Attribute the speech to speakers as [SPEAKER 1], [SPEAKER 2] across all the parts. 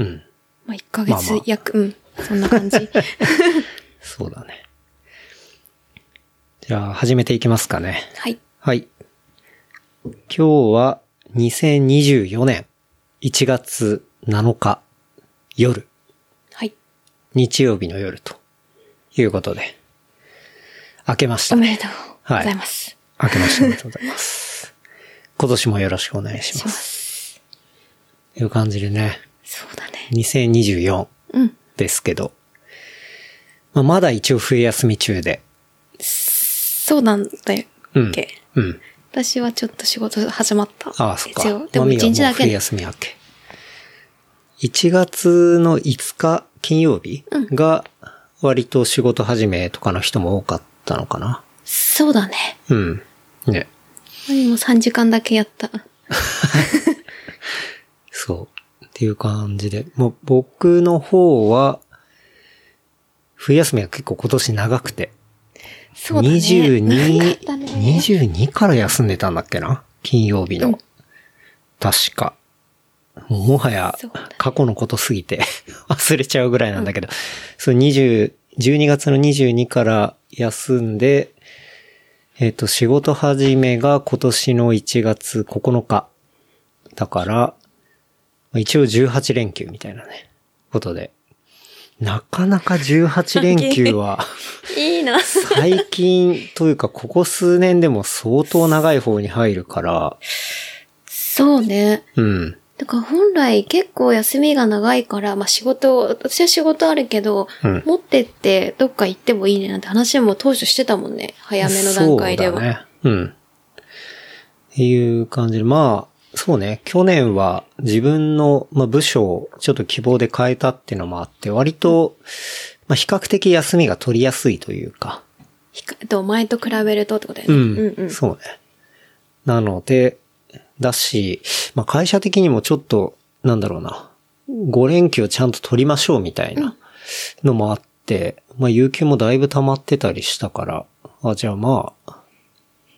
[SPEAKER 1] うん。
[SPEAKER 2] まあ、1ヶ
[SPEAKER 1] まあまあ
[SPEAKER 2] 月約、うん。そんな 感じ。
[SPEAKER 1] そうだね。じゃあ、始めていきますかね。
[SPEAKER 2] はい。
[SPEAKER 1] はい。今日は2024年1月7日夜、
[SPEAKER 2] はい。
[SPEAKER 1] 日曜日の夜ということで、明けました
[SPEAKER 2] お
[SPEAKER 1] ね。
[SPEAKER 2] めでとうございます。
[SPEAKER 1] 明けましておめでとうございます。 今年もよろしくお願いし
[SPEAKER 2] し
[SPEAKER 1] ま。
[SPEAKER 2] ますす。
[SPEAKER 1] という感じでね、
[SPEAKER 2] そうだね。
[SPEAKER 1] 2024
[SPEAKER 2] うん。
[SPEAKER 1] ですけど、まあ、まだ一応冬休み中で、
[SPEAKER 2] そうなんだよ。
[SPEAKER 1] うん。
[SPEAKER 2] け
[SPEAKER 1] うん。
[SPEAKER 2] 私はちょっと仕事始まった。
[SPEAKER 1] ああ、そっか
[SPEAKER 2] 一応。。でも
[SPEAKER 1] マミ
[SPEAKER 2] 1
[SPEAKER 1] はう
[SPEAKER 2] 日だけ
[SPEAKER 1] 冬
[SPEAKER 2] ね。
[SPEAKER 1] 休み明け。1月の5日金曜日が、割と仕事始めとかの人も多かったのかな。
[SPEAKER 2] そうだね。
[SPEAKER 1] うん。ね。
[SPEAKER 2] 何も3時間だけやった。
[SPEAKER 1] そう。っていう感じで。もう僕の方は、冬休みは結構今年長くて。
[SPEAKER 2] そうだね。長かった
[SPEAKER 1] 22、
[SPEAKER 2] ね。
[SPEAKER 1] 22から休んでたんだっけな金曜日の。
[SPEAKER 2] うん
[SPEAKER 1] 確か。もうもはや
[SPEAKER 2] そうだね
[SPEAKER 1] 過去のことすぎて 忘れちゃうぐらいなんだけど、そう20、12月の22から休んで、えっ、と、仕事始めが今年の1月9日。だから、一応18連休みたいなね、ことで。なかなか18連 休は、
[SPEAKER 2] いいな。
[SPEAKER 1] 最近というか、ここ数年でも相当長い方に入るから、
[SPEAKER 2] そうね。
[SPEAKER 1] うん。
[SPEAKER 2] だから本来結構休みが長いから、まあ仕事を、私は仕事あるけど、
[SPEAKER 1] うん
[SPEAKER 2] 持ってってどっか行ってもいいねなんて話も当初してたもんね。早めの段階では。
[SPEAKER 1] そうだね。うん。っていう感じで、まあ、そうね、去年は自分の、まあ、部署をちょっと希望で変えたっていうのもあって、割と、まあ、比較的休みが取りやすいというか、
[SPEAKER 2] ひかえっと、前と比べるとってことだよ
[SPEAKER 1] う
[SPEAKER 2] ね。
[SPEAKER 1] ん。
[SPEAKER 2] うん、うん。
[SPEAKER 1] そうね。なので、だし、まあ、会社的にもちょっと、なんだろうな、5連休ちゃんと取りましょうみたいなのもあって、まあ、有給もだいぶ溜まってたりしたから、あ、じゃあまあ、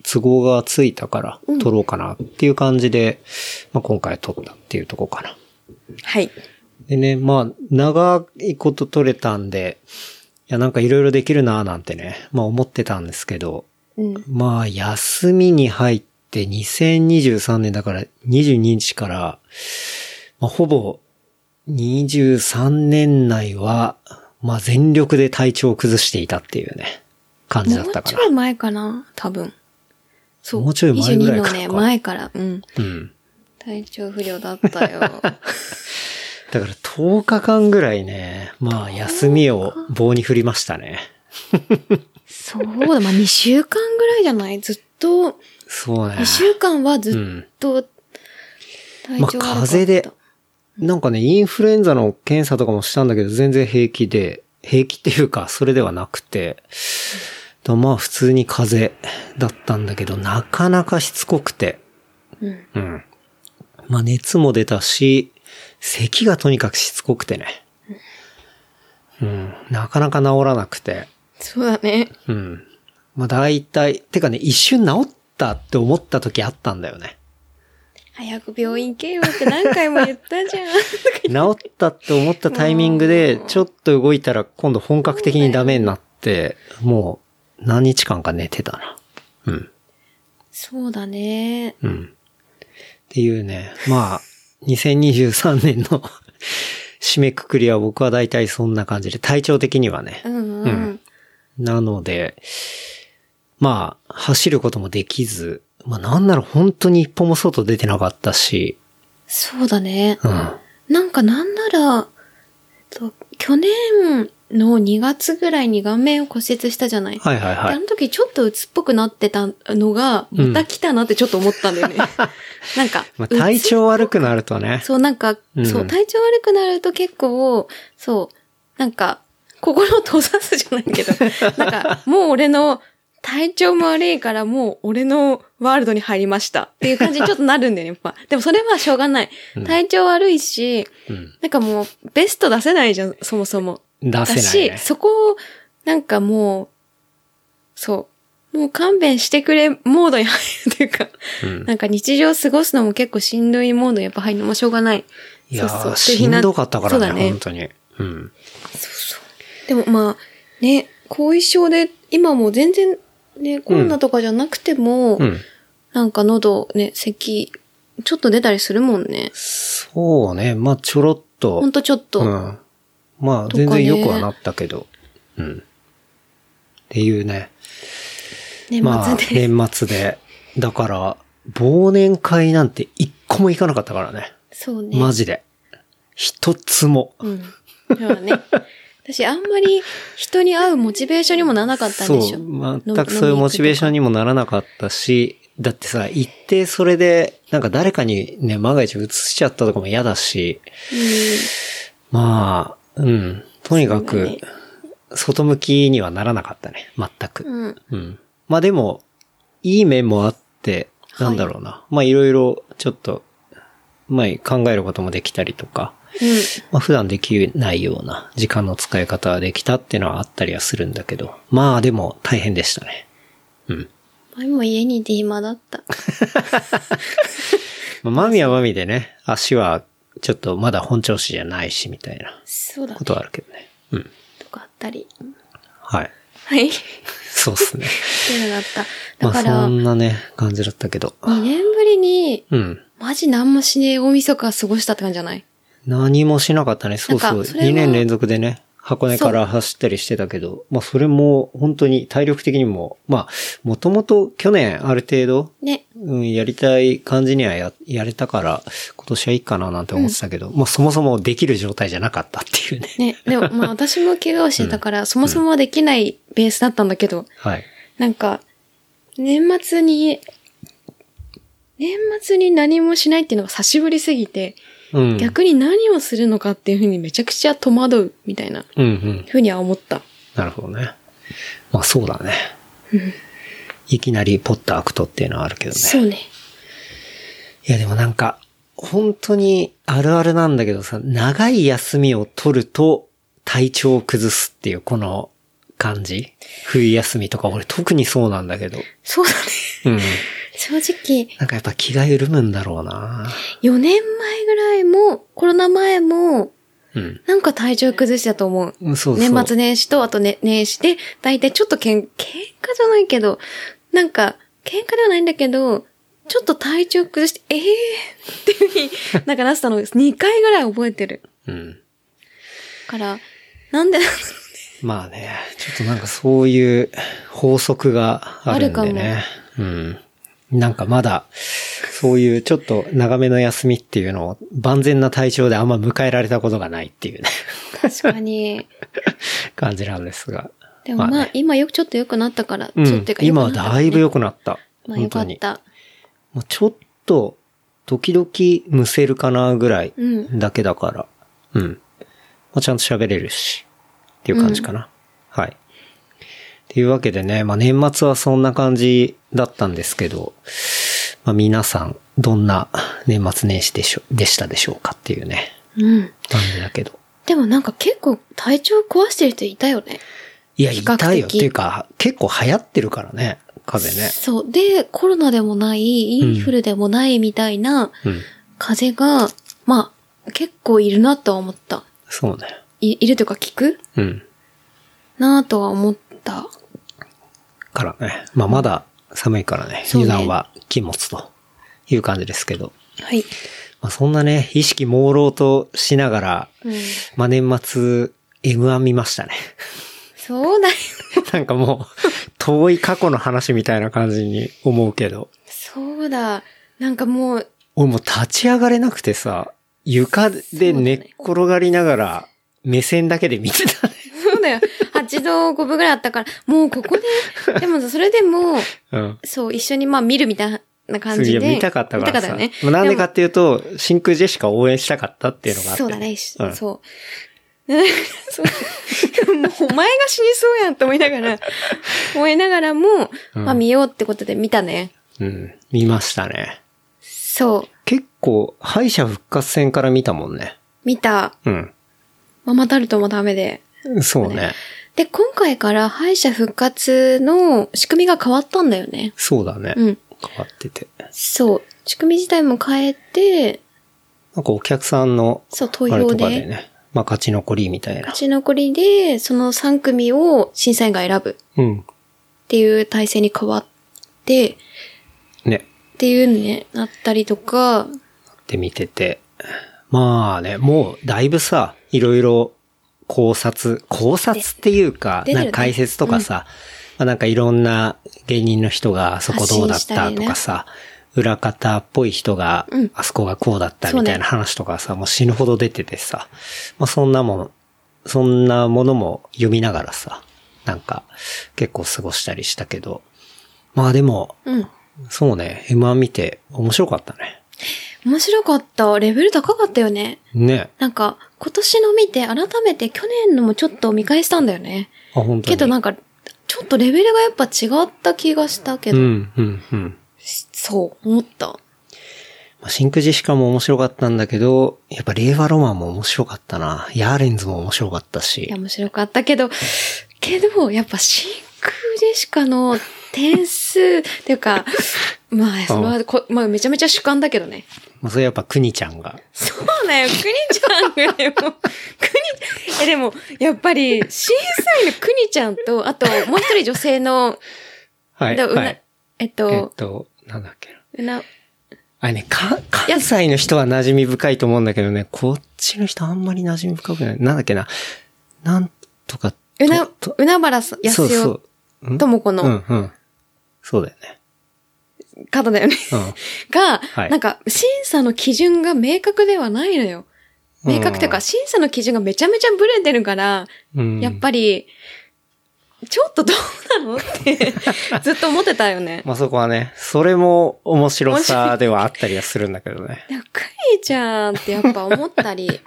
[SPEAKER 1] 都合がついたから取ろうかなっていう感じで、まあ、今回取ったっていうとこかな。
[SPEAKER 2] はい。
[SPEAKER 1] でね、まあ、長いこと取れたんで、いや、なんかいろいろできるなぁなんてね、まあ思ってたんですけど、
[SPEAKER 2] うん。
[SPEAKER 1] まあ、休みに入って2023年だから22日から、まあ、ほぼ23年内は、まあ、全力で体調を崩していたっていうね、感じだっ
[SPEAKER 2] も
[SPEAKER 1] た
[SPEAKER 2] う
[SPEAKER 1] か
[SPEAKER 2] ち
[SPEAKER 1] ら
[SPEAKER 2] ょい。前かな多分。そう。
[SPEAKER 1] もうちょい前ぐらいか
[SPEAKER 2] 22のね、前から。うん。
[SPEAKER 1] うん。
[SPEAKER 2] 体調不良だっ たよ。
[SPEAKER 1] だから10日間ぐらいね、まあ、休みを棒に振りましたね。
[SPEAKER 2] そうだ、まあ2週間ぐらいじゃないずっと、
[SPEAKER 1] そうね
[SPEAKER 2] 2。週間は
[SPEAKER 1] う
[SPEAKER 2] ず
[SPEAKER 1] ん
[SPEAKER 2] っ。と体調悪
[SPEAKER 1] まあ、
[SPEAKER 2] かった。
[SPEAKER 1] 風邪で、なんかね、インフルエンザの検査とかもしたんだけど、全然平気で、平気っていうか、それではなくて、とまあ、普通に風邪だったんだけど、なかなかしつこくて、
[SPEAKER 2] うん。
[SPEAKER 1] うん。まあ、熱も出たし、咳がとにかくしつこくてね。うん。なかなか治らなくて。
[SPEAKER 2] そうだね。
[SPEAKER 1] うん。まあ、大体、てかね、一瞬治ったって思った時あったんだよね。
[SPEAKER 2] 早く病院行けよって何回も言ったじゃん。
[SPEAKER 1] 治ったって思ったタイミングで、ちょっと動いたら今度本格的にダメになって、もう何日間か寝てたな。うん。
[SPEAKER 2] そうだね。
[SPEAKER 1] うん。っていうね。まあ、2023年の締めくくりは僕は大体そんな感じで、体調的にはね
[SPEAKER 2] う。ん
[SPEAKER 1] う
[SPEAKER 2] うんん。
[SPEAKER 1] なので、まあ、走ることもできず、まあなんなら本当に一歩も外出てなかったし、
[SPEAKER 2] そうだね。
[SPEAKER 1] うん。
[SPEAKER 2] なんかなんなら、えっと去年、の2月ぐらいに顔面を骨折したじゃない。
[SPEAKER 1] はいはいは
[SPEAKER 2] であ
[SPEAKER 1] い
[SPEAKER 2] の。時ちょっと鬱っぽくなってたのが、
[SPEAKER 1] うん
[SPEAKER 2] また来たなってちょっと思ったんだよね。 なんか、
[SPEAKER 1] まあ、体調悪くなるとね
[SPEAKER 2] 鬱。そう、なんか、
[SPEAKER 1] うん
[SPEAKER 2] そう、体調悪くなると結構、そう、なんか、心を閉ざすじゃない けど、なんか、もう俺の、体調も悪いからもう俺のワールドに入りましたっていう感じにちょっとなるんだよね、やっぱ。でもそれはしょうがない
[SPEAKER 1] うん。
[SPEAKER 2] 体調悪いし、
[SPEAKER 1] うん。
[SPEAKER 2] なんかもうベスト出せないじゃん、そもそも。
[SPEAKER 1] 出
[SPEAKER 2] だ
[SPEAKER 1] せない
[SPEAKER 2] し、
[SPEAKER 1] ね。
[SPEAKER 2] そこを、なんかもう、そう、もう勘弁してくれモードに入るというか、
[SPEAKER 1] うん
[SPEAKER 2] なんか日常過ごすのも結構しんどいモードにやっぱ入るのもしょうがない。
[SPEAKER 1] いや
[SPEAKER 2] そうそ
[SPEAKER 1] ー、
[SPEAKER 2] うって
[SPEAKER 1] し
[SPEAKER 2] ひなん
[SPEAKER 1] どかったから
[SPEAKER 2] そうだ
[SPEAKER 1] ね、
[SPEAKER 2] ね
[SPEAKER 1] 本当に。うん。
[SPEAKER 2] でもまあ、ね、後遺症で、今もう全然、ね、コロナとかじゃなくても、
[SPEAKER 1] うん。
[SPEAKER 2] なんか喉、ね、咳、ちょっと出たりするもんね。
[SPEAKER 1] そうね、まあちょろっと。
[SPEAKER 2] ほんとちょっと。
[SPEAKER 1] うん。まあ
[SPEAKER 2] とかね
[SPEAKER 1] 全然良くはなったけど。うん。っていうね。
[SPEAKER 2] 年
[SPEAKER 1] まあ
[SPEAKER 2] 末で。
[SPEAKER 1] 年末で。だから、忘年会なんて一個も行かなかったからね。
[SPEAKER 2] そうね。
[SPEAKER 1] マジで。一つも。
[SPEAKER 2] うん。だからね。私あんまり人に会うモチベーションにもならなかったんでしょ。
[SPEAKER 1] そう。全くそういうモチベーションにもならなかったし、だってさ、行ってそれで、なんか誰かにね、万が一移しちゃったとかも嫌だし、まあ、うん。とにか
[SPEAKER 2] そうだ
[SPEAKER 1] く
[SPEAKER 2] ね、
[SPEAKER 1] 外向きにはならなかったね。全
[SPEAKER 2] う
[SPEAKER 1] く。
[SPEAKER 2] ん。うん。
[SPEAKER 1] うん。まあでも、いい面もあって、なんだろうな。まあいろいろ、ちょっと、まあ考えることもできたりとか、まあ普段できないような時間の使い方ができたっていうのはあったりはするんだけど、まあでも大変でしたね。うん。
[SPEAKER 2] うん。前も家にいて暇だった。
[SPEAKER 1] まあ、マミはマミでね、足はちょっとまだ本調子じゃないしみたいな
[SPEAKER 2] そうだね
[SPEAKER 1] こ。とはあるけどね。うん。
[SPEAKER 2] とかあったり。
[SPEAKER 1] はい。
[SPEAKER 2] はい。っ
[SPEAKER 1] そうっすね。
[SPEAKER 2] ていうのがあった。
[SPEAKER 1] ま
[SPEAKER 2] だ
[SPEAKER 1] あ
[SPEAKER 2] から、
[SPEAKER 1] そ
[SPEAKER 2] 2
[SPEAKER 1] んなね、感じだったけど。
[SPEAKER 2] 年ぶりに、
[SPEAKER 1] うん。
[SPEAKER 2] マジ何もしねえ大晦日過ごしたって感じじゃない
[SPEAKER 1] 何もしなかったね。そうそ
[SPEAKER 2] な
[SPEAKER 1] う。
[SPEAKER 2] んかそれは
[SPEAKER 1] 2年連続でね、箱根から走ったりしてたけど、まあそれも本当に体力的にも、まあ、もともと去年ある程度、
[SPEAKER 2] ね。
[SPEAKER 1] うん、やりたい感じにはややれたから、今年はいいかななんて思ってたけど、まあそもそもできる状態じゃなかったって いうね。
[SPEAKER 2] ね。でも、まあ私も怪我をしてたから、そもそもできないベースだったんだけど、
[SPEAKER 1] はい。
[SPEAKER 2] なんか、年末に、年末に何もしないっていうのが久しぶりすぎて、
[SPEAKER 1] うん。
[SPEAKER 2] 逆に何をするのかっていうふうにめちゃくちゃ戸惑うみたいな
[SPEAKER 1] うんうん。
[SPEAKER 2] ふうには思った。
[SPEAKER 1] なるほどね。まあそうだね。いきなりポッタークトっていうのはあるけどね。
[SPEAKER 2] そうね。
[SPEAKER 1] いやでもなんか、本当にあるあるなんだけどさ、長い休みを取ると体調を崩すっていうこの感じ。冬休みとか俺特にそうなんだけど。
[SPEAKER 2] そうだね。
[SPEAKER 1] うん。
[SPEAKER 2] 正直、
[SPEAKER 1] なんかやっぱ気が緩むんだろうな
[SPEAKER 2] 4年前ぐらいも、コロナ前も、
[SPEAKER 1] うん。
[SPEAKER 2] なんか体調崩してたと思う。
[SPEAKER 1] うんそうそう。
[SPEAKER 2] 年末年始と、あと、ね、年始で、だいたいちょっとけん、喧嘩じゃないけど、なんか、喧嘩ではないんだけど、ちょっと体調崩して、ええー、ってい う風に、なんかなってたの2回ぐらい覚えてる。
[SPEAKER 1] うん。
[SPEAKER 2] から、なんでなんだ ろう
[SPEAKER 1] まあね、ちょっとなんかそういう法則があるんでね。うん。なんかまだ、そういうちょっと長めの休みっていうのを万全な体調であんま迎えられたことがないっていうね、
[SPEAKER 2] 確かに。
[SPEAKER 1] 感じなんですが。
[SPEAKER 2] でもまあ、
[SPEAKER 1] まあね
[SPEAKER 2] 今よくちょっと良くなったから、
[SPEAKER 1] う
[SPEAKER 2] ちょっ
[SPEAKER 1] ん
[SPEAKER 2] という。か
[SPEAKER 1] 今
[SPEAKER 2] 良く
[SPEAKER 1] は
[SPEAKER 2] なったからね
[SPEAKER 1] だいぶ良くなった。
[SPEAKER 2] まあ
[SPEAKER 1] 本
[SPEAKER 2] よ
[SPEAKER 1] 当
[SPEAKER 2] かっ
[SPEAKER 1] に。
[SPEAKER 2] た。
[SPEAKER 1] もうちょっと、時々むせるかなぐらい
[SPEAKER 2] うん。
[SPEAKER 1] だけだから。うん。まあ、ちゃんと喋れるし。っていう感じかな。はい。っていうわけでね、まあ年末はそんな感じだったんですけど、まあ皆さん、どんな年末年始でしょ、でしたでしょうかっていうね、
[SPEAKER 2] うん。
[SPEAKER 1] 感じだけど。
[SPEAKER 2] でもなんか結構体調壊してる人いたよね。
[SPEAKER 1] いや、
[SPEAKER 2] 比較的
[SPEAKER 1] 痛いよ。っていうか、結構流行ってるからね、風邪ね。
[SPEAKER 2] そう。で、コロナでもない、インフルでもないみたいな
[SPEAKER 1] うん。
[SPEAKER 2] 風が、まあ、結構いるなとは思った。
[SPEAKER 1] そうね。
[SPEAKER 2] いいるというか聞く
[SPEAKER 1] うん。
[SPEAKER 2] なとは思った。
[SPEAKER 1] からね。まあまだ寒いからね、
[SPEAKER 2] そう
[SPEAKER 1] 油
[SPEAKER 2] ね
[SPEAKER 1] 断は禁物という感じですけど。
[SPEAKER 2] はい。
[SPEAKER 1] まあ、そんなね、意識朦朧としながら、
[SPEAKER 2] うん。
[SPEAKER 1] まあ、年末、M1 見ましたね。
[SPEAKER 2] そうだよ。
[SPEAKER 1] なんかもう、遠い過去の話みたいな感じに思うけど。
[SPEAKER 2] そうだ。なんかもう、
[SPEAKER 1] 俺もう立ち上がれなくてさ、床で寝っ転がりながら、目線だけで見てたね。
[SPEAKER 2] そうだのよ。8度5分ぐらいあったから、もうここで、でもそれでも、
[SPEAKER 1] うん。
[SPEAKER 2] そう、一緒にまあ見るみたいな感じ
[SPEAKER 1] 次は
[SPEAKER 2] で。
[SPEAKER 1] 見たかったからさ。
[SPEAKER 2] 見た
[SPEAKER 1] まあ
[SPEAKER 2] よね。
[SPEAKER 1] なんでかっ
[SPEAKER 2] って
[SPEAKER 1] いうと、真空ジェシカを応援したかったっていうのがあって。
[SPEAKER 2] そうだね、し
[SPEAKER 1] うん
[SPEAKER 2] そう。そうもうお前が死にそうやんと思いながら、思いながらも、
[SPEAKER 1] うん
[SPEAKER 2] まあ見ようってことで見たね。
[SPEAKER 1] うん。見ましたね。
[SPEAKER 2] そう、
[SPEAKER 1] 結構、敗者復活戦から見たもんね。
[SPEAKER 2] 見た。
[SPEAKER 1] うん。
[SPEAKER 2] ママタルトもダメで。
[SPEAKER 1] そうね。
[SPEAKER 2] で、今回から敗者復活の仕組みが変わったんだよね。
[SPEAKER 1] そうだね。
[SPEAKER 2] うん。
[SPEAKER 1] 変わってて。
[SPEAKER 2] そう。仕組み自体も変えて、
[SPEAKER 1] なんかお客さんの、
[SPEAKER 2] そう、投
[SPEAKER 1] あれ
[SPEAKER 2] 票
[SPEAKER 1] とかで
[SPEAKER 2] で、
[SPEAKER 1] ね。まあ、勝ち残りみたいな
[SPEAKER 2] 勝。ち残りで、その3組を審査員が選ぶっ
[SPEAKER 1] うん。
[SPEAKER 2] ていう体制に変わって、っ
[SPEAKER 1] ね。
[SPEAKER 2] ていうね、なったりとか、
[SPEAKER 1] って見てて。まあね、もうだいぶさ、いろいろ考察、考察っていうか、
[SPEAKER 2] で出て
[SPEAKER 1] な
[SPEAKER 2] る
[SPEAKER 1] ん
[SPEAKER 2] ね
[SPEAKER 1] か解説とかさ、まあなんかいろんな芸人の人があそこどうだっ
[SPEAKER 2] 発信した
[SPEAKER 1] た
[SPEAKER 2] り
[SPEAKER 1] と
[SPEAKER 2] ね
[SPEAKER 1] かさ、裏方っぽい人が
[SPEAKER 2] うん、
[SPEAKER 1] あそこがこうだった
[SPEAKER 2] そう
[SPEAKER 1] み
[SPEAKER 2] ね
[SPEAKER 1] たいな話とかさ、もう死ぬほど出ててさ、まあそんなもん、そんなものも読みながらさ、なんか結構過ごしたりしたけど、まあでも、
[SPEAKER 2] うん。
[SPEAKER 1] そうね、M1 見て面白かったね。
[SPEAKER 2] 面白かった。レベル高かったよね。
[SPEAKER 1] ね。
[SPEAKER 2] なんか、今年の見て、改めて去年のもちょっと見返したんだよね。
[SPEAKER 1] あ、本当に。
[SPEAKER 2] けどなんか、ちょっとレベルがやっぱ違った気がしたけ
[SPEAKER 1] う
[SPEAKER 2] ど、
[SPEAKER 1] ん、うん、うん。
[SPEAKER 2] そう、思った。
[SPEAKER 1] まあ、シンクジェシカも面白かったんだけど、やっぱ令和ロマンも面白かったな。ヤーレンズも面白かった
[SPEAKER 2] いや、
[SPEAKER 1] し。
[SPEAKER 2] 面白かったけど、けど、やっぱ真空ジェシカの点数、ってい うか、まあ、それはこ、まあ、めちゃめちゃ主観だけどね。
[SPEAKER 1] まあ、それやっぱクニちゃんが。
[SPEAKER 2] そうだよ、くにちゃんがよ、くに、え、でも、やっぱり、審査員のくにちゃんと、あと、もう一人女性の、
[SPEAKER 1] はい。
[SPEAKER 2] だうな
[SPEAKER 1] はい、
[SPEAKER 2] え
[SPEAKER 1] え
[SPEAKER 2] っ
[SPEAKER 1] っ
[SPEAKER 2] と、
[SPEAKER 1] と、なんだっけな。
[SPEAKER 2] うな、
[SPEAKER 1] あれね、か、関西の人は馴染み深いと思うんだけどね、こっちの人あんまり馴染み深くない。なんだっけな。なんとかと、
[SPEAKER 2] うな
[SPEAKER 1] と、
[SPEAKER 2] うなばらさ、やす
[SPEAKER 1] そうそ
[SPEAKER 2] よ
[SPEAKER 1] う。うん
[SPEAKER 2] ともこ
[SPEAKER 1] う
[SPEAKER 2] の
[SPEAKER 1] ん、うん。そうだよね。
[SPEAKER 2] 方だよね。
[SPEAKER 1] うん。
[SPEAKER 2] が、
[SPEAKER 1] はい
[SPEAKER 2] なんか、審査の基準が明確ではないのよ。明確とい
[SPEAKER 1] う
[SPEAKER 2] うか、
[SPEAKER 1] ん
[SPEAKER 2] 審査の基準がめちゃめちゃブレてるから、
[SPEAKER 1] うん、
[SPEAKER 2] やっぱり、ちょっとどうなの って、ずっと思ってたよね。
[SPEAKER 1] まあ、そこはね、それも面白さではあったりはするんだけどね。
[SPEAKER 2] でも、クニちゃんってやっぱ思っ たり、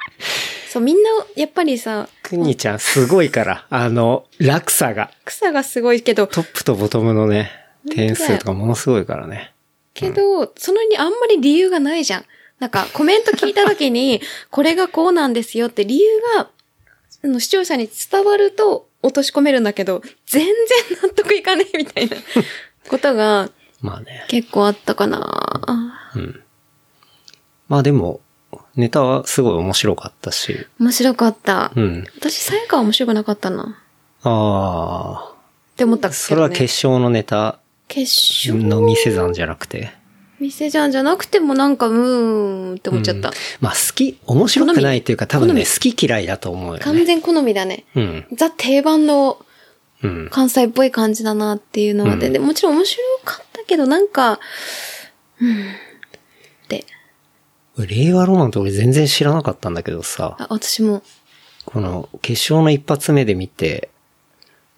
[SPEAKER 2] そう、みんな、やっぱりさ、
[SPEAKER 1] くにちゃんすごいから、あの、落差が。
[SPEAKER 2] 草がすごいけど、
[SPEAKER 1] トップとボトムのね、
[SPEAKER 2] 本当だよ
[SPEAKER 1] 点数とかものすごいからね。
[SPEAKER 2] けど、そのにあんまり理由がないじゃん。なんか、コメント聞いた時に、 これがこうなんですよって理由が、あの、視聴者に伝わると落とし込めるんだけど、全然納得いかねえ みたいなことが
[SPEAKER 1] まあね。
[SPEAKER 2] 結構あったかな。
[SPEAKER 1] うん。まあでも、ネタはすごい面白かったし、
[SPEAKER 2] 面白かった。
[SPEAKER 1] うん。
[SPEAKER 2] 私、さやかは面白くなかったな。
[SPEAKER 1] あ
[SPEAKER 2] って思った
[SPEAKER 1] あ、
[SPEAKER 2] けど、ね。
[SPEAKER 1] それは決勝のネタ
[SPEAKER 2] 決勝
[SPEAKER 1] の見せ算じゃなくて。
[SPEAKER 2] 店じゃんじゃなくてもなんか、うーんって思っちゃった。
[SPEAKER 1] うんまあ好き、面白くないっていうか多分
[SPEAKER 2] 好
[SPEAKER 1] ね、
[SPEAKER 2] み
[SPEAKER 1] 好き嫌いだと思うよ
[SPEAKER 2] 完
[SPEAKER 1] ね。
[SPEAKER 2] 全好みだね。
[SPEAKER 1] うん。
[SPEAKER 2] ザ定番の
[SPEAKER 1] うん。
[SPEAKER 2] 関西っぽい感じだなっていうのは、で
[SPEAKER 1] うん
[SPEAKER 2] で、もちろん面白かったけど、なんか、うん、って。
[SPEAKER 1] 令和ロマンって俺全然知らなかったんだけどさ。
[SPEAKER 2] あ、私も。
[SPEAKER 1] この決勝の一発目で見て、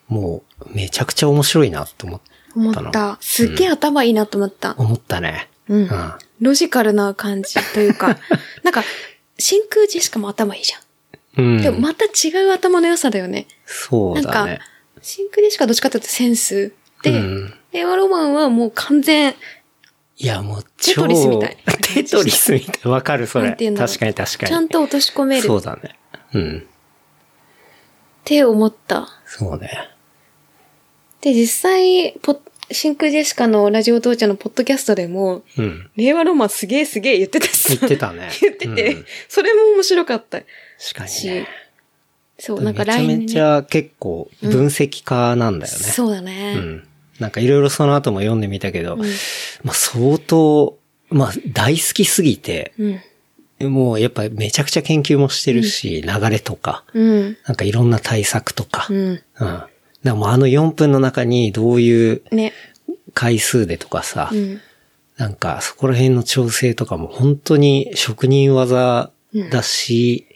[SPEAKER 1] もうめちゃくちゃ面白いなと思っ
[SPEAKER 2] 思
[SPEAKER 1] たな。
[SPEAKER 2] った。すっげえ頭いいなと思った。
[SPEAKER 1] 思ったね。
[SPEAKER 2] うん。
[SPEAKER 1] うん
[SPEAKER 2] ロジカルな感じとい うか、なんか、真空ジェシカも頭いいじゃん。
[SPEAKER 1] うん。
[SPEAKER 2] でもまた違う頭の良さだよね。
[SPEAKER 1] そうだ
[SPEAKER 2] なん
[SPEAKER 1] ね
[SPEAKER 2] か。、真空ジェシカどっちかっていうとセンスで、
[SPEAKER 1] うん
[SPEAKER 2] 令和ロマンはもう完全、
[SPEAKER 1] いや、もう
[SPEAKER 2] テ
[SPEAKER 1] 超、
[SPEAKER 2] トリスみたい
[SPEAKER 1] テトリスみたい。わかる、それ。
[SPEAKER 2] なんていうん
[SPEAKER 1] 確
[SPEAKER 2] だろう
[SPEAKER 1] かに確かに。
[SPEAKER 2] ちゃんと落とし込める
[SPEAKER 1] そ
[SPEAKER 2] っ
[SPEAKER 1] うだね。うん。
[SPEAKER 2] て思った。
[SPEAKER 1] そうね。
[SPEAKER 2] で、実際、ポッ真空ジェシカのラジオ父ちゃんのポッドキャストでも、
[SPEAKER 1] うん。
[SPEAKER 2] 令和ロマンすげえすげえ言ってた
[SPEAKER 1] 言
[SPEAKER 2] し。
[SPEAKER 1] ってたね
[SPEAKER 2] 言ってて、
[SPEAKER 1] うん
[SPEAKER 2] それも面白かった
[SPEAKER 1] 確かに
[SPEAKER 2] し
[SPEAKER 1] ね。、
[SPEAKER 2] そう、なんか
[SPEAKER 1] めちゃ
[SPEAKER 2] LINE にね、
[SPEAKER 1] めちゃ結構分析家なんだよね。
[SPEAKER 2] そうだね。
[SPEAKER 1] うん。なんかいろいろその後も読んでみたけど、
[SPEAKER 2] ん
[SPEAKER 1] まあ相当、まあ大好きすぎて、
[SPEAKER 2] うん。
[SPEAKER 1] もうやっぱめちゃくちゃ研究もしてるし、流れとか、
[SPEAKER 2] うん。
[SPEAKER 1] なんかいろんな対策とか、
[SPEAKER 2] う
[SPEAKER 1] うん。
[SPEAKER 2] ん。
[SPEAKER 1] だからもうあの4分の中にどういう
[SPEAKER 2] ね。
[SPEAKER 1] 回数でとかさ、
[SPEAKER 2] うん。
[SPEAKER 1] なんかそこら辺の調整とかも本当に職人技だし、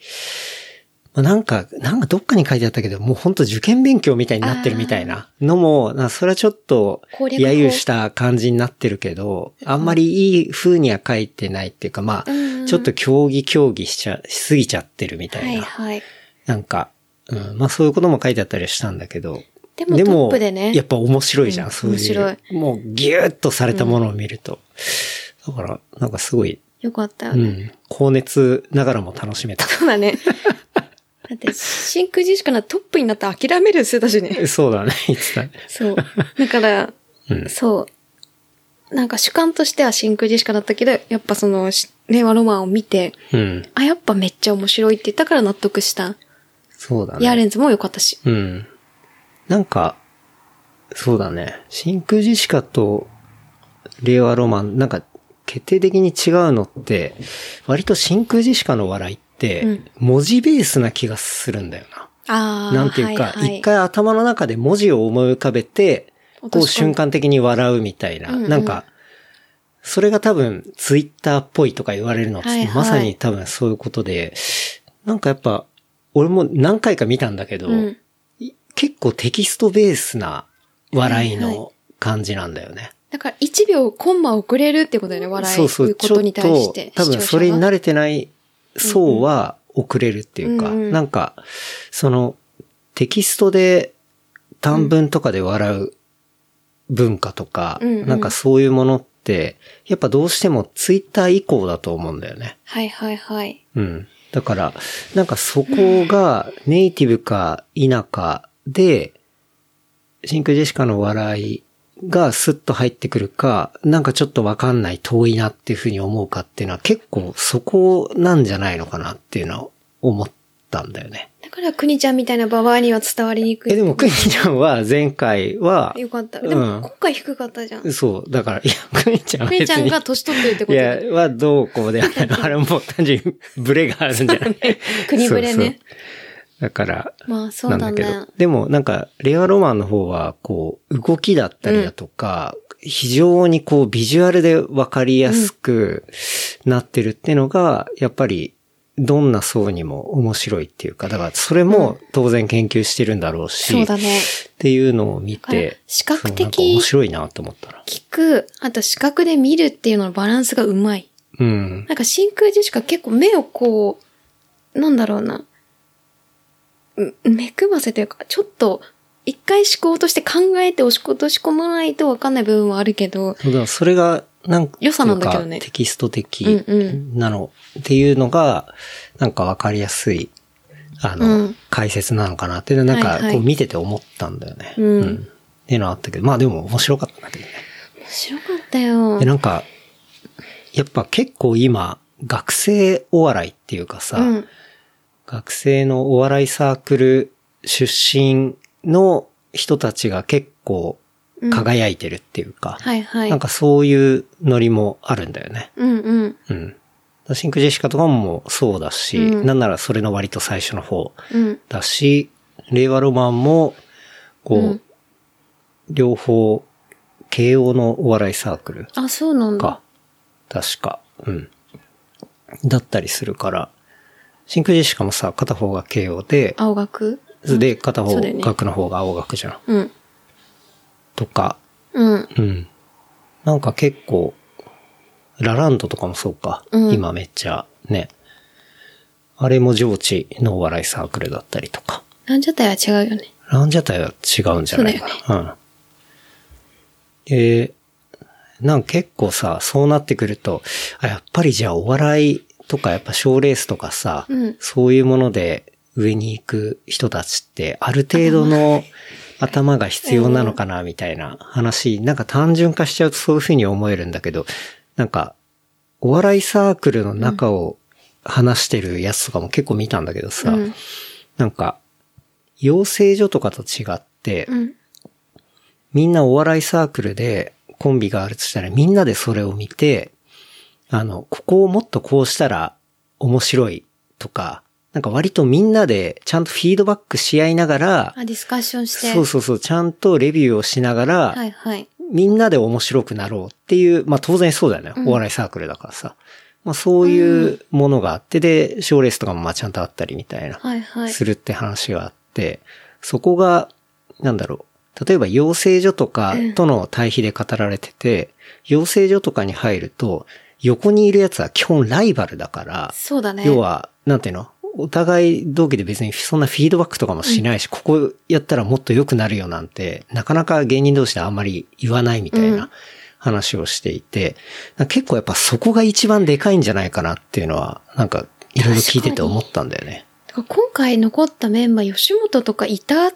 [SPEAKER 1] まあなんか、なんかどっかに書いてあったけど、もうほんと受験勉強みたいになってるみたいなのも、なそれはちょっと、
[SPEAKER 2] 攻略法
[SPEAKER 1] 揶揄した感じになってるけど、あんまりいい風には書いてないっていうか、まあ、
[SPEAKER 2] うん
[SPEAKER 1] ちょっと競技競技しちゃ、しすぎちゃってるみた
[SPEAKER 2] はいい
[SPEAKER 1] な。
[SPEAKER 2] はい。
[SPEAKER 1] なんか、うん、まあそういうことも書いてあったりはしたんだけど、
[SPEAKER 2] でもトップでね
[SPEAKER 1] やっぱ面白いじゃん、
[SPEAKER 2] うん
[SPEAKER 1] そういう。
[SPEAKER 2] 面白い
[SPEAKER 1] もうギューッとされたものを見ると。だから、なんかすごい、
[SPEAKER 2] よかったよ
[SPEAKER 1] う
[SPEAKER 2] ね。
[SPEAKER 1] ん、高熱ながらも楽しめた。
[SPEAKER 2] そうだね。だって、真空ジェシカのトップになったら諦めるって言ってたしね。
[SPEAKER 1] そうだね、いつだね。
[SPEAKER 2] そう。だから、
[SPEAKER 1] うん
[SPEAKER 2] そう。なんか主観としては真空ジェシカだったけど、やっぱその、し令和ロマンを見て、
[SPEAKER 1] うん。
[SPEAKER 2] あ、やっぱめっちゃ面白いって言ったから納得した。
[SPEAKER 1] そうだね。
[SPEAKER 2] ヤーレンズも良かったし。
[SPEAKER 1] うん。なんか、そうだね。真空ジェシカと令和ロマン、なんか、決定的に違うのって、割と真空ジェシカの笑いって
[SPEAKER 2] うん、
[SPEAKER 1] 文字ベースな気がするんだよな。
[SPEAKER 2] ああ。
[SPEAKER 1] なんていうか、一、
[SPEAKER 2] はは
[SPEAKER 1] 回頭の中で文字を思い浮かべて、
[SPEAKER 2] 落
[SPEAKER 1] ことう
[SPEAKER 2] し込
[SPEAKER 1] 瞬
[SPEAKER 2] む
[SPEAKER 1] 間的に笑うみたいな。
[SPEAKER 2] うんうん
[SPEAKER 1] なんか、それが多分ツイッターっぽいとか言われるのって、
[SPEAKER 2] はいはい
[SPEAKER 1] まさに多分そういうことで、なんかやっぱ、俺も何回か見たんだけど、
[SPEAKER 2] うん
[SPEAKER 1] い結構テキストベースな笑い
[SPEAKER 2] はいは
[SPEAKER 1] の感じなんだよね。
[SPEAKER 2] だから1秒コンマ遅れるってことだよね、笑い。
[SPEAKER 1] そうそう、
[SPEAKER 2] いうこ
[SPEAKER 1] ちょ
[SPEAKER 2] と
[SPEAKER 1] っ
[SPEAKER 2] に
[SPEAKER 1] と
[SPEAKER 2] 対して。
[SPEAKER 1] 多分それに
[SPEAKER 2] る。
[SPEAKER 1] 慣れてない層は遅れるっていうか、
[SPEAKER 2] うんうん
[SPEAKER 1] なんか、その、テキストで短文とかで笑う文化とか、
[SPEAKER 2] うんうん
[SPEAKER 1] なんかそういうものって、やっぱどうしてもツイッター以降だと思うんだよね。
[SPEAKER 2] はいはいはい。
[SPEAKER 1] うん。だから、なんかそこがネイティブか否かで、真空ジェシカの笑いがスッと入ってくるか、なんかちょっとわかんない遠いなっていうふうに思うかっていうのは結構そこなんじゃないのかなっていうのは思ったんだよね。
[SPEAKER 2] だから、くにちゃんみたいなババアには伝わりにくい。
[SPEAKER 1] え、でもクニちゃんは前回は、
[SPEAKER 2] よかった。
[SPEAKER 1] うん
[SPEAKER 2] でも、今回低かったじゃん。
[SPEAKER 1] そう、だから、いや、クニちゃんは
[SPEAKER 2] くにち
[SPEAKER 1] 別
[SPEAKER 2] ゃん
[SPEAKER 1] に。
[SPEAKER 2] が年取ってるってこ
[SPEAKER 1] い
[SPEAKER 2] と
[SPEAKER 1] や
[SPEAKER 2] で。、
[SPEAKER 1] はどうこうではない。あれもう単純にブレがあるんじゃない
[SPEAKER 2] 国ぶれ
[SPEAKER 1] そうそう
[SPEAKER 2] ね。
[SPEAKER 1] だから、
[SPEAKER 2] まあ、そう
[SPEAKER 1] な
[SPEAKER 2] だ
[SPEAKER 1] ん
[SPEAKER 2] ね。
[SPEAKER 1] だけど。でもなんか、令和ロマンの方は、こう、動きだったりだとか、非常にこう、ビジュアルでわかりやすくなってるってのが、やっぱり、どんな層にも面白いっていうか、だからそれも当然研究してるんだろうし、
[SPEAKER 2] そうだね。
[SPEAKER 1] っていうのを見
[SPEAKER 2] だから
[SPEAKER 1] て、
[SPEAKER 2] 視覚的
[SPEAKER 1] そうなんか面白いなと思ったら。
[SPEAKER 2] 聞く、あと視覚で見るっていうののバランスがうまい。
[SPEAKER 1] うん。
[SPEAKER 2] なんか真空ジェシカ結構目をこう、なんだろうな。う目くばせというか、ちょっと、一回思考として考えて押し落とし込まないとわかんない部分はあるけど、
[SPEAKER 1] そうだからそれが、なんか、
[SPEAKER 2] 良さなんだけどね
[SPEAKER 1] テキスト的
[SPEAKER 2] うんう
[SPEAKER 1] なのっていうのが、なんかわかりやすい、あの、
[SPEAKER 2] うん
[SPEAKER 1] 解説なのかなっていうのは、な
[SPEAKER 2] は
[SPEAKER 1] ん
[SPEAKER 2] い
[SPEAKER 1] か
[SPEAKER 2] はい
[SPEAKER 1] こう見てて思ったんだよね。
[SPEAKER 2] うん
[SPEAKER 1] っていうのはあったけど、まあでも面白かったんだけどね。
[SPEAKER 2] 面白かったよ
[SPEAKER 1] で、。なんか、やっぱ結構今、学生お笑いっていうかさ、
[SPEAKER 2] うん。
[SPEAKER 1] 学生のお笑いサークル出身の人たちが結構
[SPEAKER 2] うん
[SPEAKER 1] 輝いてるっていうか、
[SPEAKER 2] はいはい。
[SPEAKER 1] なんかそういうノリもあるんだよね。
[SPEAKER 2] うんうん。
[SPEAKER 1] うん。シンクジェシカとかもそうだし、
[SPEAKER 2] うん
[SPEAKER 1] なんならそれの割と最初の方
[SPEAKER 2] うん。
[SPEAKER 1] だし、令和ロマンも、こう、
[SPEAKER 2] うん
[SPEAKER 1] 両方、慶応のお笑いサークル
[SPEAKER 2] あ、そうなんだ。
[SPEAKER 1] か、確か、うん。だったりするから、シンクジェシカもさ、片方が慶応で、
[SPEAKER 2] 青学
[SPEAKER 1] で、片
[SPEAKER 2] そ
[SPEAKER 1] 方、
[SPEAKER 2] うだよね
[SPEAKER 1] 学の方が青学じゃん。
[SPEAKER 2] うん。
[SPEAKER 1] とか、
[SPEAKER 2] うん。
[SPEAKER 1] うん。なんか結構、ラランドとかもそうか。
[SPEAKER 2] うん
[SPEAKER 1] 今めっちゃね。あれも上智のお笑いサークルだったりとか。
[SPEAKER 2] なんじゃったら違うよね。
[SPEAKER 1] ランジャタイは違うんじゃないかな。うん。えなんか結構さ、そうなってくると、あ、やっぱりじゃあお笑いとかやっぱ賞ーレースとかさ、
[SPEAKER 2] うん
[SPEAKER 1] そういうもので上に行く人たちって、ある程度の頭が必要なのかな、みたいな話、なんか単純化しちゃうとそういうふうに思えるんだけど、なんか、お笑いサークルの中を話してるやつとかも結構見たんだけどさ、
[SPEAKER 2] うん。
[SPEAKER 1] なんか、養成所とかと違って、
[SPEAKER 2] うん。
[SPEAKER 1] みんなお笑いサークルでコンビがあるとしたらみんなでそれを見て、あの、ここをもっとこうしたら面白いとか、なんか割とみんなでちゃんとフィードバックし合いながら、
[SPEAKER 2] あ、ディスカッションして。
[SPEAKER 1] そうそうそう、ちゃんとレビューをしながら、
[SPEAKER 2] はいはい。
[SPEAKER 1] みんなで面白くなろうっていう、まあ当然そうだよね。
[SPEAKER 2] うん
[SPEAKER 1] お笑いサークルだからさ。まあそういうものがあって、で、賞レースとかもまあちゃんとあったりみたいな、
[SPEAKER 2] はいはい。
[SPEAKER 1] するって話があって、そこが、なんだろう。例えば養成所とかとの対比で語られてて、養成所とかに入ると、横にいるやつは基本ライバルだから、
[SPEAKER 2] そうだね。
[SPEAKER 1] 要は、なんていうのお互い同期で別にそんなフィードバックとかもしないし、ここやったらもっと良くなるよなんて、なかなか芸人同士であんまり言わないみたい
[SPEAKER 2] うん
[SPEAKER 1] な話をしていて、なんか結構やっぱそこが一番でかいんじゃないかなっていうのは、なんかいろいろ聞いてて思ったんだよね。
[SPEAKER 2] だから今回残ったメンバー、吉本とかいた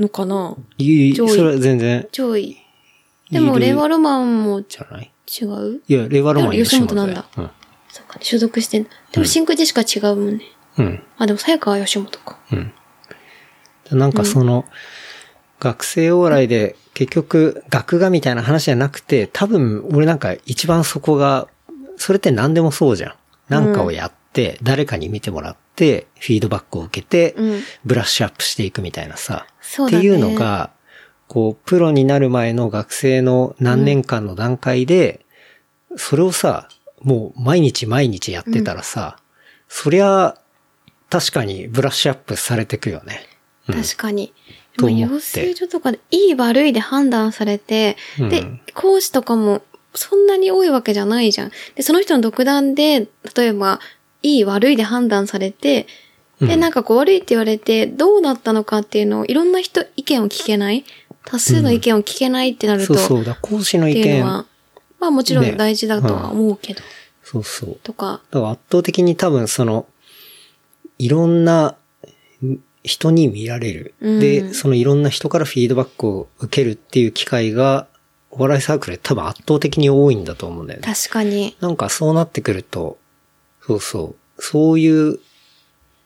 [SPEAKER 2] のかない
[SPEAKER 1] い
[SPEAKER 2] 上
[SPEAKER 1] そ
[SPEAKER 2] 位
[SPEAKER 1] れは全然
[SPEAKER 2] 上位。でも、
[SPEAKER 1] いる
[SPEAKER 2] 令和ロマンも
[SPEAKER 1] じゃない
[SPEAKER 2] 違う
[SPEAKER 1] いや、令和ロマン
[SPEAKER 2] 吉本なんだ
[SPEAKER 1] 吉本よ
[SPEAKER 2] そうか、ね、所属してんだでも、真空ジェシカ違うもんね。
[SPEAKER 1] うん。うん。
[SPEAKER 2] あ、でも、さやかは吉本か。
[SPEAKER 1] うん。なんかその、学生往来で結局学がみたいな話じゃなくて、多分俺なんか一番そこが、それって何でもそうじゃん。なんかをやって、誰かに見てもらって、フィードバックを受けて、
[SPEAKER 2] うん。
[SPEAKER 1] ブラッシュアップしていくみたいなさ。
[SPEAKER 2] そう
[SPEAKER 1] っ
[SPEAKER 2] だ
[SPEAKER 1] て
[SPEAKER 2] ね。
[SPEAKER 1] いうの、が、こう、プロになる前の学生の何年間の段階で、それをさ、もう毎日毎日やってたらさ、そりゃ、確かにブラッシュアップされてくよね。うん
[SPEAKER 2] 確かに。
[SPEAKER 1] と
[SPEAKER 2] まあ
[SPEAKER 1] 思って
[SPEAKER 2] 養成所とかで、いい悪いで判断されて、
[SPEAKER 1] う
[SPEAKER 2] で
[SPEAKER 1] ん、
[SPEAKER 2] 講師とかも、そんなに多いわけじゃないじゃん。で、その人の独断で、例えば、いい悪いで判断されて、で、
[SPEAKER 1] うん
[SPEAKER 2] なんかこう悪いって言われて、どうだったのかっていうのを、いろんな人、意見を聞けない多数の意見を聞けないってなると、
[SPEAKER 1] そう
[SPEAKER 2] っ
[SPEAKER 1] そうだ、講師の
[SPEAKER 2] て
[SPEAKER 1] 意
[SPEAKER 2] いう
[SPEAKER 1] 見
[SPEAKER 2] の。は、まあもちろ
[SPEAKER 1] ね
[SPEAKER 2] ん大事だとは思うけど、
[SPEAKER 1] そうそう。
[SPEAKER 2] とか、
[SPEAKER 1] だから圧倒的に多分その、いろんなに人に見られる。
[SPEAKER 2] うん
[SPEAKER 1] で、そのいろんな人からフィードバックを受けるっていう機会が、お笑いサークル多分圧倒的に多いんだと思うんだよね。
[SPEAKER 2] 確かに、
[SPEAKER 1] なんかそうなってくると、そうそう、そういう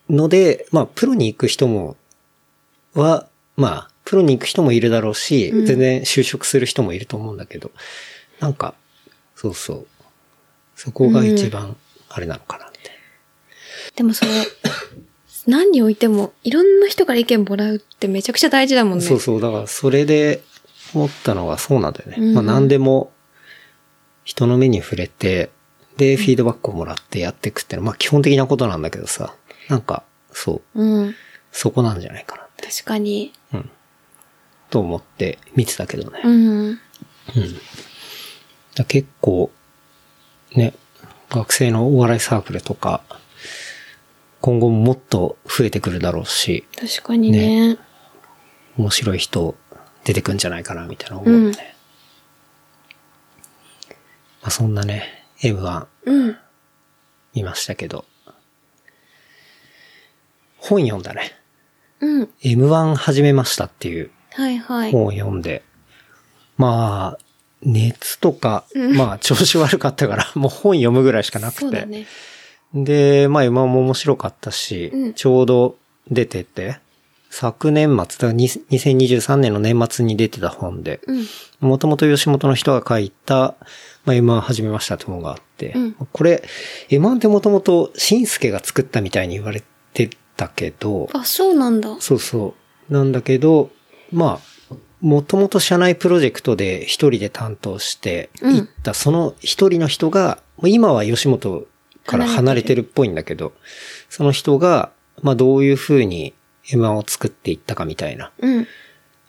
[SPEAKER 1] ので、まあプロに行く人も、は、まあプロに行く人もいるだろうし、
[SPEAKER 2] うん
[SPEAKER 1] 全然就職する人もいると思うんだけど、なんか、そうそう、そこが一番あれなのかなって。
[SPEAKER 2] でもそれ、何においても、いろんな人から意見もらうってめちゃくちゃ大事だもんね。
[SPEAKER 1] そうそう、だからそれで思ったのがそうなんだよね。
[SPEAKER 2] うん
[SPEAKER 1] まあ何でも人の目に触れて、で、フィードバックをもらってやっていくってのは、まあ基本的なことなんだけどさ、なんか、そう、
[SPEAKER 2] うん。
[SPEAKER 1] そこなんじゃないかな、
[SPEAKER 2] 確かに。
[SPEAKER 1] と思って見てたけどね。だ
[SPEAKER 2] う
[SPEAKER 1] か
[SPEAKER 2] ん。
[SPEAKER 1] ら結構、ね、学生のお笑いサークルとか、今後ももっと増えてくるだろうし、
[SPEAKER 2] 確かにね。
[SPEAKER 1] 面白い人出てくんじゃないかな、みたいな思うよね。
[SPEAKER 2] うん
[SPEAKER 1] まあそんなね、M1
[SPEAKER 2] うん。
[SPEAKER 1] 見ましたけど、本読んだね。
[SPEAKER 2] うん。
[SPEAKER 1] M1 始めましたっていう
[SPEAKER 2] はいはい。
[SPEAKER 1] 本を読んで、まあ、熱とか、まあ、調子悪かったから、 もう本読むぐらいしかなくて。
[SPEAKER 2] そうだね。
[SPEAKER 1] で、まあ、今も面白かったし、
[SPEAKER 2] うん
[SPEAKER 1] ちょうど出てて、昨年末、だからに2023年の年末に出てた本で、
[SPEAKER 2] うん。
[SPEAKER 1] もともと吉本の人が書いた、まあ、M1 始めましたって本があって、
[SPEAKER 2] うん
[SPEAKER 1] これ、M1 ってもともと、新助が作ったみたいに言われてたけど、
[SPEAKER 2] あ、そうなんだ。
[SPEAKER 1] そうそう。なんだけど、まあ、もともと社内プロジェクトで一人で担当して
[SPEAKER 2] うん
[SPEAKER 1] 行った、その一人の人が、もう今は吉本から離
[SPEAKER 2] 離
[SPEAKER 1] れ
[SPEAKER 2] れ
[SPEAKER 1] て
[SPEAKER 2] て
[SPEAKER 1] るっぽいんだけど、その人が、まあどういう風に M1 を作っていったかみたいな、
[SPEAKER 2] うん。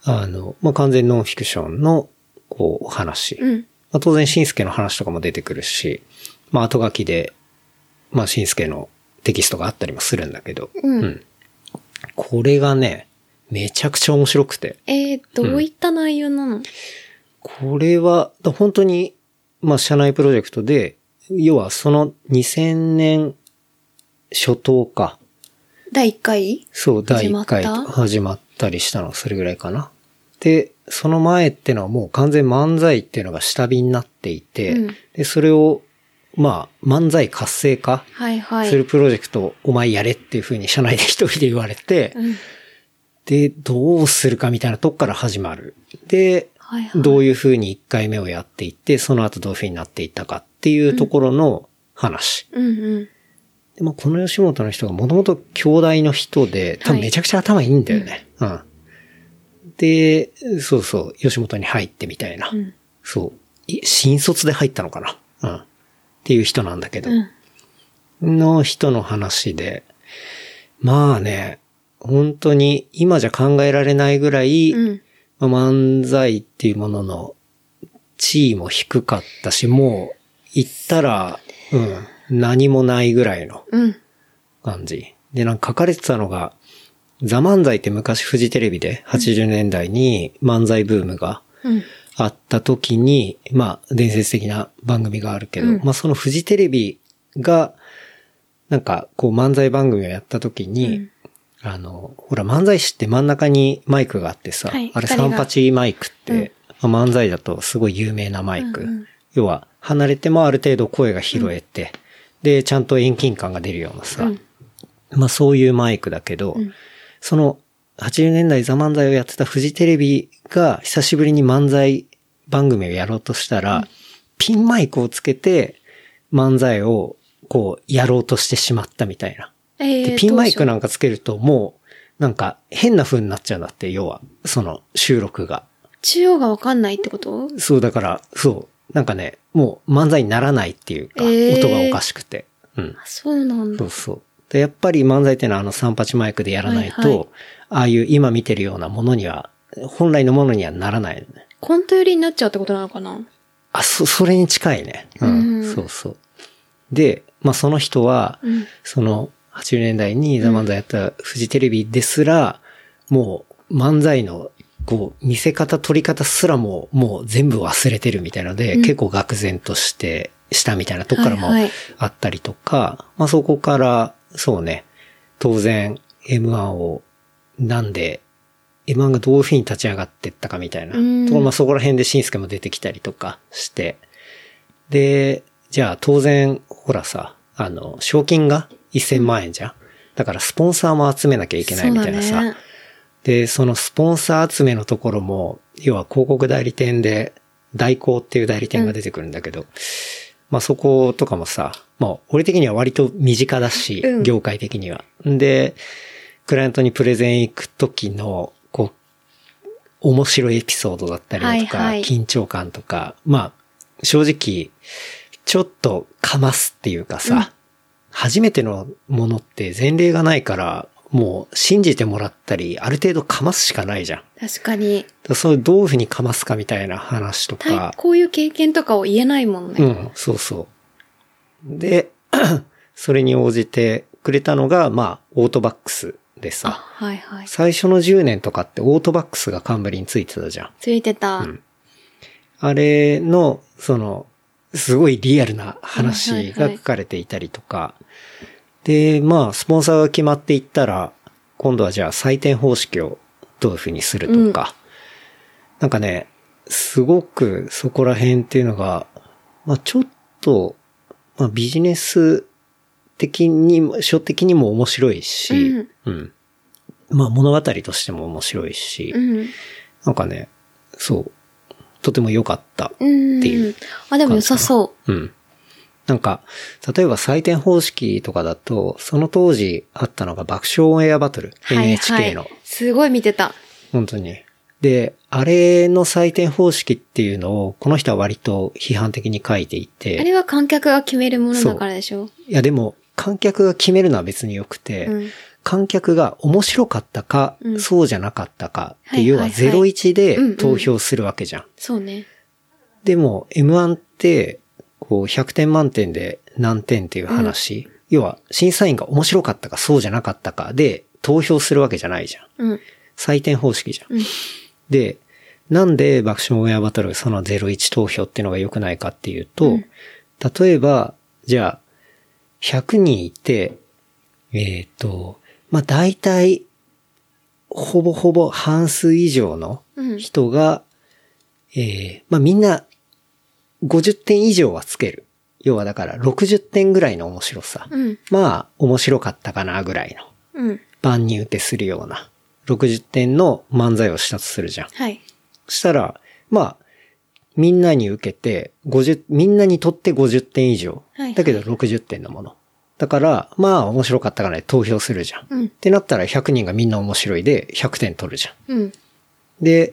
[SPEAKER 1] あの、まあ完全ノンフィクションの、こう、お話。
[SPEAKER 2] うん。
[SPEAKER 1] まあ、当然、新助の話とかも出てくるし、まあ、後書きで、まあ、新助のテキストがあったりもするんだけど、
[SPEAKER 2] うん
[SPEAKER 1] これがね、めちゃくちゃ面白くて、
[SPEAKER 2] えー、どういった内容なの、
[SPEAKER 1] これは、だ本当に、まあ、社内プロジェクトで、要はその2000年初頭か、
[SPEAKER 2] 第1回
[SPEAKER 1] そう、第
[SPEAKER 2] 始
[SPEAKER 1] 1
[SPEAKER 2] まった
[SPEAKER 1] 回と始まったりしたの、それぐらいかな。で、その前ってのはもう完全漫才っていうのが下火になっていて、
[SPEAKER 2] うん
[SPEAKER 1] で、それを、まあ、漫才活性化
[SPEAKER 2] はいはい。
[SPEAKER 1] するプロジェクトをお前やれっていうふうに社内で一人で言われて、
[SPEAKER 2] うん。
[SPEAKER 1] で、どうするかみたいなとこから始まる。で、
[SPEAKER 2] はいはい。
[SPEAKER 1] どういうふうに1回目をやっていって、その後どういうふうになっていったかっていうところの話。
[SPEAKER 2] うんうん。
[SPEAKER 1] でまあ、この吉本の人がもともと兄弟の人で、多分めちゃくちゃ頭いいんだよね。うん。で、そうそう、吉本に入ってみたいな。
[SPEAKER 2] うん。
[SPEAKER 1] そう。い新卒で入ったのかな。うん。っていう人なんだけど。
[SPEAKER 2] うん。
[SPEAKER 1] の人の話で、まあね、本当に今じゃ考えられないぐらい、
[SPEAKER 2] うん。
[SPEAKER 1] まあ漫才っていうものの地位も低かったし、もう行ったら、うん、何もないぐらいの
[SPEAKER 2] うん。
[SPEAKER 1] 感じ。で、なんか書かれてたのが、ザ漫才って昔フジテレビで80年代に漫才ブームが
[SPEAKER 2] うん。
[SPEAKER 1] あった時に、まあ、伝説的な番組があるけど、
[SPEAKER 2] うん
[SPEAKER 1] まあ、そのフジテレビが、なんか、こう、漫才番組をやった時に、
[SPEAKER 2] うん
[SPEAKER 1] あの、ほら、漫才師って真ん中にマイクがあってさ、
[SPEAKER 2] はい
[SPEAKER 1] あれ、
[SPEAKER 2] 二人が
[SPEAKER 1] 三八マイクって、まあ漫才だとすごい有名なマイク。
[SPEAKER 2] うんうん
[SPEAKER 1] 要は、離れてもある程度声が拾えて、で、ちゃんと遠近感が出るようなさ、
[SPEAKER 2] うん
[SPEAKER 1] まあ、そういうマイクだけど、
[SPEAKER 2] うん
[SPEAKER 1] その、80年代ザ漫才をやってたフジテレビが久しぶりに漫才番組をやろうとしたら、ピンマイクをつけて漫才をこうやろうとしてしまったみたいな。
[SPEAKER 2] え
[SPEAKER 1] で
[SPEAKER 2] ー
[SPEAKER 1] ピンマイク
[SPEAKER 2] ど
[SPEAKER 1] なんかつけるともうなんか変な風になっちゃうんだって、要は、その収録が。
[SPEAKER 2] うしよう中央がわかんないってこと
[SPEAKER 1] そうだから、そう、なんかね、もう漫才にならないっていうか、
[SPEAKER 2] えー
[SPEAKER 1] 音がおかしくて。うん。
[SPEAKER 2] あそうなんだ
[SPEAKER 1] そう。そう。で、やっぱり漫才ってのはあの三八マイクでやらないと、
[SPEAKER 2] はいはい
[SPEAKER 1] ああいう今見てるようなものには、本来のものにはならないのね。
[SPEAKER 2] コント寄りになっちゃうってことなのかな
[SPEAKER 1] あ、そ、それに近いね。うん。
[SPEAKER 2] うん
[SPEAKER 1] そうそう。で、まあその人は、
[SPEAKER 2] うん。
[SPEAKER 1] その80年代にザ・漫才やったフジテレビですら、もう漫才のこう見せ方撮り方すらももう全部忘れてるみたいので、
[SPEAKER 2] うん
[SPEAKER 1] 結構愕然としてしたみたいなとこからも
[SPEAKER 2] はいはい
[SPEAKER 1] あったりとか、まあそこからそうね、当然 M1 をなんで M1 がどういうふうに立ち上がってったかみたいな、
[SPEAKER 2] うん
[SPEAKER 1] ところまあそこら辺で新助も出てきたりとかして、で、じゃあ当然、ほらさ、あの、賞金が1000万円じゃん。だからスポンサーも集めなきゃいけないみたいな
[SPEAKER 2] そう
[SPEAKER 1] さ。
[SPEAKER 2] だね
[SPEAKER 1] で、そのスポンサー集めのところも、要は広告代理店で、代行っていう代理店が出てくるんだけど、まあそことかもさ、まあ俺的には割と身近だし、
[SPEAKER 2] うん
[SPEAKER 1] 業界的には。で、クライアントにプレゼン行く時の、こう、面白いエピソードだったりだとか、
[SPEAKER 2] はいはい
[SPEAKER 1] 緊張感とか、まあ、正直、ちょっとかますっていうかさ、
[SPEAKER 2] うん
[SPEAKER 1] 初めてのものって前例がないから、もう信じてもらったり、ある程度かますしかないじゃん。だか
[SPEAKER 2] 確かに。
[SPEAKER 1] らそういうどういうふうにかますかみたいな話と
[SPEAKER 2] た
[SPEAKER 1] か
[SPEAKER 2] い、こういう経験とかを言えないもん
[SPEAKER 1] う
[SPEAKER 2] ね。
[SPEAKER 1] ん、そうそう。で、 それに応じてくれたのが、まあ、オートバックスで
[SPEAKER 2] あ、
[SPEAKER 1] さ、
[SPEAKER 2] はいはい。
[SPEAKER 1] 最初の10年とかってオートバックスが冠についてたじゃん。
[SPEAKER 2] ついてた。
[SPEAKER 1] んあれの、その、すごいリアルな話が書かれていたりとか、で、まあ、スポンサーが決まっていったら、今度はじゃあ採点方式をどういうふうにするとか、なんかね、すごくそこら辺っていうのが、まあちょっと、まあビジネス的にも、書的にも面白いし、
[SPEAKER 2] うん
[SPEAKER 1] うん、まあ物語としても面白いし、
[SPEAKER 2] うん。
[SPEAKER 1] なんかね、そう。とても良かった。
[SPEAKER 2] うん。
[SPEAKER 1] っていう
[SPEAKER 2] あ、でも良さそ
[SPEAKER 1] うん。なんか、例えば採点方式とかだと、その当時あったのが爆笑オンエアバトル。
[SPEAKER 2] う。はい
[SPEAKER 1] NHK
[SPEAKER 2] は
[SPEAKER 1] の
[SPEAKER 2] い。。すごい見てた。
[SPEAKER 1] 本当に。で、あれの採点方式っていうのを、この人は割と批判的に書いていて。
[SPEAKER 2] あれは観客が決めるものだからでしょ。
[SPEAKER 1] いやでも、観客が決めるのは別に良くて、
[SPEAKER 2] うん
[SPEAKER 1] 観客が面白かったか、
[SPEAKER 2] うん
[SPEAKER 1] そうじゃなかったかって、
[SPEAKER 2] はい
[SPEAKER 1] 要
[SPEAKER 2] はい
[SPEAKER 1] は
[SPEAKER 2] はい
[SPEAKER 1] 01
[SPEAKER 2] うんう
[SPEAKER 1] で
[SPEAKER 2] ん
[SPEAKER 1] 投票するわけじゃん。
[SPEAKER 2] そうね。
[SPEAKER 1] でも M1 って、こう100点満点で何点っていう話、要は審査員が面白かったかそうじゃなかったかで投票するわけじゃないじゃん。
[SPEAKER 2] うん。
[SPEAKER 1] 採点方式じゃん。
[SPEAKER 2] うん
[SPEAKER 1] で、なんで爆笑オンエアバトルその01投票っていうのが良くないかっていうと、
[SPEAKER 2] うん
[SPEAKER 1] 例えば、じゃあ、100人いて、えっ、と、まあ、大体、ほぼほぼ半数以上の
[SPEAKER 2] うん。
[SPEAKER 1] 人が、えーまあみんな50点以上はつける。要はだから60点ぐらいの面白さ。
[SPEAKER 2] うん。
[SPEAKER 1] まあ面白かったかなぐらいの。
[SPEAKER 2] うん。
[SPEAKER 1] 万人受けするような。60点の漫才をしたとするじゃん。
[SPEAKER 2] はい。
[SPEAKER 1] そしたら、まあ、みんなに受けて、50、みんなにとって50点以上
[SPEAKER 2] はいはい。
[SPEAKER 1] だけど60点のもの。だから、まあ面白かったからで投票するじゃん。っ
[SPEAKER 2] うん。
[SPEAKER 1] てなったら100人がみんな面白いで100点取るじゃん。
[SPEAKER 2] うん。
[SPEAKER 1] で、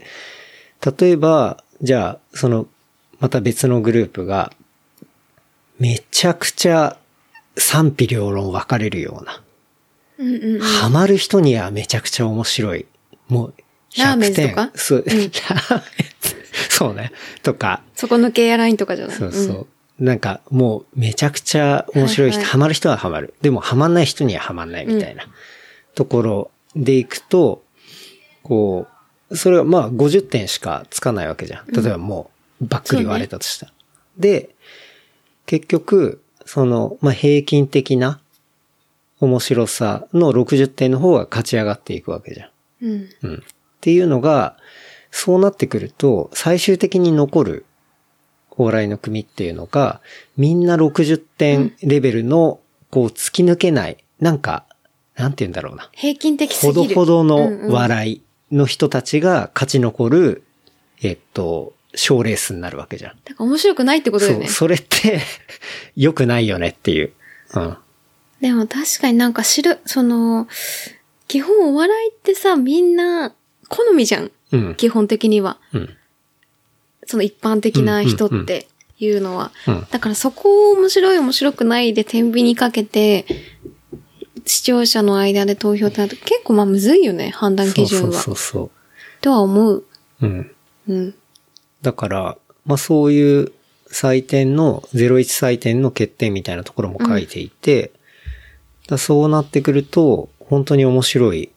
[SPEAKER 1] 例えば、じゃあ、その、また別のグループが、めちゃくちゃ、賛否両論分かれるような。
[SPEAKER 2] うんうんうん。
[SPEAKER 1] ハマる人にはめちゃくちゃ面白い。もう、
[SPEAKER 2] ラーメ
[SPEAKER 1] 100
[SPEAKER 2] ンズ
[SPEAKER 1] 点。
[SPEAKER 2] とか
[SPEAKER 1] そう、
[SPEAKER 2] うん
[SPEAKER 1] ラーメンズそうね。とか、
[SPEAKER 2] そこの系やラインとかじゃない
[SPEAKER 1] そうそう。なんか、もう、めちゃくちゃ面白い人、
[SPEAKER 2] はいはい
[SPEAKER 1] ハマる人はハマる。でも、ハマんない人にはハマんないみたいなところでいくと、こう、それはまあ、50点しかつかないわけじゃん。例えばもう、ばっくり割れたとしたら。で、結局、その、まあ、平均的な面白さの60点の方が勝ち上がっていくわけじゃん。
[SPEAKER 2] うん。うん。
[SPEAKER 1] うん。っていうのが、そうなってくると、最終的に残るお笑いの組っていうのが、みんな60点レベルの、こう、突き抜けない、なんか、なんて言うんだろうな。
[SPEAKER 2] 平均的すぎ
[SPEAKER 1] ほ
[SPEAKER 2] る。
[SPEAKER 1] どほど
[SPEAKER 2] うんうん
[SPEAKER 1] の笑いの人たちが勝ち残る、えっと、賞レースになるわけじゃん。
[SPEAKER 2] だから面白くないってことだよ
[SPEAKER 1] そう、
[SPEAKER 2] ね。
[SPEAKER 1] それって、 良くないよねっていう。うん。
[SPEAKER 2] でも確かになんか知る、その、基本お笑いってさ、みんな好みじゃん。
[SPEAKER 1] うん。
[SPEAKER 2] 基本的には。
[SPEAKER 1] うん。
[SPEAKER 2] その一般的な人
[SPEAKER 1] うんうんう
[SPEAKER 2] っ
[SPEAKER 1] ん
[SPEAKER 2] ていうのは。
[SPEAKER 1] うん。
[SPEAKER 2] だからそこを面白い面白くないで天秤にかけて、視聴者の間で投票ってなると結構まあむずいよね、判断
[SPEAKER 1] そ
[SPEAKER 2] 基
[SPEAKER 1] うそ
[SPEAKER 2] 準
[SPEAKER 1] う
[SPEAKER 2] は。
[SPEAKER 1] そうそ
[SPEAKER 2] とは思う。
[SPEAKER 1] う。うん。
[SPEAKER 2] うん。
[SPEAKER 1] だから、まあそういう採点の、01採点の欠点みたいなところも書いていて、だからそうなってくると、本当に面白い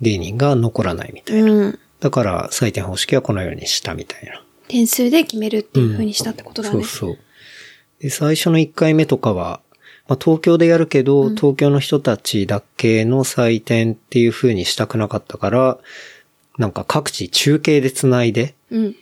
[SPEAKER 1] 芸人が残らないみたい。
[SPEAKER 2] うん。
[SPEAKER 1] だから採点方式はこのようにしたみたいな。
[SPEAKER 2] 点数で決めるっていう風にしたってことだね。
[SPEAKER 1] そうそう。で、最初の1回目とかは、まあ東京でやるけど、東京の人たちだけの採点っていう風にしたくなかったから、なんか各地中継で繋いで、
[SPEAKER 2] うん。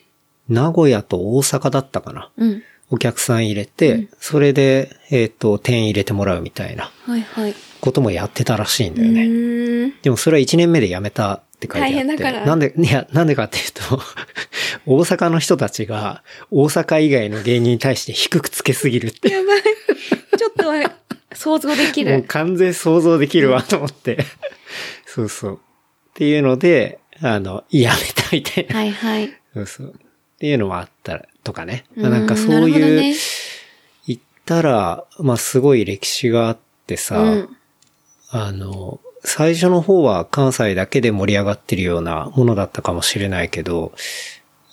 [SPEAKER 1] 名古屋と大阪だったかな。
[SPEAKER 2] うん。
[SPEAKER 1] お客さん入れて、それで、えっ、と、点入れてもらうみたいな
[SPEAKER 2] はい はい。
[SPEAKER 1] こともやってたらしいんだ
[SPEAKER 2] う
[SPEAKER 1] よね。
[SPEAKER 2] ーん。
[SPEAKER 1] でもそれは1年目で辞めたって書いてあって。
[SPEAKER 2] 大変だから
[SPEAKER 1] なんで、いや、なんでかっていうと、 大阪の人たちが、大阪以外の芸人に対して低くつけすぎるって。
[SPEAKER 2] やばい。ちょっとは想像でき
[SPEAKER 1] もう
[SPEAKER 2] る。
[SPEAKER 1] 完全想像できるわと思って。そうそう。っていうので、あの、辞めたみたいな。
[SPEAKER 2] はいはい。
[SPEAKER 1] そうそう。っていうのもあったら、とかね。
[SPEAKER 2] うー
[SPEAKER 1] なんかそう
[SPEAKER 2] なるほ
[SPEAKER 1] いう、
[SPEAKER 2] どね
[SPEAKER 1] 行ったら、まあすごい歴史があってさ、
[SPEAKER 2] うん。
[SPEAKER 1] あの、最初の方は関西だけで盛り上がってるようなものだったかもしれないけど、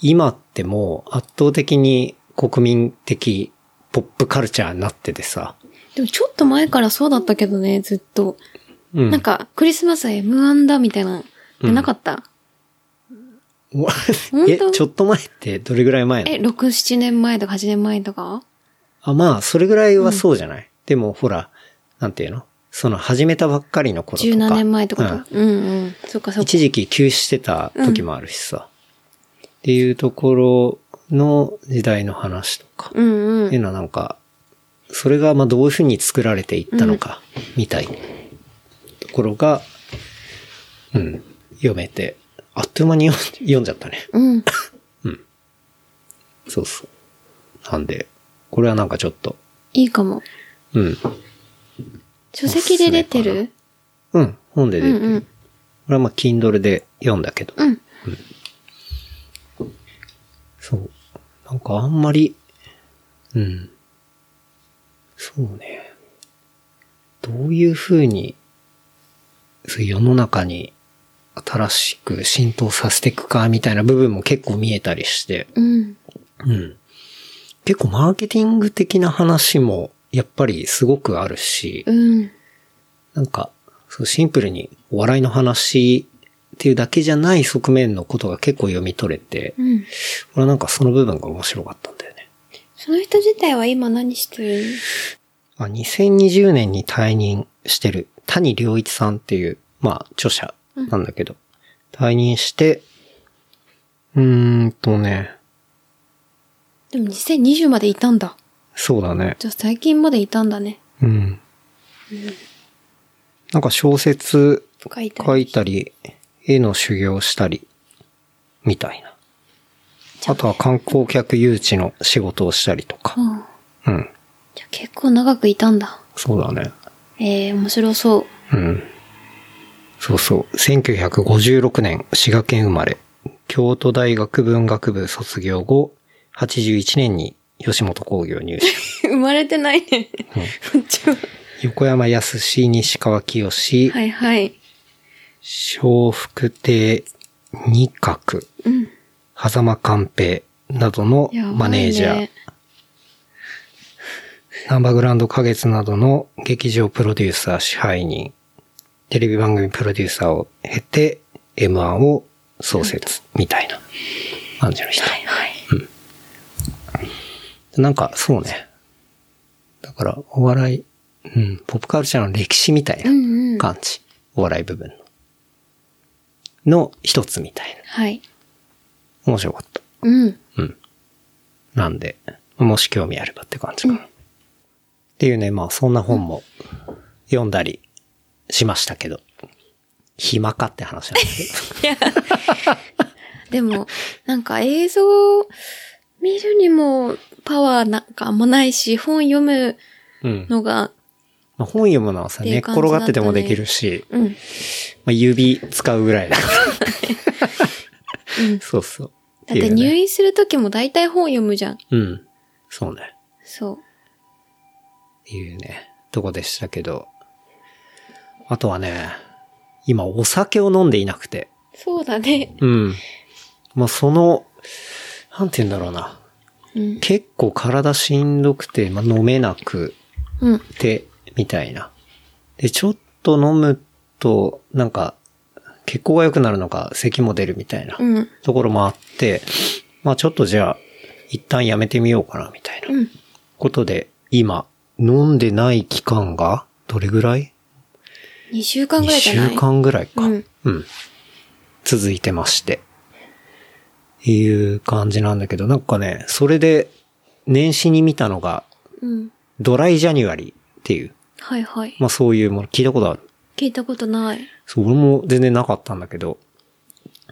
[SPEAKER 1] 今ってもう圧倒的に国民的ポップカルチャーになっててさ。
[SPEAKER 2] でもちょっと前からそうだったけどね、ずっと。
[SPEAKER 1] うん。
[SPEAKER 2] なんか、クリスマスは M1 だみたいな、
[SPEAKER 1] うん
[SPEAKER 2] なかった、
[SPEAKER 1] お
[SPEAKER 2] 当
[SPEAKER 1] え、ちょっと前ってどれぐらい前な
[SPEAKER 2] え、
[SPEAKER 1] の
[SPEAKER 2] 6、7年前とか8年前とか
[SPEAKER 1] あ、まあ、それぐらいはそうじゃない。でもほら、なんていうのその始めたばっかりの頃とか。
[SPEAKER 2] 十何年前ってこ
[SPEAKER 1] うん
[SPEAKER 2] とうんうん。そっかそっか。
[SPEAKER 1] 一時期休止してた時もあるしさ。っていうところの時代の話とか。
[SPEAKER 2] うんう。
[SPEAKER 1] っていうんのはなんか、それがまあどういうふうに作られていったのか、みたいなところが、うん、読めて、あっという間に読ん読んじゃったね。
[SPEAKER 2] うん。
[SPEAKER 1] そうそう。なんで、これはなんかちょっと、
[SPEAKER 2] いいかも。
[SPEAKER 1] うん、
[SPEAKER 2] 書籍で出てる
[SPEAKER 1] うん、本で
[SPEAKER 2] う
[SPEAKER 1] 出
[SPEAKER 2] ん
[SPEAKER 1] てる。
[SPEAKER 2] うん。
[SPEAKER 1] これはまあ Kindle で読んだけど、
[SPEAKER 2] うん。
[SPEAKER 1] そう。なんかあんまり、うん。そうね。どういう風に、そう世の中に新しく浸透させていくかみたいな部分も結構見えたりして、
[SPEAKER 2] うん。
[SPEAKER 1] うん。結構マーケティング的な話もやっぱりすごくあるし、
[SPEAKER 2] うん。
[SPEAKER 1] なんか、そうシンプルにお笑いの話っていうだけじゃない側面のことが結構読み取れて、
[SPEAKER 2] うん。
[SPEAKER 1] 俺はなんかその部分が面白かったんだよね。
[SPEAKER 2] その人自体は今何してる
[SPEAKER 1] あ2020年に退任してる谷良一さんっていう、まあ著者なんだけど、退任して、うーんとね、
[SPEAKER 2] でも2020までいたんだ。
[SPEAKER 1] そうだね。
[SPEAKER 2] じゃあ最近までいたんだね。
[SPEAKER 1] うん。なんか小説
[SPEAKER 2] 書いてあ
[SPEAKER 1] 書
[SPEAKER 2] る。
[SPEAKER 1] いたり、絵の修行したり、みたいな。あとは観光客誘致の仕事をしたりとか。
[SPEAKER 2] うん。
[SPEAKER 1] うん。
[SPEAKER 2] じゃあ結構長くいたんだ。
[SPEAKER 1] そうだね。
[SPEAKER 2] えー、面 白そう。
[SPEAKER 1] うん。そうそう。1956年、滋賀県生まれ。京都大学文学部卒業後、81年に吉本興業入 社。
[SPEAKER 2] 生まれてないね。 こっちは。
[SPEAKER 1] 横山康史、西川清志、
[SPEAKER 2] はいはい。
[SPEAKER 1] 笑福亭二角、
[SPEAKER 2] うん。
[SPEAKER 1] 狭間寛平などの
[SPEAKER 2] やばいね
[SPEAKER 1] マネージャー、ナンバーグランド花月などの劇場プロデューサー支配人、テレビ番組プロデューサーを経て M1 を創設みたいな感じの人。
[SPEAKER 2] はいはい。
[SPEAKER 1] なんかそうね。だからお笑い、うん、ポップカルチャーの歴史みたいな
[SPEAKER 2] うんうん。
[SPEAKER 1] 感じ。お笑い部分の。の一つみたい
[SPEAKER 2] はい。
[SPEAKER 1] な。面白かった。
[SPEAKER 2] うん。
[SPEAKER 1] なんで、もし興味あればって感じかな。っていうね、まあそんな本も読んだりしましたけど、暇かって話なん です
[SPEAKER 2] でも、なんか映像を見るにもパワーなんかあんまないし、本読む
[SPEAKER 1] けど。うん。
[SPEAKER 2] のが、
[SPEAKER 1] まあ、本読むのはさ、
[SPEAKER 2] ってい
[SPEAKER 1] 寝っ
[SPEAKER 2] う感じ
[SPEAKER 1] 転
[SPEAKER 2] だっ
[SPEAKER 1] が
[SPEAKER 2] たね
[SPEAKER 1] っててもできるし、
[SPEAKER 2] うん。
[SPEAKER 1] まあ、指使うぐらいだから。
[SPEAKER 2] うん
[SPEAKER 1] そうそう。
[SPEAKER 2] だって
[SPEAKER 1] ていうね
[SPEAKER 2] 入院するときも大体本読むじゃん。
[SPEAKER 1] うん。そうね。
[SPEAKER 2] そう。
[SPEAKER 1] っていうね、とこでしたけど。あとはね、今お酒を飲んでいなくて。
[SPEAKER 2] そうだね。
[SPEAKER 1] うん。まあ、その、なんて言うんだろうな。
[SPEAKER 2] うん。
[SPEAKER 1] 結構体しんどくて、まあ、飲めなく
[SPEAKER 2] うん。
[SPEAKER 1] て、みたいな。で、ちょっと飲むと、なんか、血行が良くなるのか、咳も出るみたいな
[SPEAKER 2] うん。
[SPEAKER 1] ところもあって、まあちょっとじゃあ、一旦やめてみようかな、みたいな
[SPEAKER 2] うん。
[SPEAKER 1] ことで、今、飲んでない期間が、どれぐらい
[SPEAKER 2] 2週間ぐ
[SPEAKER 1] ?2
[SPEAKER 2] らいじゃない
[SPEAKER 1] 週間ぐらいか。
[SPEAKER 2] うん
[SPEAKER 1] うん。続いてまして。いう感じなんだけど、なんかね、それで、年始に見たのが、
[SPEAKER 2] うん。
[SPEAKER 1] ドライジャニュアリーっていう、
[SPEAKER 2] はいはい。
[SPEAKER 1] まあそういうもの、聞いたことある。
[SPEAKER 2] 聞いたことない。
[SPEAKER 1] そう、俺も全然なかったんだけど、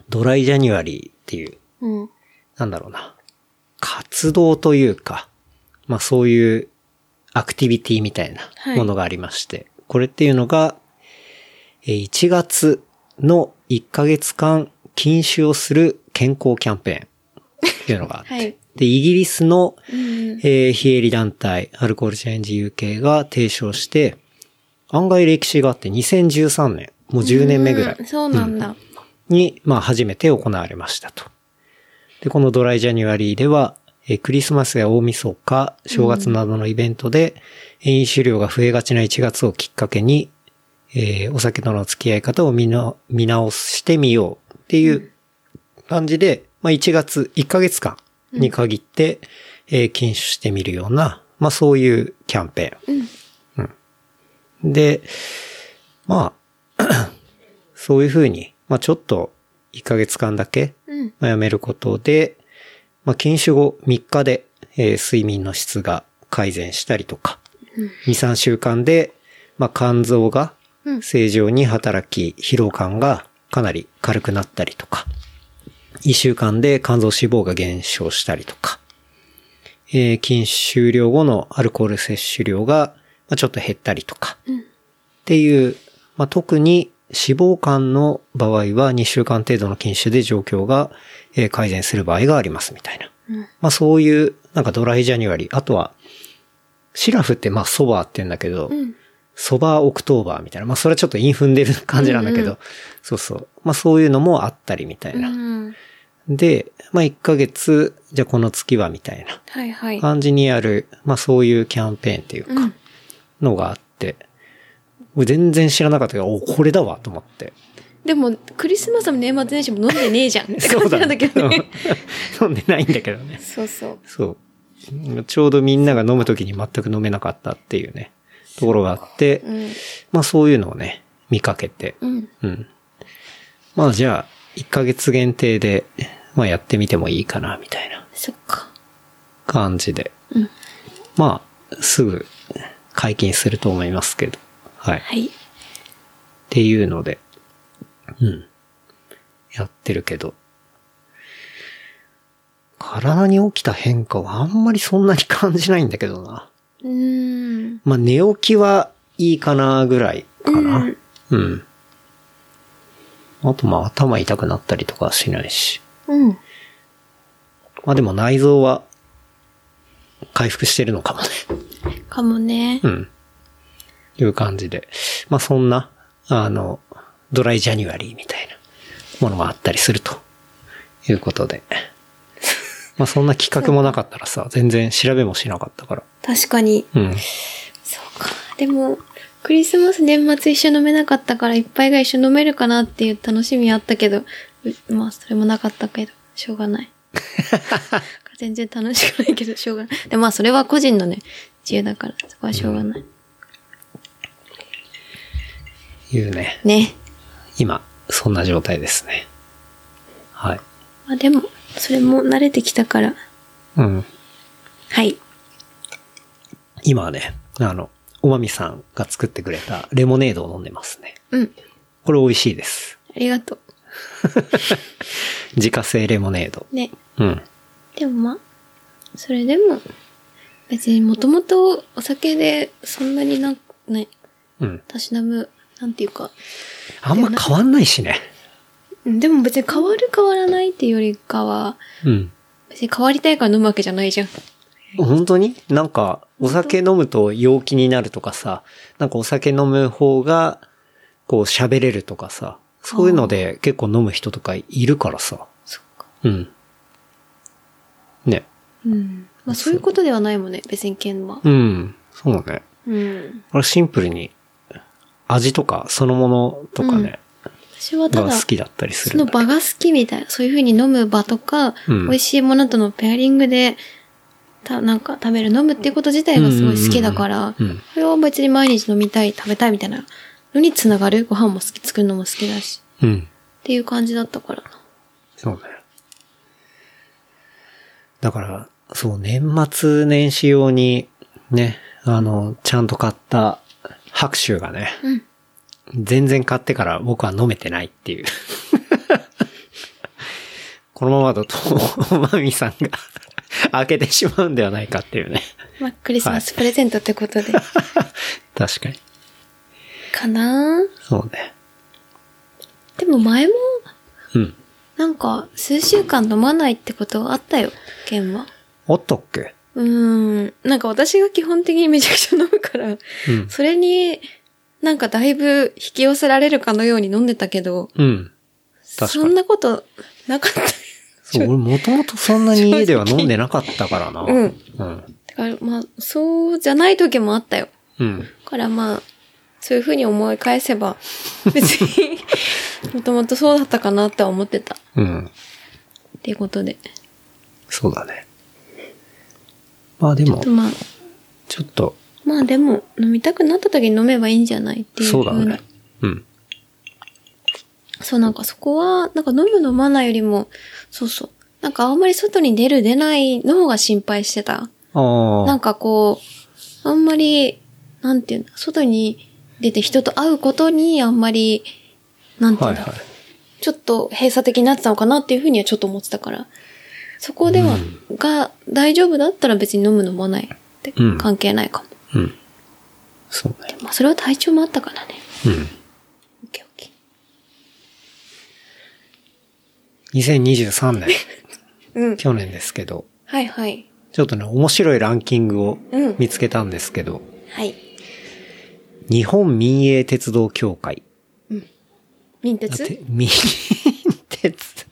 [SPEAKER 1] ドライジャニュアリーっていう、
[SPEAKER 2] うん。
[SPEAKER 1] なんだろうな、活動というか、まあそういうアクティビティみたいな
[SPEAKER 2] はい
[SPEAKER 1] ものがありまして、これっていうのが、えー1月の1ヶ月間禁酒をする健康キャンペーンっていうのがあって、
[SPEAKER 2] はい
[SPEAKER 1] で、イギリスの、
[SPEAKER 2] うん。
[SPEAKER 1] えー非営利団体、アルコールチェンジ UK が提唱して、案外歴史があって2013年、もう10年目ぐらい
[SPEAKER 2] うんそうなんだ。
[SPEAKER 1] に、まあ初めて行われましたと。で、このドライジャニュアリーでは、えークリスマスや大晦日、正月などのイベントで、飲酒量が増えがちな1月をきっかけに、えーお酒との付き合い方を見な見直してみようっていう感じで、まあ1月、1ヶ月間に限って、えー禁酒してみるような、まあそういうキャンペーン。うんで、まあ、そういうふうに、まあちょっと1ヶ月間だけ、
[SPEAKER 2] うん。
[SPEAKER 1] まあ、やめることで、まあ禁酒後3日で、えー睡眠の質が改善したりとか、2、3週間で、まあ肝臓が
[SPEAKER 2] うん
[SPEAKER 1] 正常に働き、疲労感がかなり軽くなったりとか、1週間で肝臓脂肪が減少したりとか、えー禁酒終了後のアルコール摂取量が、まあ、ちょっと減ったりとか、
[SPEAKER 2] うん
[SPEAKER 1] っていう、まあ、特に脂肪肝の場合は2週間程度の禁酒で状況が、えー改善する場合がありますみたいな。
[SPEAKER 2] うん
[SPEAKER 1] まあそういう、なんかドライジャニュアリー、あとは、シラフってまあソバーって言うんだけど、
[SPEAKER 2] うん。
[SPEAKER 1] ソバーオクトーバーみたいな。まあそれはちょっとインフンでる感じなんだけど、
[SPEAKER 2] うんうん
[SPEAKER 1] そうそう。まあそういうのもあったりみたいうな。
[SPEAKER 2] ん。
[SPEAKER 1] で、まあ1ヶ月、じゃあこの月はみたいな
[SPEAKER 2] はいはい。
[SPEAKER 1] 感じにやる、まあそういうキャンペーンっていう
[SPEAKER 2] う
[SPEAKER 1] か
[SPEAKER 2] ん、。
[SPEAKER 1] のがあって、俺全然知らなかったけど、お、これだわと思って。
[SPEAKER 2] でも、クリスマスも年末年始も飲んでねえじゃんって感 じなんだけどね。
[SPEAKER 1] うん飲んでないんだけどね。
[SPEAKER 2] そうそう。
[SPEAKER 1] そう。ちょうどみんなが飲むときに全く飲めなかったっていうね、ところがあって、
[SPEAKER 2] うん。
[SPEAKER 1] まあそういうのをね、見かけて、
[SPEAKER 2] うん。
[SPEAKER 1] うん。まあじゃあ、1ヶ月限定で、まあやってみてもいいかな、みたいな
[SPEAKER 2] そっか。
[SPEAKER 1] 感じで。
[SPEAKER 2] うん
[SPEAKER 1] まあ、すぐ解禁すると思いますけど。はい。っ
[SPEAKER 2] はい。
[SPEAKER 1] ていうので、うん。やってるけど。体に起きた変化はあんまりそんなに感じないんだけどな。
[SPEAKER 2] うーん。
[SPEAKER 1] まあ寝起きはいいかなぐらいかな。うん。あとまあ頭痛くなったりとかはしないし。
[SPEAKER 2] うん。
[SPEAKER 1] まあでも内臓は回復してるのかもね。
[SPEAKER 2] かもね
[SPEAKER 1] う。ん。いう感じで。まあそんな、あの、ドライジャニュアリーみたいなものもあったりするということで。まあそんな企画もなかったらさ、全然調べもしなかったから。
[SPEAKER 2] 確かに。
[SPEAKER 1] うん。
[SPEAKER 2] そうか。でも、クリスマス年末一緒飲めなかったから、一杯が一緒飲めるかなっていう楽しみあったけど、うまあ、それもなかったけど、しょうが ない。全然楽しくないけど、しょうがない。でもまあ、それは個人のね、自由だから、そこはしょうがない。
[SPEAKER 1] いうね。
[SPEAKER 2] ね。
[SPEAKER 1] 今、そんな状態ですね。はい。
[SPEAKER 2] まあでも、それも慣れてきたから、
[SPEAKER 1] うん。
[SPEAKER 2] はい。
[SPEAKER 1] 今はね、あの、おまみさんが作ってくれたレモネードを飲んでますね。
[SPEAKER 2] うん。
[SPEAKER 1] これ美味しいです。
[SPEAKER 2] ありがと
[SPEAKER 1] 自家製レモネード。
[SPEAKER 2] う。ね。
[SPEAKER 1] うん。
[SPEAKER 2] でもまあ、それでも、別にもともとお酒でそんなになんかね、
[SPEAKER 1] うん。
[SPEAKER 2] たしなむ、なんていうか、
[SPEAKER 1] あんま変わんないしね。
[SPEAKER 2] うんでも別に変わる変わらないっていうよりかは、
[SPEAKER 1] うん。
[SPEAKER 2] 別に変わりたいから飲むわけじゃないじゃん。
[SPEAKER 1] 本当になんか、お酒飲むと陽気になるとかさ、なんかお酒飲む方が、こう喋れるとかさ、そういうので結構飲む人とかいるからさ。
[SPEAKER 2] そっか。
[SPEAKER 1] うん。ね。
[SPEAKER 2] うん。まあそういうことではないもんね、別に剣は。
[SPEAKER 1] うん。そうね。
[SPEAKER 2] うん。
[SPEAKER 1] これシンプルに、味とかそのものとかね、
[SPEAKER 2] 私はた
[SPEAKER 1] が
[SPEAKER 2] だ、
[SPEAKER 1] 好き
[SPEAKER 2] そ
[SPEAKER 1] だったりする
[SPEAKER 2] の
[SPEAKER 1] んだけど。
[SPEAKER 2] 場が好きみたいな、そういう風に飲む場とか、
[SPEAKER 1] うん
[SPEAKER 2] 美味しいものとのペアリングで、た、なんか食べる、飲むっていうこと自体がすごい好きだから、
[SPEAKER 1] うんうんうんうん
[SPEAKER 2] それは別に毎日飲みたい、食べたいみたいなのにつながる。ご飯も好き、作るのも好きだし。
[SPEAKER 1] うん。
[SPEAKER 2] っていう感じだったからな。
[SPEAKER 1] そうね。だから、そう、年末年始用に、ね、あの、ちゃんと買った白州がね、
[SPEAKER 2] うん
[SPEAKER 1] 全然買ってから僕は飲めてないっていう。 このままだと、マミさんが 開けてしまうんではないかっていうね。
[SPEAKER 2] まあ、クリスマスプレゼントってこと で、
[SPEAKER 1] 確かに。
[SPEAKER 2] かなぁ
[SPEAKER 1] そうね。
[SPEAKER 2] でも前も、
[SPEAKER 1] うん。
[SPEAKER 2] なんか、数週間飲まないってことはあったよ、ケンは。
[SPEAKER 1] おっとっけ
[SPEAKER 2] うーん。なんか私が基本的にめちゃくちゃ飲むから、
[SPEAKER 1] うん。
[SPEAKER 2] それに、なんかだいぶ引き寄せられるかのように飲んでたけど、
[SPEAKER 1] うん。確かに
[SPEAKER 2] そんなことなかった。
[SPEAKER 1] そう、俺もともとそんなに家では飲んでなかったからな。
[SPEAKER 2] うん
[SPEAKER 1] うん。
[SPEAKER 2] だからまあ、そうじゃない時もあったよ。
[SPEAKER 1] うん。
[SPEAKER 2] だからまあ、そういうふうに思い返 せば、別に、もともとそうだったかなって思ってた。
[SPEAKER 1] うん。
[SPEAKER 2] っていうことで。
[SPEAKER 1] そうだね。まあでも、
[SPEAKER 2] まあ、
[SPEAKER 1] ちょっと、
[SPEAKER 2] まあでも、飲みたくなった時に飲めばいいんじゃないっていう
[SPEAKER 1] そうだ
[SPEAKER 2] 風な
[SPEAKER 1] ね。うん。
[SPEAKER 2] そう、なんかそこは、なんか飲む飲まないよりも、そうそう。なんかあんまり外に出る出ないの方が心配してた。
[SPEAKER 1] あ
[SPEAKER 2] なん
[SPEAKER 1] あ。
[SPEAKER 2] かこう、あんまり、なんていうんだ、外に出て人と会うことにあんまり、なんてい
[SPEAKER 1] は
[SPEAKER 2] う
[SPEAKER 1] い
[SPEAKER 2] んだ、
[SPEAKER 1] はい。
[SPEAKER 2] ちょっと閉鎖的になってたのかなっていうふうにはちょっと思ってたから。そこでは、が大丈夫だったら別に飲む飲まないって
[SPEAKER 1] うん
[SPEAKER 2] 関係ないかも。
[SPEAKER 1] うん。そうね。
[SPEAKER 2] まあそれは体調もあったからね。
[SPEAKER 1] うん。
[SPEAKER 2] オッケーオッケー。
[SPEAKER 1] 2023年、
[SPEAKER 2] うん。
[SPEAKER 1] 去年ですけど、
[SPEAKER 2] はいはい。
[SPEAKER 1] ちょっとね、面白いランキングを
[SPEAKER 2] うん
[SPEAKER 1] 見つけたんですけど、
[SPEAKER 2] はい。
[SPEAKER 1] 日本民営鉄道協会。
[SPEAKER 2] 民
[SPEAKER 1] あて
[SPEAKER 2] 鉄
[SPEAKER 1] 民鉄。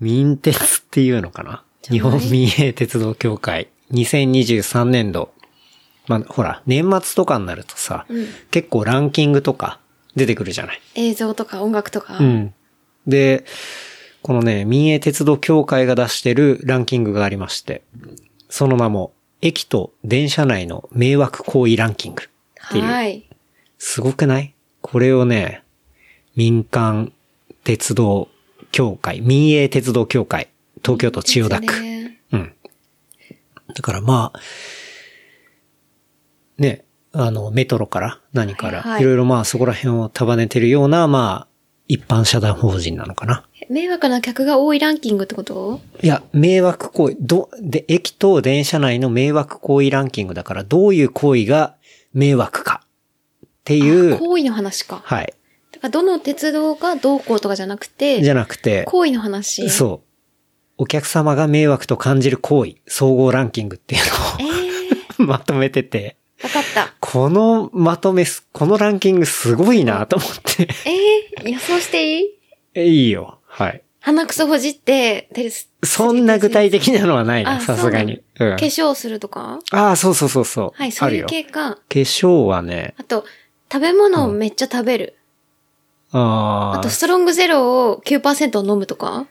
[SPEAKER 1] 民鉄っていうのかな
[SPEAKER 2] ゃない
[SPEAKER 1] 日本民営鉄道協会。2023年度。まあ、ほら、年末とかになるとさ、
[SPEAKER 2] うん
[SPEAKER 1] 結構ランキングとか出てくるじゃない
[SPEAKER 2] 映像とか音楽とか。
[SPEAKER 1] うん。で、このね、民営鉄道協会が出してるランキングがありまして、その名も、駅と電車内の迷惑行為ランキングっていう。
[SPEAKER 2] はい。
[SPEAKER 1] すごくないこれをね、民間鉄道協会、民営鉄道協会、東京都千代田
[SPEAKER 2] です
[SPEAKER 1] 区。
[SPEAKER 2] ね
[SPEAKER 1] うん。だからまあ、ね、あの、メトロから何から、
[SPEAKER 2] はい
[SPEAKER 1] い
[SPEAKER 2] はい
[SPEAKER 1] ろいろまあそこら辺を束ねてるような、まあ、一般社団法人なのかな。
[SPEAKER 2] 迷惑な客が多いランキングってこと
[SPEAKER 1] いや、迷惑行為、ど、で、駅と電車内の迷惑行為ランキングだから、どういう行為が迷惑かっていう、
[SPEAKER 2] 行為の話か。
[SPEAKER 1] はい。
[SPEAKER 2] だからどの鉄道がどうこうとかじゃなくて、
[SPEAKER 1] じゃなくて、
[SPEAKER 2] 行為の話。
[SPEAKER 1] そお客様が迷惑と感じる行為、総合ランキングっていう
[SPEAKER 2] ええ
[SPEAKER 1] のを まとめてて、
[SPEAKER 2] わかった。
[SPEAKER 1] このまとめす、このランキングすごいなと思って。
[SPEAKER 2] ええ予想していい
[SPEAKER 1] えいいよ。はい。
[SPEAKER 2] 鼻くそほじって、テレス、
[SPEAKER 1] そんな具体的なのはないな、
[SPEAKER 2] あ
[SPEAKER 1] さすがに。うん
[SPEAKER 2] 化。粧するとか
[SPEAKER 1] ああ、そうそうそうそう。
[SPEAKER 2] はい、そういう
[SPEAKER 1] あるよ。
[SPEAKER 2] 系か。
[SPEAKER 1] 化粧はね、
[SPEAKER 2] あと、食べ物をめっちゃ食べる。
[SPEAKER 1] ああ
[SPEAKER 2] あと、、ストロングゼロを9%飲むとか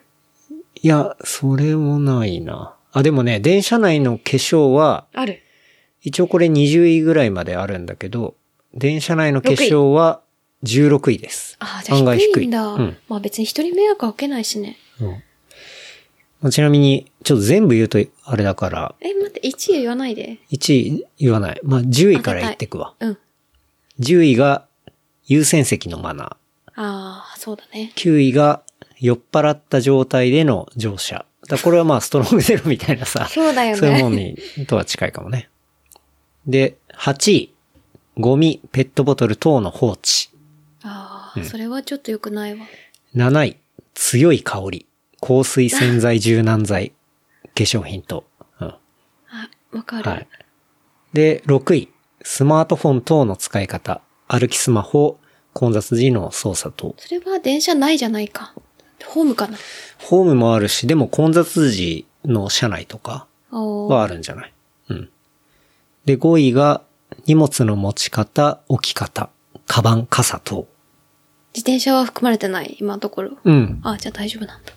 [SPEAKER 1] いや、それもないな。あ、でもね、電車内の化粧は、
[SPEAKER 2] ある。
[SPEAKER 1] 一応これ20位ぐらいまであるんだけど、電車内の化
[SPEAKER 2] 六位
[SPEAKER 1] 粧は16位です。
[SPEAKER 2] ああ、じゃあ
[SPEAKER 1] 案外低い
[SPEAKER 2] 低いんだ。
[SPEAKER 1] うん
[SPEAKER 2] まあ別に人に迷惑はかけないしね。
[SPEAKER 1] まあちなみに、ちょっと全部言うとあれだから、
[SPEAKER 2] え、待って、1位言わないで。
[SPEAKER 1] 1位言わない。まあ、10位から言ってくわ。
[SPEAKER 2] うん。
[SPEAKER 1] 10位が優先席のマナー。
[SPEAKER 2] ああ、そうだね。
[SPEAKER 1] 9位が酔っ払った状態での乗車。だからこれはまあストロングゼロみたいなさ、
[SPEAKER 2] そうだよね。
[SPEAKER 1] そういうもんにとは近いかもね。で、8位、ゴミ、ペットボトル等の放置。
[SPEAKER 2] ああ、それはちょっと良くないわ。
[SPEAKER 1] 7位、強い香り。香水、洗剤、柔軟剤、化粧品等。うん。
[SPEAKER 2] あ、わかる。
[SPEAKER 1] はい。で、6位、スマートフォン等の使い方。歩きスマホ、混雑時の操作等。
[SPEAKER 2] それは電車ないじゃないか。ホームかな。
[SPEAKER 1] ホームもあるし、でも混雑時の車内とか
[SPEAKER 2] おー
[SPEAKER 1] はあるんじゃないうん。で、5位が、荷物の持ち方、置き方、カバン、傘等。
[SPEAKER 2] 自転車は含まれてない、今のところ。
[SPEAKER 1] うん。
[SPEAKER 2] あ、じゃあ大丈夫なんだ。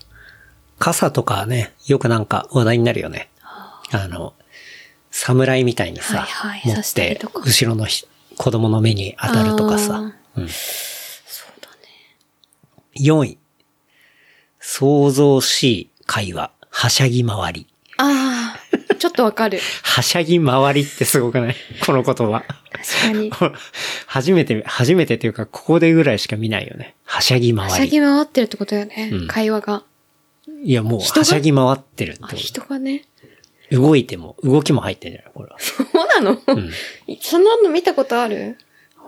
[SPEAKER 1] 傘とかね、よくなんか話題になるよね。あの、侍みたいにさ、
[SPEAKER 2] はい
[SPEAKER 1] 持
[SPEAKER 2] はい刺
[SPEAKER 1] っ
[SPEAKER 2] したり
[SPEAKER 1] て
[SPEAKER 2] と、か
[SPEAKER 1] 後ろのひ子供の目に当たるとかさ。うん、
[SPEAKER 2] そうだね。
[SPEAKER 1] 4位。想像しい会話。はしゃぎ回り。
[SPEAKER 2] ああ、ちょっとわかる。
[SPEAKER 1] はしゃぎ回りってすごくない この言葉。
[SPEAKER 2] 確かに。は
[SPEAKER 1] 初めて、初めてというか、ここでぐらいしか見ないよね。はしゃぎ
[SPEAKER 2] しゃ
[SPEAKER 1] 回り。
[SPEAKER 2] ぎ回ってるってことだよね。
[SPEAKER 1] うん
[SPEAKER 2] 会話が。
[SPEAKER 1] いや、もう、
[SPEAKER 2] 人が
[SPEAKER 1] はしゃぎ回ってるって
[SPEAKER 2] あ、
[SPEAKER 1] こ
[SPEAKER 2] 人がね。
[SPEAKER 1] と動いても、動きも入ってんじゃないこれは。
[SPEAKER 2] そうなの、
[SPEAKER 1] ん
[SPEAKER 2] そんなの見たことある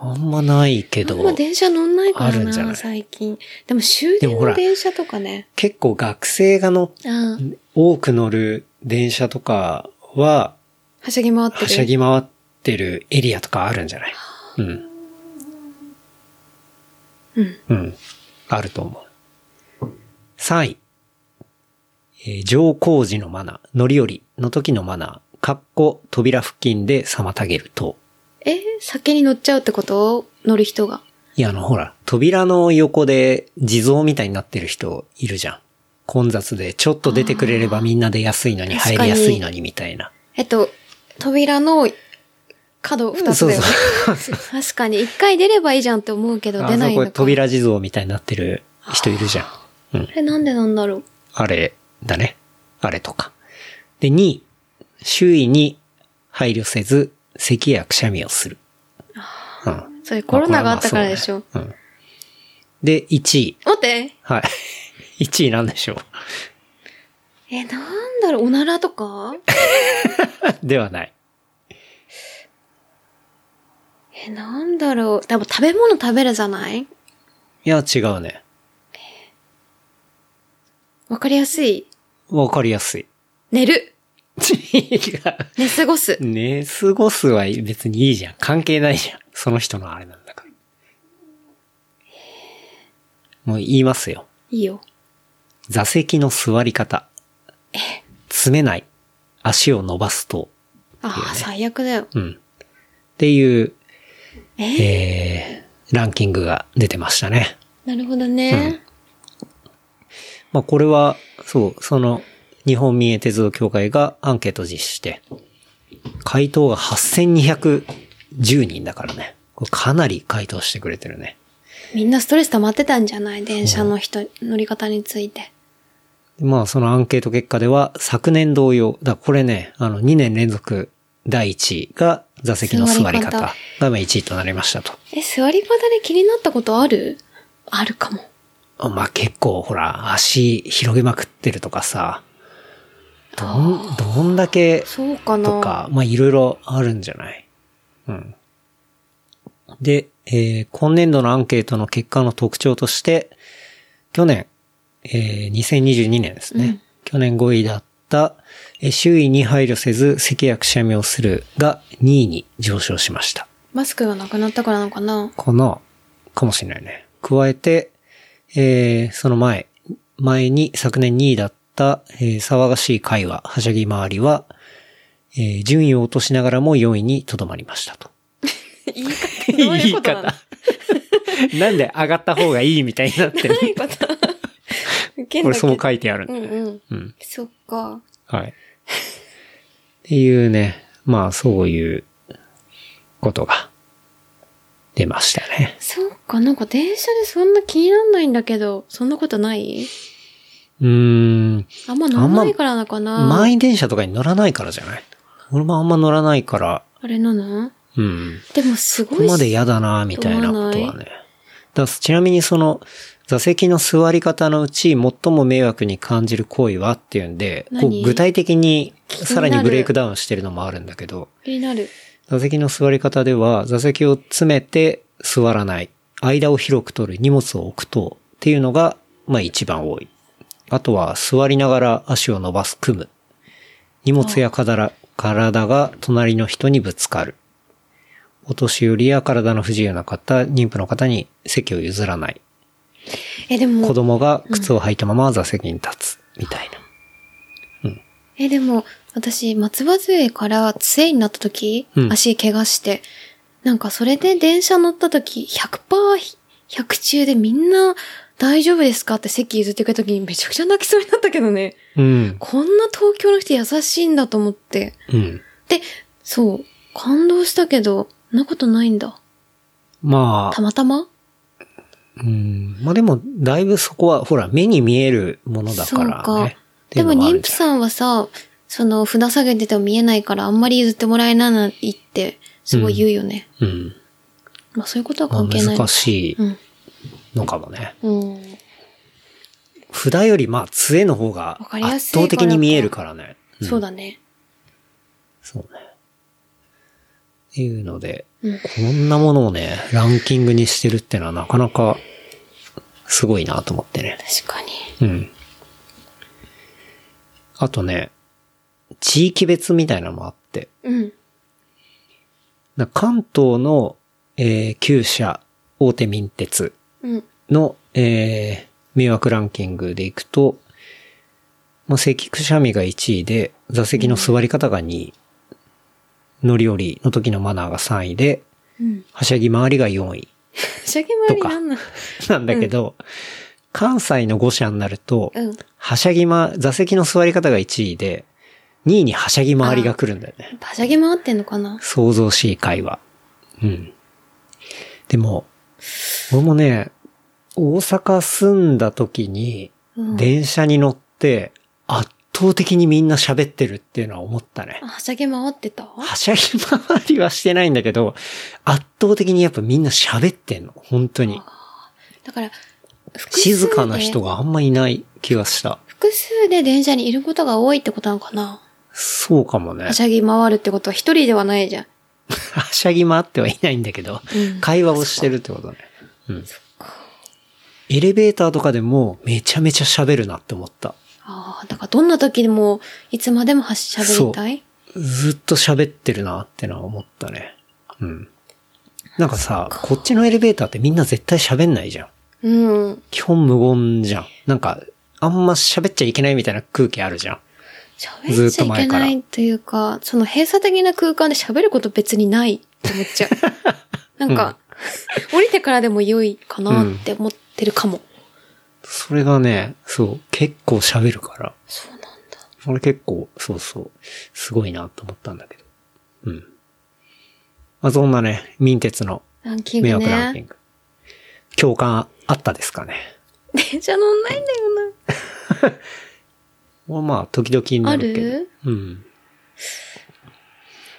[SPEAKER 1] あんまないけ
[SPEAKER 2] あ
[SPEAKER 1] ど
[SPEAKER 2] ん。ま電車乗んないから
[SPEAKER 1] あるん
[SPEAKER 2] な、
[SPEAKER 1] じゃない
[SPEAKER 2] 最近。でも終
[SPEAKER 1] で
[SPEAKER 2] 電
[SPEAKER 1] もほ
[SPEAKER 2] の
[SPEAKER 1] ら
[SPEAKER 2] 電車とかね。
[SPEAKER 1] 結構学生が乗っ
[SPEAKER 2] ああ、
[SPEAKER 1] 多く乗る電車とかは、
[SPEAKER 2] はしゃぎ回ってる。
[SPEAKER 1] はしゃぎ回ってるエリアとかあるんじゃないうん。
[SPEAKER 2] うん。
[SPEAKER 1] うん。あると思う。3位。えー乗降時のマナー、乗り降りの時のマナー、かっこ扉付近で妨げると。
[SPEAKER 2] え、先に乗っちゃうってこと乗る人が。
[SPEAKER 1] いや、あの、ほら、扉の横で地蔵みたいになってる人いるじゃん。混雑で、ちょっと出てくれればみんな出やすいのに、
[SPEAKER 2] 確
[SPEAKER 1] 入
[SPEAKER 2] か
[SPEAKER 1] り
[SPEAKER 2] に
[SPEAKER 1] やすいのにみたいな。
[SPEAKER 2] えっと、扉の角二つだよね。
[SPEAKER 1] そうそう。
[SPEAKER 2] 確かに、一回出ればいいじゃんって思うけど、
[SPEAKER 1] あ
[SPEAKER 2] 出ない
[SPEAKER 1] そ
[SPEAKER 2] の
[SPEAKER 1] こ
[SPEAKER 2] か。
[SPEAKER 1] 扉地蔵みたいになってる人いるじゃん。
[SPEAKER 2] あれなんでなんだろう。
[SPEAKER 1] あれだね。あれとか。で、2位、周囲に配慮せず、咳やくしゃみをする。うん。
[SPEAKER 2] それコロナがあったからでし
[SPEAKER 1] ま
[SPEAKER 2] ょ。
[SPEAKER 1] あ。これはまあそうねうん。で、1位。
[SPEAKER 2] 待って
[SPEAKER 1] はい。1位なんでしょ
[SPEAKER 2] え、なんだろう、おならとか
[SPEAKER 1] う。 ではない。
[SPEAKER 2] え、なんだろう。多分食べ物食べるじゃない
[SPEAKER 1] いや、違うね。
[SPEAKER 2] わかりやすい。
[SPEAKER 1] わかりやすい。
[SPEAKER 2] 寝る。
[SPEAKER 1] 違
[SPEAKER 2] 寝過ごす
[SPEAKER 1] う。。寝過ごすは別にいいじゃん。関係ないじゃん。その人のあれなんだから。もう言いますよ。
[SPEAKER 2] いいよ。
[SPEAKER 1] 座席の座り方。詰めない。足を伸ばすと。
[SPEAKER 2] ああ、最悪だよ。
[SPEAKER 1] うん。っていう、
[SPEAKER 2] え
[SPEAKER 1] えー、ランキングが出てましたね。
[SPEAKER 2] なるほどね。
[SPEAKER 1] まあこれは、そう、その、日本民営鉄道協会がアンケート実施して、回答が8210人だからね。これかなり回答してくれてるね。
[SPEAKER 2] みんなストレス溜まってたんじゃない電車の人、乗り方について。
[SPEAKER 1] まあそのアンケート結果では昨年同様、だこれね、あの2年連続第1位が座席の座り
[SPEAKER 2] 座り
[SPEAKER 1] 方
[SPEAKER 2] 方
[SPEAKER 1] が1位となりましたと。
[SPEAKER 2] え、座り方で気になったことあるあるかも。
[SPEAKER 1] あまあ結構ほら足広げまくってるとかさ、どん、どんだけ
[SPEAKER 2] そうかな。
[SPEAKER 1] とか、まあいろいろあるんじゃないうん。で、えー今年度のアンケートの結果の特徴として、去年、えー2022年ですね、去年5位だった、え周囲に配慮せず、咳やくしゃみをするが2位に上昇しました。
[SPEAKER 2] マスクがなくなったからなのかな
[SPEAKER 1] かなかもしれないね。加えて、えー、その前、前に昨年2位だった、えー騒がしい会話、はしゃぎ回りは、えー順位を落としながらも4位にとどまりましたと。
[SPEAKER 2] 言い方、どういうことなの
[SPEAKER 1] なんで上がった方がいいみたいにな ってる。
[SPEAKER 2] どういうこと受けん
[SPEAKER 1] こ
[SPEAKER 2] だ
[SPEAKER 1] れ
[SPEAKER 2] け
[SPEAKER 1] そう書いてあるんだ
[SPEAKER 2] う
[SPEAKER 1] よ
[SPEAKER 2] ん
[SPEAKER 1] ね。
[SPEAKER 2] うん。
[SPEAKER 1] うん。
[SPEAKER 2] そっか。
[SPEAKER 1] はい。っていうね、まあそういうことが出ましたね。
[SPEAKER 2] そっか、なんか電車でそんな気になんないんだけど、そんなことないう
[SPEAKER 1] ーん。
[SPEAKER 2] あんま乗らないからなのかな
[SPEAKER 1] 満員電車とかに乗らないからじゃない俺もあんま乗らないから、
[SPEAKER 2] あれなの
[SPEAKER 1] うん。
[SPEAKER 2] でもすご
[SPEAKER 1] こ
[SPEAKER 2] い
[SPEAKER 1] こまで嫌だな、みたいなこと
[SPEAKER 2] 思
[SPEAKER 1] は
[SPEAKER 2] わ
[SPEAKER 1] ね。だちなみにその、座席の座り方のうち最も迷惑に感じる行為はっていうんで、こ
[SPEAKER 2] 何
[SPEAKER 1] う具体的に
[SPEAKER 2] になる
[SPEAKER 1] さらにブレイクダウンしてるのもあるんだけど、
[SPEAKER 2] 気になる。
[SPEAKER 1] 座席の座り方では、座席を詰めて座らない。間を広く取る、荷物を置くと、っていうのが、まあ一番多い。あとは、座りながら足を伸ばす、組む。荷物やかだら体が隣の人にぶつかる。お年寄りや体の不自由な方、妊婦の方に席を譲らない。
[SPEAKER 2] え、で
[SPEAKER 1] 子
[SPEAKER 2] も、
[SPEAKER 1] 供が靴を履いたまま座席に立つ。みたいな。
[SPEAKER 2] え、でも、私、松葉杖から杖になった時、
[SPEAKER 1] うん
[SPEAKER 2] 足怪我して、なんかそれで電車乗った時、100%、100中でみんな大丈夫ですかって席譲ってくれた時にめちゃくちゃ泣きそうになったけどね。
[SPEAKER 1] うん。
[SPEAKER 2] こんな東京の人優しいんだと思って。
[SPEAKER 1] うん。
[SPEAKER 2] で、そう、感動したけど、そんなことないんだ。
[SPEAKER 1] まあ
[SPEAKER 2] た、またま
[SPEAKER 1] うんまあでも、だいぶそこは、ほら、目に見えるものだから
[SPEAKER 2] そう
[SPEAKER 1] ね
[SPEAKER 2] か。でも妊婦
[SPEAKER 1] ん。
[SPEAKER 2] さんはさ、その札下げてても見えないからあんまり譲ってもらえないって、すごい言うよね。
[SPEAKER 1] うん。
[SPEAKER 2] まあそういうことは
[SPEAKER 1] まあ
[SPEAKER 2] 関係ない。
[SPEAKER 1] 難しい
[SPEAKER 2] うん。
[SPEAKER 1] のかもね。
[SPEAKER 2] うん。
[SPEAKER 1] 札より、まあ、杖の方が
[SPEAKER 2] わかりや
[SPEAKER 1] 圧
[SPEAKER 2] すいから
[SPEAKER 1] 倒
[SPEAKER 2] か
[SPEAKER 1] 的に見えるからね。ん
[SPEAKER 2] そう。だね。
[SPEAKER 1] そうね。っていうので、
[SPEAKER 2] うん
[SPEAKER 1] こんなものをね、ランキングにしてるってのはなかなか、すごいなと思ってね。
[SPEAKER 2] 確かに。
[SPEAKER 1] うん。あとね、地域別みたいなのもあって。
[SPEAKER 2] うん。
[SPEAKER 1] な関東の、えー旧社大手民鉄
[SPEAKER 2] うん。
[SPEAKER 1] の、えー迷惑ランキングでいくと、まあ、咳くしゃみが1位で、座席の座り方が2位、乗り降りの時のマナーが3位で、
[SPEAKER 2] うん。
[SPEAKER 1] はしゃぎ回りが4位
[SPEAKER 2] はしゃぎ回りなんな。
[SPEAKER 1] なんだけど、関西の5社になると、
[SPEAKER 2] うん。
[SPEAKER 1] はしゃぎま、座席の座り方が1位で、2位にはしゃぎ回りが来るんだよね。
[SPEAKER 2] はしゃぎ回ってんのかな
[SPEAKER 1] 想像しい会話。うん。でも、俺もね、大阪住んだ時に、
[SPEAKER 2] うん
[SPEAKER 1] 電車に乗って、圧倒的にみんな喋ってるっていうのは思ったね
[SPEAKER 2] あ。はしゃぎ回ってた
[SPEAKER 1] はしゃぎ回りはしてないんだけど、圧倒的にやっぱみんな喋ってんの。本当に。
[SPEAKER 2] だから、複数で
[SPEAKER 1] 静かな人があんまいない気がした。
[SPEAKER 2] 複数で電車にいることが多いってことなのかな
[SPEAKER 1] そうかもね。
[SPEAKER 2] はしゃぎ回るってことは一人ではないじゃん。
[SPEAKER 1] はしゃぎ回ってはいないんだけど、
[SPEAKER 2] うん
[SPEAKER 1] 会話をしてるってことね。うん。エレベーターとかでもめちゃめちゃ喋るなって思った。
[SPEAKER 2] ああ、だからどんな時でも、いつまでもはしゃべりたい
[SPEAKER 1] ずっと喋ってるなってのは思ったね。うん。なんかさ、こっちのエレベーターってみんな絶対喋んないじゃん。
[SPEAKER 2] うん。
[SPEAKER 1] 基本無言じゃん。なんか、あんま喋っちゃいけないみたいな空気あるじゃん。
[SPEAKER 2] 喋っちゃいけないというか、その閉鎖的な空間で喋ること別にないって思っ ちゃう。なんか、降りてからでも良いかなって思ってるかも。
[SPEAKER 1] それがね、そう、結構喋るから。
[SPEAKER 2] そうなんだ。
[SPEAKER 1] 俺結構、そうそう、すごいなと思ったんだけど。うん。まあ、そんなね、民鉄の
[SPEAKER 2] ランキン
[SPEAKER 1] 迷
[SPEAKER 2] グ
[SPEAKER 1] 惑ランキン
[SPEAKER 2] ね。
[SPEAKER 1] グ。共感あったですかね。
[SPEAKER 2] 電車乗んないんだよな。
[SPEAKER 1] まあ、時々になるけど。
[SPEAKER 2] ある
[SPEAKER 1] うん。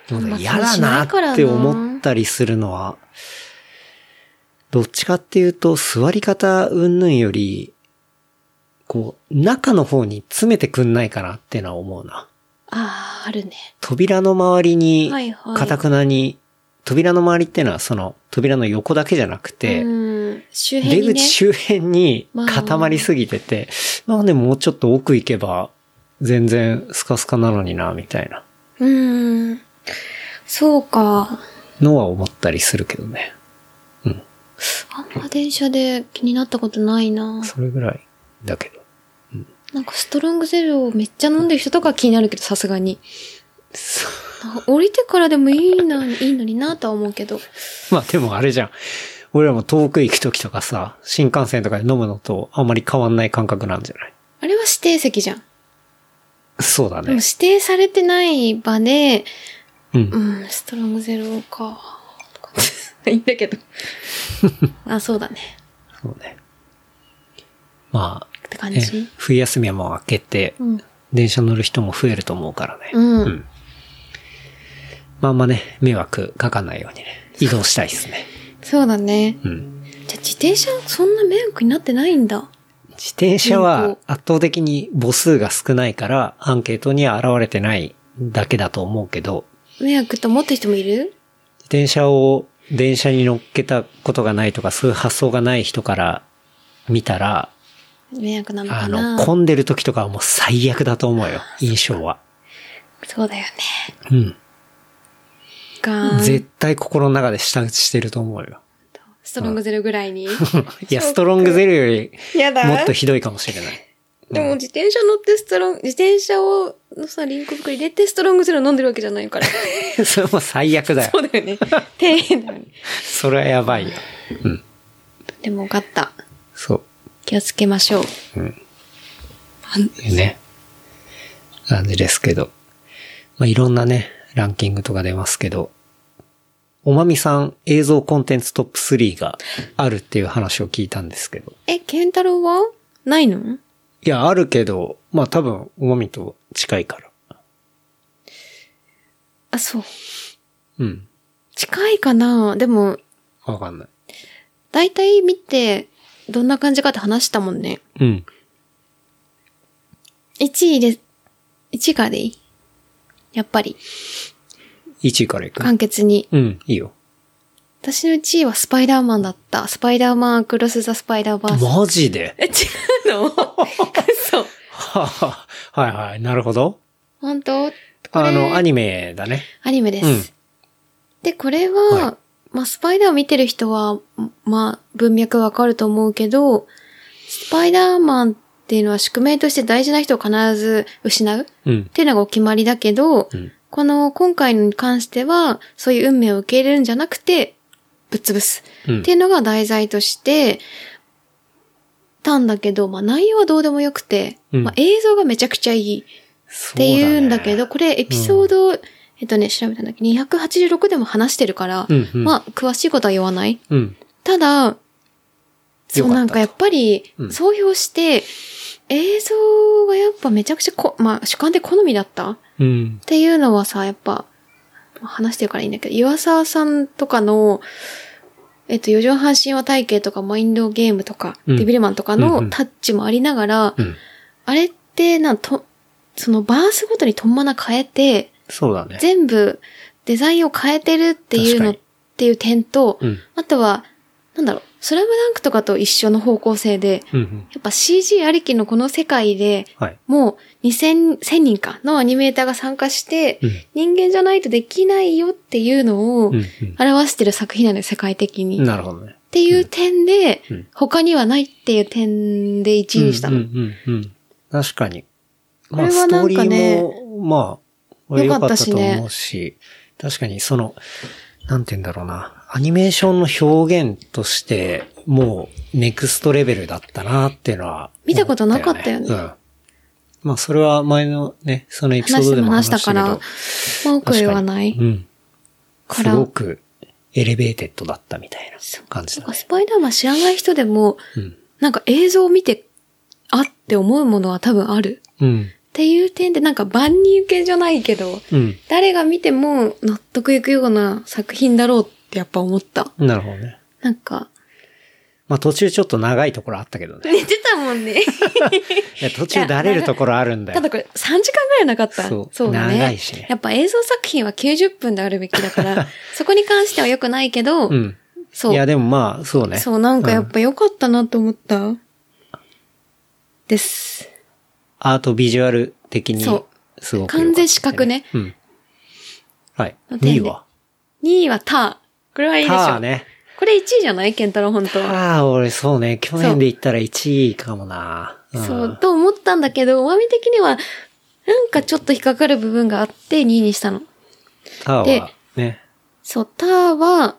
[SPEAKER 1] でも
[SPEAKER 2] まあ
[SPEAKER 1] ね、嫌だなって思ったりするのは、どっちかっていうと、座り方うんぬんより、こう、中の方に詰めてくんないかなってのは思うな。
[SPEAKER 2] ああ、あるね。
[SPEAKER 1] 扉の周りに
[SPEAKER 2] はい、はい
[SPEAKER 1] かたくなに、扉の周りってのはその、扉の横だけじゃなくて、
[SPEAKER 2] うん。周辺
[SPEAKER 1] 出口
[SPEAKER 2] にね。
[SPEAKER 1] 周辺に
[SPEAKER 2] まあ
[SPEAKER 1] 固まりすぎてて、まあでももうちょっと奥行けば、全然スカスカなのにな、みたいな
[SPEAKER 2] うーん。そうか。
[SPEAKER 1] のは思ったりするけどね。
[SPEAKER 2] あんま電車で気になったことないな。
[SPEAKER 1] それぐらいだけど。
[SPEAKER 2] なんかストロングゼロをめっちゃ飲んでる人とかは気になるけど、さすがに。あ 降りてからでもいいな、いいのになとは思うけど。
[SPEAKER 1] まあでもあれじゃん。俺らも遠く行くときとかさ、新幹線とかで飲むのとあんまり変わんない感覚なんじゃない
[SPEAKER 2] あれは指定席じゃん。
[SPEAKER 1] そうだ
[SPEAKER 2] でも
[SPEAKER 1] ね。
[SPEAKER 2] 指定されてない場で、
[SPEAKER 1] うん
[SPEAKER 2] う。ん、ストロングゼロか。とか いいんだけど。 あ、そうだね。
[SPEAKER 1] そうね。まあ、
[SPEAKER 2] って感
[SPEAKER 1] ね
[SPEAKER 2] じ。
[SPEAKER 1] 冬休みはもう明けて、
[SPEAKER 2] うん。
[SPEAKER 1] 電車乗る人も増えると思うからね。
[SPEAKER 2] うん
[SPEAKER 1] まああんまね、迷惑かかんないようにね、移動したいですね。
[SPEAKER 2] そうだね。
[SPEAKER 1] うん。
[SPEAKER 2] じゃあ自転車そんな迷惑になってないんだ。
[SPEAKER 1] 自転車
[SPEAKER 2] 人
[SPEAKER 1] は
[SPEAKER 2] 口
[SPEAKER 1] 圧倒的に母数が少ないから、アンケートには現れてないだけだと思うけど、
[SPEAKER 2] 迷惑と思ってる人もいる
[SPEAKER 1] 自転車を電車に乗っけたことがないとか、そういう発想がない人から見たら、
[SPEAKER 2] 迷惑なの
[SPEAKER 1] あ
[SPEAKER 2] か
[SPEAKER 1] の、
[SPEAKER 2] な
[SPEAKER 1] 混んでる時とかはもう最悪だと思うよ、印象は。
[SPEAKER 2] そうだよね。
[SPEAKER 1] うん。
[SPEAKER 2] が
[SPEAKER 1] 絶対心の中で下打ちしてると思うよ。
[SPEAKER 2] ストロングゼロぐらい に。
[SPEAKER 1] いや、
[SPEAKER 2] そうか
[SPEAKER 1] ストロングゼロより
[SPEAKER 2] やだ。
[SPEAKER 1] もっとひどいかもしれない。
[SPEAKER 2] でも自転車乗ってストロング、自転車をのさ、リンク袋入れてストロングゼロ飲んでるわけじゃない から。
[SPEAKER 1] それも最悪だよ
[SPEAKER 2] そ。うだよね。丁寧だよね。
[SPEAKER 1] それはやばいよ。
[SPEAKER 2] でも分かった。
[SPEAKER 1] そ
[SPEAKER 2] 気をつけましょう。
[SPEAKER 1] う。ね。感じですけど。まあ、いろんなね、ランキングとか出ますけど、おまみさん映像コンテンツトップ3があるっていう話を聞いたんですけど。
[SPEAKER 2] え、ケンタロウはないの
[SPEAKER 1] いや、あるけど、まあ多分、おまみと近いから。
[SPEAKER 2] あ、そう。
[SPEAKER 1] うん。
[SPEAKER 2] 近いかなでも、
[SPEAKER 1] わかんない。
[SPEAKER 2] だいたい見て、どんな感じかって話したもんね。
[SPEAKER 1] うん。
[SPEAKER 2] 1位で、1位からでいいやっぱり、
[SPEAKER 1] 1位からいく。
[SPEAKER 2] 簡潔に。
[SPEAKER 1] うん、いいよ。
[SPEAKER 2] 私の1位はスパイダーマンだった。スパイダーマンアクロス・ザ・スパイダーバース。
[SPEAKER 1] マジで
[SPEAKER 2] え、違うの そう。
[SPEAKER 1] はははいはい、なるほど。
[SPEAKER 2] 本当これ
[SPEAKER 1] あの、アニメだね。
[SPEAKER 2] アニメです。
[SPEAKER 1] うん
[SPEAKER 2] で、これは、
[SPEAKER 1] は
[SPEAKER 2] まあ、スパイダーを見てる人は、まあ、文脈わかると思うけど、スパイダーマンっていうのは宿命として大事な人を必ず失うっ
[SPEAKER 1] うん。
[SPEAKER 2] ていうのがお決まりだけど、
[SPEAKER 1] うん
[SPEAKER 2] この今回のに関しては、そういう運命を受け入れるんじゃなくて、ぶっ潰す
[SPEAKER 1] うん
[SPEAKER 2] っていうのが題材として、たんだけど、まあ内容はどうでもよくて、
[SPEAKER 1] うん
[SPEAKER 2] まあ映像がめちゃくちゃいい。
[SPEAKER 1] っ
[SPEAKER 2] って言うんだけど、これエピソード、えっとね、調べたんだけど、286でも話してるから、
[SPEAKER 1] うんうん
[SPEAKER 2] まあ、詳しいことは言わない。
[SPEAKER 1] うん。
[SPEAKER 2] ただ、
[SPEAKER 1] よか
[SPEAKER 2] そう
[SPEAKER 1] ったと
[SPEAKER 2] なんかやっぱり
[SPEAKER 1] う、ん
[SPEAKER 2] 総評して、映像がやっぱめちゃくちゃこ、まあ、主観で好みだったっ
[SPEAKER 1] うん。
[SPEAKER 2] ていうのはさ、やっぱ、まあ話してるからいいんだけど、岩沢さんとかの、えっと、四畳半神話体系とか、マインドゲームとか、
[SPEAKER 1] うん
[SPEAKER 2] デビルマンとか
[SPEAKER 1] うんう
[SPEAKER 2] の
[SPEAKER 1] ん
[SPEAKER 2] タッチもありながら、
[SPEAKER 1] うん。
[SPEAKER 2] あれって、なんと、そのバースごとにトンマナ変えて、
[SPEAKER 1] そうだね。
[SPEAKER 2] 全部デザインを変えてるっていうのっ
[SPEAKER 1] 確かに
[SPEAKER 2] ていう点と、
[SPEAKER 1] うん。
[SPEAKER 2] あとは、なんだろう、スラムダンクとかと一緒の方向性で、
[SPEAKER 1] うんうん。
[SPEAKER 2] やっぱ CG ありきのこの世界で、
[SPEAKER 1] はい。
[SPEAKER 2] もう2000、1000人かのアニメーターが参加して、
[SPEAKER 1] うん
[SPEAKER 2] 人間じゃないとできないよっていうのを
[SPEAKER 1] うん、
[SPEAKER 2] 表してる作品なのよ、世界的
[SPEAKER 1] うん。
[SPEAKER 2] に。っ
[SPEAKER 1] なるほどね。
[SPEAKER 2] ていう点で、
[SPEAKER 1] うん
[SPEAKER 2] 他にはないっていう点で1位にしたの。
[SPEAKER 1] うんうんうん。確かに。ま
[SPEAKER 2] こ
[SPEAKER 1] あ、
[SPEAKER 2] れは
[SPEAKER 1] スト
[SPEAKER 2] な
[SPEAKER 1] ー
[SPEAKER 2] ん
[SPEAKER 1] リ
[SPEAKER 2] かね
[SPEAKER 1] ーも、まあ、
[SPEAKER 2] よ
[SPEAKER 1] 良
[SPEAKER 2] か
[SPEAKER 1] か
[SPEAKER 2] っ
[SPEAKER 1] ったた
[SPEAKER 2] し
[SPEAKER 1] と
[SPEAKER 2] ね
[SPEAKER 1] 思うし、確かにその、なんて言うんだろうな。アニメーションの表現として、もう、ネクストレベルだったなっていうのは、
[SPEAKER 2] 見たことなかったよね
[SPEAKER 1] うん。まあ、それは前のね、そのエピソードでも話
[SPEAKER 2] 話し
[SPEAKER 1] した
[SPEAKER 2] た
[SPEAKER 1] け
[SPEAKER 2] か
[SPEAKER 1] ど。
[SPEAKER 2] ら、文
[SPEAKER 1] 確
[SPEAKER 2] 句
[SPEAKER 1] かに
[SPEAKER 2] 言わない。
[SPEAKER 1] うん。
[SPEAKER 2] か
[SPEAKER 1] す
[SPEAKER 2] ら
[SPEAKER 1] ごく、エレベーテッドだったみたいな感じ
[SPEAKER 2] なん
[SPEAKER 1] だ
[SPEAKER 2] か
[SPEAKER 1] ね。
[SPEAKER 2] スパイダーマン知らない人でも、
[SPEAKER 1] うん。
[SPEAKER 2] なんか映像を見て、あって思うものは多分ある。
[SPEAKER 1] うん。
[SPEAKER 2] っていう点で、なんか万人受けじゃないけど、
[SPEAKER 1] うん。
[SPEAKER 2] 誰が見ても納得いくような作品だろうってやっぱ思った。
[SPEAKER 1] なるほどね。
[SPEAKER 2] なんか、
[SPEAKER 1] まあ途中ちょっと長いところあったけどね。
[SPEAKER 2] 寝てたもんね。
[SPEAKER 1] いや途中だれるところあるんだ
[SPEAKER 2] た
[SPEAKER 1] よ
[SPEAKER 2] だ。これ3時間ぐらいなかった。
[SPEAKER 1] そう
[SPEAKER 2] だ
[SPEAKER 1] 長いしね
[SPEAKER 2] やっぱ映像作品は90分であるべきだ から、そこに関しては良くないけど、
[SPEAKER 1] うん。
[SPEAKER 2] そう。
[SPEAKER 1] いやでもまあ、そうね。
[SPEAKER 2] そう、なんかやっぱ良かったなと思った。です。
[SPEAKER 1] アートビジュアル的に、す
[SPEAKER 2] そ
[SPEAKER 1] ご
[SPEAKER 2] う
[SPEAKER 1] く良かった、
[SPEAKER 2] 完全視覚ね。
[SPEAKER 1] うん。はい。
[SPEAKER 2] の点
[SPEAKER 1] 2
[SPEAKER 2] で
[SPEAKER 1] 位は
[SPEAKER 2] 2位はター。これはいいでしょ。
[SPEAKER 1] ターね。
[SPEAKER 2] これ1位じゃないケンタロウ本当は。
[SPEAKER 1] ああ、俺そうね。去年で言ったら1位かもな。ん
[SPEAKER 2] そう、。と思ったんだけど、おまみ的には、なんかちょっと引っかかる部分があって2位にしたの。
[SPEAKER 1] ターはね。
[SPEAKER 2] そう、ターは、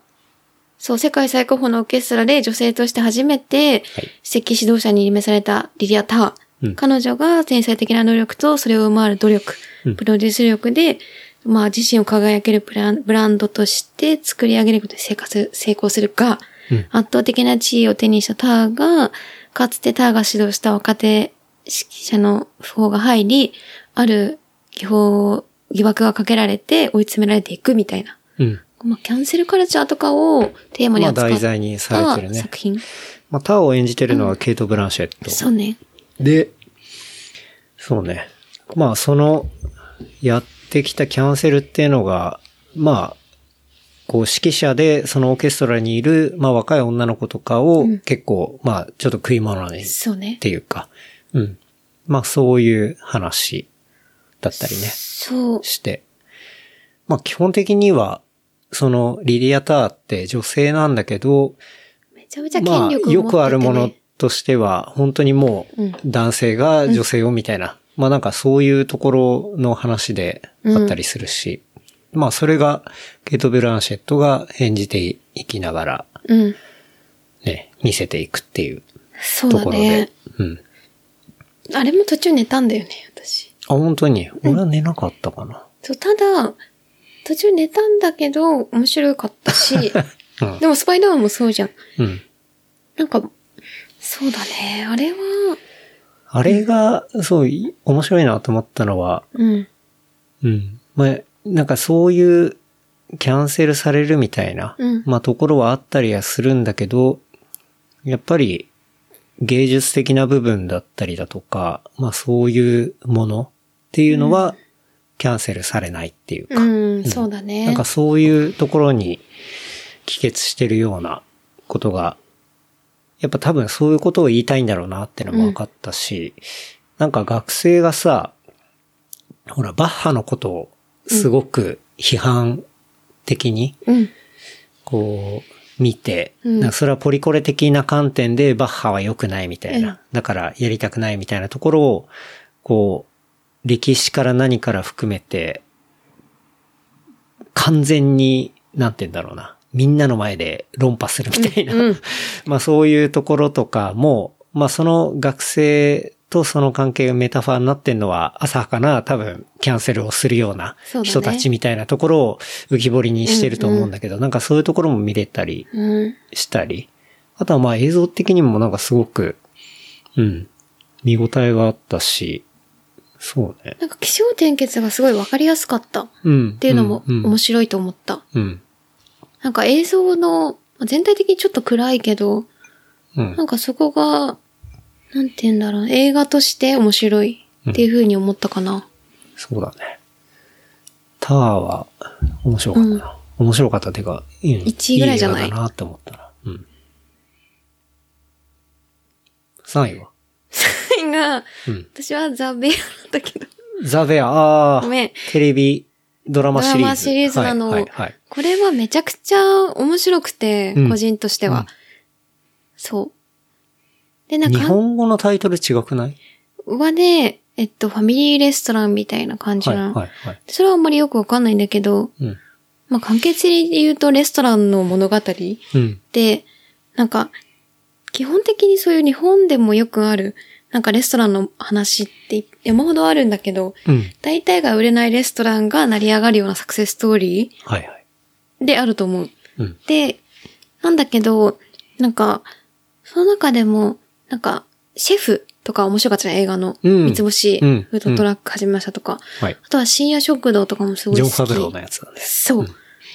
[SPEAKER 2] そう、世界最高峰のオーケストラで女性として初めて、指揮指導者に任命されたリリア・ター。
[SPEAKER 1] うん
[SPEAKER 2] 彼女が天才的な能力とそれを上回る努力、
[SPEAKER 1] うん
[SPEAKER 2] プロデュース力で、まあ自身を輝けるブランブランドとして作り上げることに成功する成功するが、
[SPEAKER 1] うん
[SPEAKER 2] 圧倒的な地位を手にしたターが、かつてターが指導した若手指揮者の訃報が入り、ある技法、疑惑がかけられて追い詰められていくみたいな。
[SPEAKER 1] うん。
[SPEAKER 2] まあ、キャンセルカルチャーとかをテーマに扱っ
[SPEAKER 1] まあ題材にされてる
[SPEAKER 2] た
[SPEAKER 1] ね
[SPEAKER 2] 作品。
[SPEAKER 1] まあ、ターを演じてるのはケイト・ブランシェット。
[SPEAKER 2] そうね。
[SPEAKER 1] で、そうね。まあ、その、やってきたキャンセルっていうのが、まあ、こう、指揮者で、そのオーケストラにいる、まあ、若い女の子とかを、結構、まあ、ちょっと食い物に
[SPEAKER 2] そうね
[SPEAKER 1] っ。ていうか、うん。まあ、そういう話だったりね、
[SPEAKER 2] そう。
[SPEAKER 1] して。まあ、基本的には、その、リリア・ターって女性なんだけど、
[SPEAKER 2] めちゃめちゃ
[SPEAKER 1] まあ、
[SPEAKER 2] 権力を持ってて、ね
[SPEAKER 1] よくあるものとしては、本当にもう
[SPEAKER 2] うん、
[SPEAKER 1] 男性が女性をみたいな、まあなんかそういうところの話であったりするし、まあそれが、ケイト・ブランシェットが演じていきながら、
[SPEAKER 2] うん。
[SPEAKER 1] ね、見せていくっていう
[SPEAKER 2] そう
[SPEAKER 1] と
[SPEAKER 2] だ
[SPEAKER 1] ころで。
[SPEAKER 2] ね。
[SPEAKER 1] うん。
[SPEAKER 2] あれも途中寝たんだよね、私。
[SPEAKER 1] あ、本当に俺は寝なかったかな。
[SPEAKER 2] そう、ただ、途中寝たんだけど、面白かったし、
[SPEAKER 1] うん
[SPEAKER 2] でもスパイダーマンもそうじゃん。
[SPEAKER 1] うん。
[SPEAKER 2] なんか、そうだね。あれは、
[SPEAKER 1] あれが、そう、い面白いなと思ったのは、
[SPEAKER 2] うん。
[SPEAKER 1] うん。まあ、なんかそういう、キャンセルされるみたいな、
[SPEAKER 2] うん
[SPEAKER 1] まあところはあったりはするんだけど、やっぱり芸術的な部分だったりだとか、まあそういうものっていうのは、キャンセルされないっていうか、
[SPEAKER 2] うん、そうだね。
[SPEAKER 1] なんかそういうところに帰結してるようなことが、やっぱ多分そういうことを言いたいんだろうなってのも分かったし、なんか学生がさ、ほら、バッハのことをすごく批判的に、
[SPEAKER 2] うん。
[SPEAKER 1] こう、見て、
[SPEAKER 2] うん
[SPEAKER 1] なんかそれはポリコレ的な観点でバッハは良くないみたいな、
[SPEAKER 2] うん
[SPEAKER 1] だからやりたくないみたいなところを、こう、歴史から何から含めて、完全に、なんて言うんだろうな、みんなの前で論破するみたいな、
[SPEAKER 2] うん。
[SPEAKER 1] まあそういうところとかも、まあその学生とその関係がメタファーになってんのは浅はかな多分キャンセルをするような
[SPEAKER 2] そうだね
[SPEAKER 1] 人たちみたいなところを浮き彫りにしてると思うんだけど、なんかそういうところも見れたり
[SPEAKER 2] うん。
[SPEAKER 1] したり、あとはまあ映像的にもなんかすごく、うん、見応えがあったし、そうね。
[SPEAKER 2] なんか気象転結がすごいわかりやすかった。
[SPEAKER 1] うん。
[SPEAKER 2] っていうのも
[SPEAKER 1] うん
[SPEAKER 2] 面白いと思った。
[SPEAKER 1] うん。
[SPEAKER 2] なんか映像の、全体的にちょっと暗いけど、
[SPEAKER 1] うん
[SPEAKER 2] な。んかそこが、なんて言うんだろう、映画として面白いっていう風に思ったかな。
[SPEAKER 1] そうだね。タワーは面白かったな。面白かったっていうか、うん、
[SPEAKER 2] 一位ぐらいじゃない
[SPEAKER 1] い映画だなって思ったな。うん。3位は
[SPEAKER 2] それが、
[SPEAKER 1] うん。
[SPEAKER 2] 私はザ・ベアなんだけど、
[SPEAKER 1] ザ・ベア、ああ
[SPEAKER 2] ごめん。
[SPEAKER 1] テレビドラマシリーズ。
[SPEAKER 2] ドラマシリーズなの
[SPEAKER 1] はい、はいはい。
[SPEAKER 2] これはめちゃくちゃ面白くて、
[SPEAKER 1] うん
[SPEAKER 2] 個人としては。そう。で、なん
[SPEAKER 1] 日
[SPEAKER 2] か、
[SPEAKER 1] 本語のタイトル違くない
[SPEAKER 2] はね、えっと、ファミリーレストランみたいな感じ
[SPEAKER 1] はい、
[SPEAKER 2] なの。
[SPEAKER 1] はい、はい。
[SPEAKER 2] それはあんまりよくわかんないんだけど、
[SPEAKER 1] うん。
[SPEAKER 2] まあ、簡潔に言うとレストランの物語
[SPEAKER 1] うん。
[SPEAKER 2] で、なんか、基本的にそういう日本でもよくある、なんかレストランの話って山ほどあるんだけど、
[SPEAKER 1] うん。
[SPEAKER 2] 大体が売れないレストランが成り上がるようなサクセスストーリ
[SPEAKER 1] はい、はい。
[SPEAKER 2] ーであると思う。
[SPEAKER 1] うん。
[SPEAKER 2] で、なんだけど、なんか、その中でも、なんか、シェフとか面白かったね、映画の。
[SPEAKER 1] うん
[SPEAKER 2] 三つ星、
[SPEAKER 1] うん
[SPEAKER 2] フードトラック始めましたとか。
[SPEAKER 1] はい。
[SPEAKER 2] あとは深夜食堂とかもすごい
[SPEAKER 1] ジョ
[SPEAKER 2] 好
[SPEAKER 1] ン・フ
[SPEAKER 2] き。
[SPEAKER 1] ァブローのやつだね。
[SPEAKER 2] そう。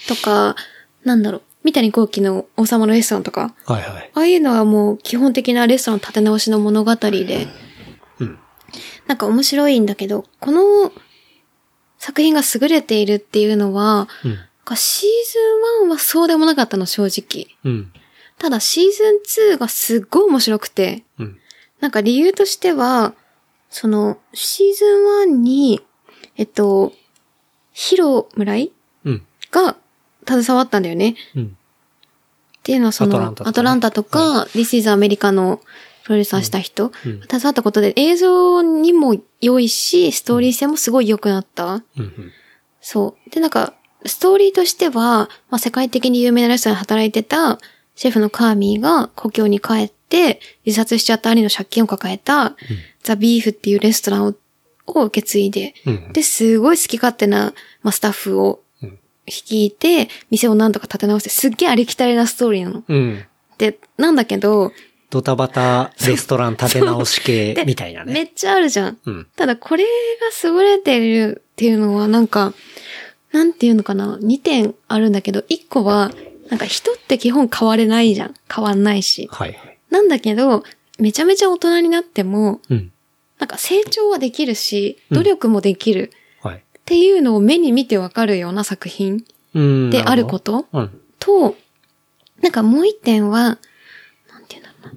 [SPEAKER 2] とか、なんだろう、三谷幸喜の王様のレストランとか。
[SPEAKER 1] はい、はい。
[SPEAKER 2] ああいうのはもう基本的なレストラン立て直しの物語で、
[SPEAKER 1] うん。
[SPEAKER 2] なんか面白いんだけど、この作品が優れているっていうのは、
[SPEAKER 1] うん。
[SPEAKER 2] なんかシーズン1はそうでもなかったの、正直。
[SPEAKER 1] うん。
[SPEAKER 2] ただシーズン2がすっごい面白くて、
[SPEAKER 1] うん。
[SPEAKER 2] なんか理由としては、その、シーズン1に、えっと、ヒロ村井
[SPEAKER 1] うん。
[SPEAKER 2] が携わったんだよね。
[SPEAKER 1] うん。
[SPEAKER 2] っていうのはその、
[SPEAKER 1] アトランタとかね
[SPEAKER 2] アトランタとか、This is America のプロデューサーした人、
[SPEAKER 1] うん。
[SPEAKER 2] 携わったことで映像にも良いし、ストーリー性もすごい良くなった。
[SPEAKER 1] うん。
[SPEAKER 2] そう。で、なんか、ストーリーとしては、まあ、世界的に有名なレストランで働いてたシェフのカーミーが故郷に帰って自殺しちゃった兄の借金を抱えたザ・ビーフっていうレストランをを受け継いで、
[SPEAKER 1] うん。
[SPEAKER 2] で、すごい好き勝手な、まあ、スタッフを
[SPEAKER 1] うん
[SPEAKER 2] 率いて、店をなんとか立て直して、すっげえありきたりなストーリーなの。
[SPEAKER 1] うん。
[SPEAKER 2] で、なんだけど、
[SPEAKER 1] ドタバタレストラン立て直し系
[SPEAKER 2] で
[SPEAKER 1] みたいな
[SPEAKER 2] め
[SPEAKER 1] ね。
[SPEAKER 2] っちゃあるじゃん。
[SPEAKER 1] うん。
[SPEAKER 2] ただこれが優れてるっていうのはなんか、なんていうのかな、2点あるんだけど、1個は、なんか人って基本変われないじゃん。変わんないし。
[SPEAKER 1] はいはい。
[SPEAKER 2] なんだけど、めちゃめちゃ大人になっても、
[SPEAKER 1] うん。
[SPEAKER 2] なんか成長はできるし、
[SPEAKER 1] うん
[SPEAKER 2] 努力もできる
[SPEAKER 1] はい。
[SPEAKER 2] っていうのを目に見てわかるような作品
[SPEAKER 1] うん。。
[SPEAKER 2] であることと
[SPEAKER 1] うん。
[SPEAKER 2] と、なんかもう一点は、なんていうんだろうな。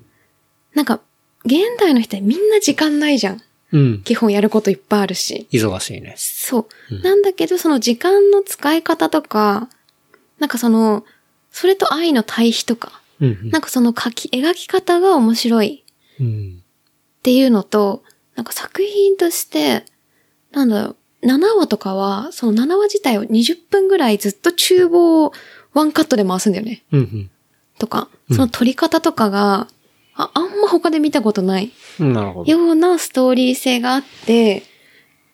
[SPEAKER 2] なんか、現代の人ってみんな時間ないじゃん。
[SPEAKER 1] うん。
[SPEAKER 2] 基本やることいっぱいあるし。
[SPEAKER 1] 忙しいね。
[SPEAKER 2] そうう。
[SPEAKER 1] ん
[SPEAKER 2] なんだけど、その時間の使い方とか、なんかその、それと愛の対比とか、
[SPEAKER 1] うん
[SPEAKER 2] なんかその書き、描き方が面白いっ
[SPEAKER 1] うん。
[SPEAKER 2] ていうのと、なんか作品として、なんだろう、7話とかは、その7話自体を20分ぐらいずっと厨房をワンカットで回すんだよね。
[SPEAKER 1] うん。うん
[SPEAKER 2] とか、
[SPEAKER 1] うん
[SPEAKER 2] その撮り方とかが、ああんま他で見たことない
[SPEAKER 1] うん。なるほど。
[SPEAKER 2] ようなストーリー性があって、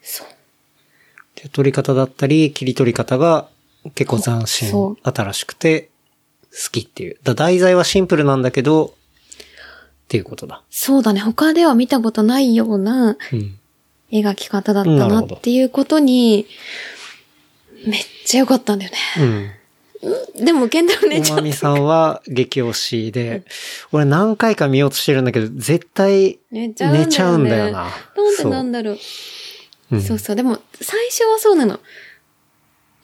[SPEAKER 2] そう。
[SPEAKER 1] で取り方だったり、切り取り方が結構斬
[SPEAKER 2] そ
[SPEAKER 1] 新
[SPEAKER 2] う、
[SPEAKER 1] 新しくて好きっていう。だ題材はシンプルなんだけど、っていうことだ。
[SPEAKER 2] そうだね。他では見たことないような
[SPEAKER 1] うん。
[SPEAKER 2] 描き方だった
[SPEAKER 1] なる
[SPEAKER 2] な
[SPEAKER 1] ほ
[SPEAKER 2] っ
[SPEAKER 1] ど
[SPEAKER 2] ていうことに、めっちゃ良かったんだよね。
[SPEAKER 1] うん。
[SPEAKER 2] でも、ケンタロウね、ち
[SPEAKER 1] おま
[SPEAKER 2] ょっと
[SPEAKER 1] みさんは激推しで、俺何回か見ようとしてるんだけど、絶対
[SPEAKER 2] 寝ちゃうんだよね。
[SPEAKER 1] 寝ちゃうんだよな。
[SPEAKER 2] なんでなんだろう。
[SPEAKER 1] そううん
[SPEAKER 2] そうそう。でも、最初はそうなの。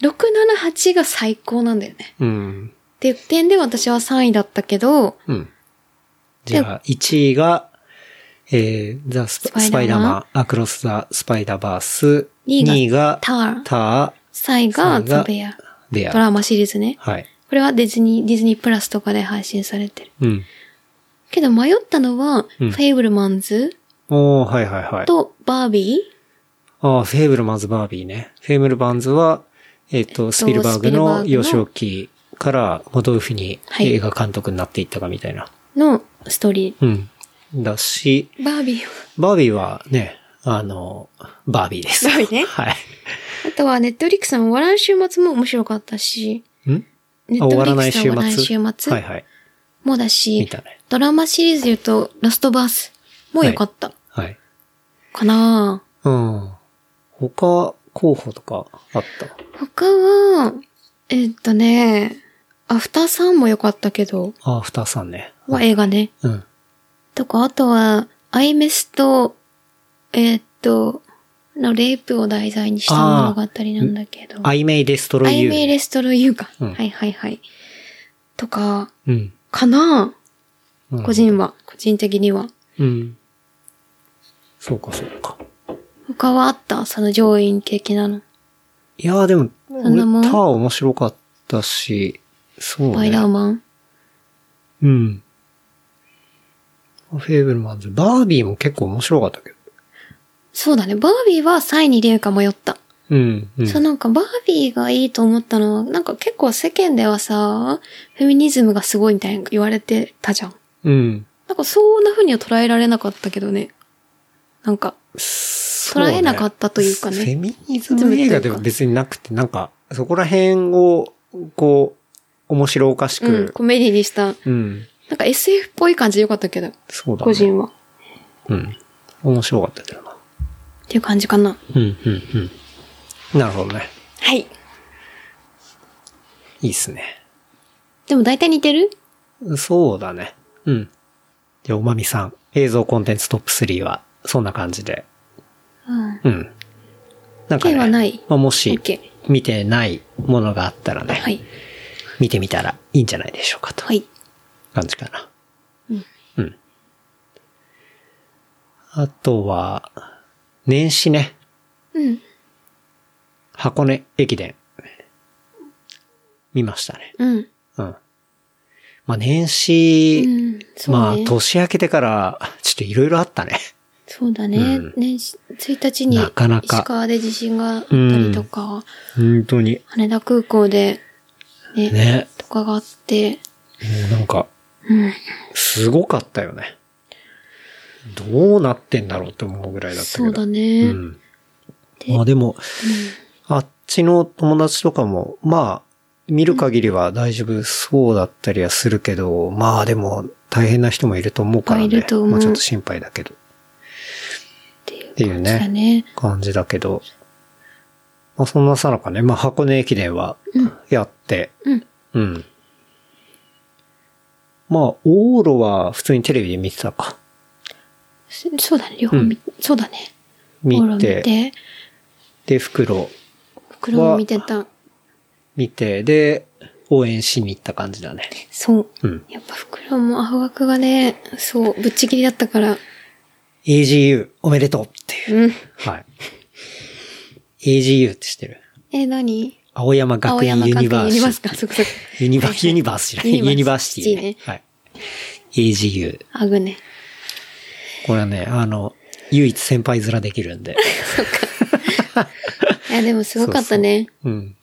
[SPEAKER 2] 678が最高なんだよね。
[SPEAKER 1] うん。
[SPEAKER 2] っていう点で私は3位だったけど、
[SPEAKER 1] うん。じゃあ、1位が、えー、ザ・スパ
[SPEAKER 2] ス
[SPEAKER 1] ス
[SPEAKER 2] パ
[SPEAKER 1] パ
[SPEAKER 2] イ
[SPEAKER 1] イ
[SPEAKER 2] ダ
[SPEAKER 1] ダー
[SPEAKER 2] ーマン
[SPEAKER 1] マン、アクロス・ザ・スパイダーバース、
[SPEAKER 2] 二位が
[SPEAKER 1] 2位が、
[SPEAKER 2] ター、
[SPEAKER 1] タ
[SPEAKER 2] 3
[SPEAKER 1] 三
[SPEAKER 2] 位が
[SPEAKER 1] 位が
[SPEAKER 2] ザ・ベア。
[SPEAKER 1] ー、ベ
[SPEAKER 2] ド
[SPEAKER 1] ア。
[SPEAKER 2] ラマシリーズね。
[SPEAKER 1] はい。
[SPEAKER 2] これはディズニー、ディズニープラスとかで配信されてる。
[SPEAKER 1] うん。
[SPEAKER 2] けど迷ったのは、
[SPEAKER 1] うん
[SPEAKER 2] フェイブルマンズ
[SPEAKER 1] おー、はいはいはい。
[SPEAKER 2] とバービ
[SPEAKER 1] ああ、フェーブルマンズ・バービーね。フェーブルマンズは、えっ、と、スピルバーグの
[SPEAKER 2] スピルバーグの
[SPEAKER 1] 幼少期から、まあ、どういうふうに
[SPEAKER 2] はい
[SPEAKER 1] 映画監督になっていったかみたいな。
[SPEAKER 2] ーのストーリ
[SPEAKER 1] うん。だし、
[SPEAKER 2] ー。バービーは。
[SPEAKER 1] バービーはね、あの、バービーです。
[SPEAKER 2] バービーね
[SPEAKER 1] はい。
[SPEAKER 2] あとはネットフリックスの終わらん週末も面白かったし、
[SPEAKER 1] ん
[SPEAKER 2] ネッ
[SPEAKER 1] あ
[SPEAKER 2] ト
[SPEAKER 1] 終
[SPEAKER 2] フ
[SPEAKER 1] わ
[SPEAKER 2] リ
[SPEAKER 1] ら
[SPEAKER 2] ッ
[SPEAKER 1] ない
[SPEAKER 2] クス
[SPEAKER 1] 週
[SPEAKER 2] の
[SPEAKER 1] 末。
[SPEAKER 2] 終
[SPEAKER 1] は
[SPEAKER 2] わらない週末
[SPEAKER 1] いはい。
[SPEAKER 2] もだ
[SPEAKER 1] 見
[SPEAKER 2] し、
[SPEAKER 1] たね。
[SPEAKER 2] ドラマシリーズで言うと、ラストバースも良かった。
[SPEAKER 1] はい。
[SPEAKER 2] かな
[SPEAKER 1] うん。他、候補とかあった
[SPEAKER 2] ぁ他は、えっとね、アフターさんも良かったけど、
[SPEAKER 1] ああ、ふたさんね。
[SPEAKER 2] は映画ね。
[SPEAKER 1] うん。
[SPEAKER 2] とか、あとは、アイメスと、えっと、のレイプを題材にした物語なんだけど。
[SPEAKER 1] アイメイ・デストロ
[SPEAKER 2] ア
[SPEAKER 1] イ・
[SPEAKER 2] イ
[SPEAKER 1] ユー。
[SPEAKER 2] メイレストロユーか。
[SPEAKER 1] うん
[SPEAKER 2] はいはいはい。とか、
[SPEAKER 1] うん。
[SPEAKER 2] かな
[SPEAKER 1] うん
[SPEAKER 2] 個。人は、個人的には。
[SPEAKER 1] うん。そうか、そうか。
[SPEAKER 2] 他はあったその上院的なの。
[SPEAKER 1] いやーでも、
[SPEAKER 2] そん
[SPEAKER 1] 俺、
[SPEAKER 2] な
[SPEAKER 1] タ
[SPEAKER 2] もん
[SPEAKER 1] ー面白かったし、そう
[SPEAKER 2] スパイダー
[SPEAKER 1] ね。
[SPEAKER 2] マン。
[SPEAKER 1] うん。フェーブルマンズ。バービーも結構面白かったけど。
[SPEAKER 2] そうだね。バービーは3位に入れるか迷った。
[SPEAKER 1] うん。うん、
[SPEAKER 2] そうなんかバービーがいいと思ったのは、なんか結構世間ではさ、フェミニズムがすごいみたいに言われてたじゃん。
[SPEAKER 1] うん。
[SPEAKER 2] なんかそんな風には捉えられなかったけどね。なんか、
[SPEAKER 1] 捉
[SPEAKER 2] えなかったというかね
[SPEAKER 1] フェミニズム映画では別になくて、なんか、そこら辺を、こう、面白おかし
[SPEAKER 2] うん、
[SPEAKER 1] く、
[SPEAKER 2] コメディにした、なん
[SPEAKER 1] うん、
[SPEAKER 2] か SF っぽい感じでよかったけど、
[SPEAKER 1] そうだね。
[SPEAKER 2] 個人は。っ
[SPEAKER 1] うん。面白かったけどな。
[SPEAKER 2] ていう感じかな。
[SPEAKER 1] うん、うん、うん。なるほどね。
[SPEAKER 2] はい。
[SPEAKER 1] いいっすね。
[SPEAKER 2] でも大体似てる
[SPEAKER 1] そうだね。うん。じゃあ、おまみさん、映像コンテンツトップ3は、そんな感じで。
[SPEAKER 2] うん。
[SPEAKER 1] うん。なんか、ね、
[SPEAKER 2] 意見はない
[SPEAKER 1] まあ、もし
[SPEAKER 2] OK、
[SPEAKER 1] 見てないものがあったらね、
[SPEAKER 2] はい。
[SPEAKER 1] 見てみたらいいんじゃないでしょうかと。
[SPEAKER 2] はい。
[SPEAKER 1] 感じかな。うん。あとは、年始ね、
[SPEAKER 2] うん。
[SPEAKER 1] 箱根駅伝、見ましたね。
[SPEAKER 2] うん。
[SPEAKER 1] うん。まあ年始、
[SPEAKER 2] うん。
[SPEAKER 1] ま
[SPEAKER 2] そう
[SPEAKER 1] あ
[SPEAKER 2] ね。
[SPEAKER 1] 年明けてから、ちょっといろいろあったね。
[SPEAKER 2] そうだね。
[SPEAKER 1] うん
[SPEAKER 2] ね、し1日に
[SPEAKER 1] なかなか
[SPEAKER 2] 石川で地震があったりとか、
[SPEAKER 1] 本当に。
[SPEAKER 2] 羽田空港で、ね、
[SPEAKER 1] ね。
[SPEAKER 2] とかがあって、
[SPEAKER 1] もうなんか、
[SPEAKER 2] うん。
[SPEAKER 1] すごかったよね。どうなってんだろうって思うぐらいだったけど。
[SPEAKER 2] そうだね。
[SPEAKER 1] うん。まあでも、あっちの友達とかも、まあ、見る限りは大丈夫そうだったりはするけど、まあでも、大変な人もいると思うからね。
[SPEAKER 2] いっぱいいると思う
[SPEAKER 1] まあちょっと心配だけど。っていう
[SPEAKER 2] そうだ
[SPEAKER 1] ね、
[SPEAKER 2] ね。
[SPEAKER 1] 感じだけど。まあそんなさなかね、まあ箱根駅伝は
[SPEAKER 2] うん
[SPEAKER 1] やって、
[SPEAKER 2] うん。
[SPEAKER 1] うん。まあ、オーロは普通にテレビで見てたか。
[SPEAKER 2] そそうだね。両方見、そうだね。
[SPEAKER 1] 見
[SPEAKER 2] オーロ
[SPEAKER 1] て、
[SPEAKER 2] 見て、
[SPEAKER 1] で、袋
[SPEAKER 2] 袋も見てた。
[SPEAKER 1] 見て、で、応援しに行った感じだね。
[SPEAKER 2] そう。
[SPEAKER 1] うん。
[SPEAKER 2] やっぱ袋も青学がね、そう、ぶっちぎりだったから。
[SPEAKER 1] AGU、おめでとうっていう。
[SPEAKER 2] うん。
[SPEAKER 1] はい。AGU って知ってる
[SPEAKER 2] え、何
[SPEAKER 1] 青山学院ユニバーシ
[SPEAKER 2] ユニバー
[SPEAKER 1] テ
[SPEAKER 2] スか、そこそこ。
[SPEAKER 1] ィ。ユニバ ー、ユニバースじゃない。
[SPEAKER 2] ユニバース
[SPEAKER 1] ユニバーシティ、ね
[SPEAKER 2] シ。テ
[SPEAKER 1] はい。AGU。
[SPEAKER 2] あぐね。
[SPEAKER 1] これはね、あの、唯一先輩面できるんで。
[SPEAKER 2] いや、でもすごかったね。
[SPEAKER 1] うん。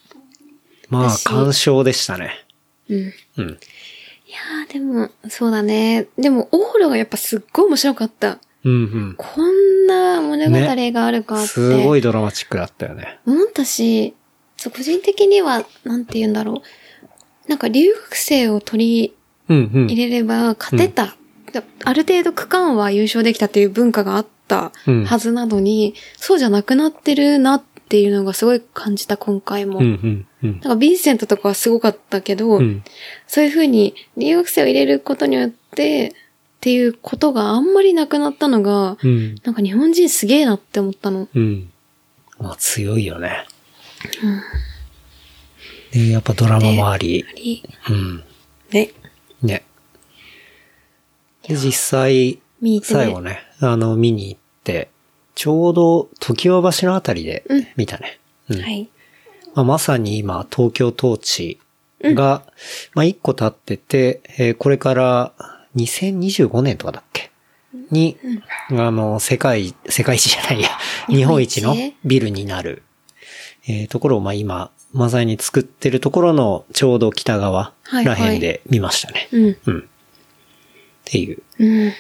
[SPEAKER 1] まあ、
[SPEAKER 2] 私
[SPEAKER 1] 感傷でしたね。
[SPEAKER 2] うん。い
[SPEAKER 1] うん。
[SPEAKER 2] やー、でも、そうだね。でも、オーロがやっぱすっごい面白かった。
[SPEAKER 1] うん
[SPEAKER 2] こんな物語
[SPEAKER 1] ね
[SPEAKER 2] がある
[SPEAKER 1] う
[SPEAKER 2] か
[SPEAKER 1] ん。
[SPEAKER 2] って。
[SPEAKER 1] すごいドラマチックだったよね。
[SPEAKER 2] 思ったし、そう、個人的には、なんて言うんだろう。なんか留学生を取
[SPEAKER 1] うんう
[SPEAKER 2] り
[SPEAKER 1] ん。
[SPEAKER 2] 入れれば勝てた。だある程度区間は優勝できたっていう文化があった
[SPEAKER 1] うん
[SPEAKER 2] はずなのに、そうじゃなくなってるなっていうのがすごい感じた今回も。
[SPEAKER 1] うんうんうん。
[SPEAKER 2] なんかヴィンセントとかはすごかったけど、
[SPEAKER 1] うん。
[SPEAKER 2] そういうふうに留学生を入れることによってっていうことがあんまりなくなったのが、
[SPEAKER 1] うん。
[SPEAKER 2] なんか日本人すげえなって思ったの。
[SPEAKER 1] うん。まあ強いよね。で、やっぱドラマもあり。うん。
[SPEAKER 2] ね。
[SPEAKER 1] ね。で、実際、
[SPEAKER 2] 見に行ってね
[SPEAKER 1] 最後ね、あの、見に行って、ちょうど、時和橋のあたりで
[SPEAKER 2] うん
[SPEAKER 1] 見たね。うん
[SPEAKER 2] はい。
[SPEAKER 1] まあ、まさに今、東京統治が、まあ、一個経ってて、えーこれから、2025年とかだっけに、あの、世界、世界一じゃないや、日
[SPEAKER 2] 日
[SPEAKER 1] 本
[SPEAKER 2] 本
[SPEAKER 1] 一
[SPEAKER 2] 一
[SPEAKER 1] のビルになる、えーところを、まあ、今、まさに作ってるところの、ちょうど北側
[SPEAKER 2] はい
[SPEAKER 1] ら辺で見ましたね。
[SPEAKER 2] うん。
[SPEAKER 1] うん。っていう。
[SPEAKER 2] うん。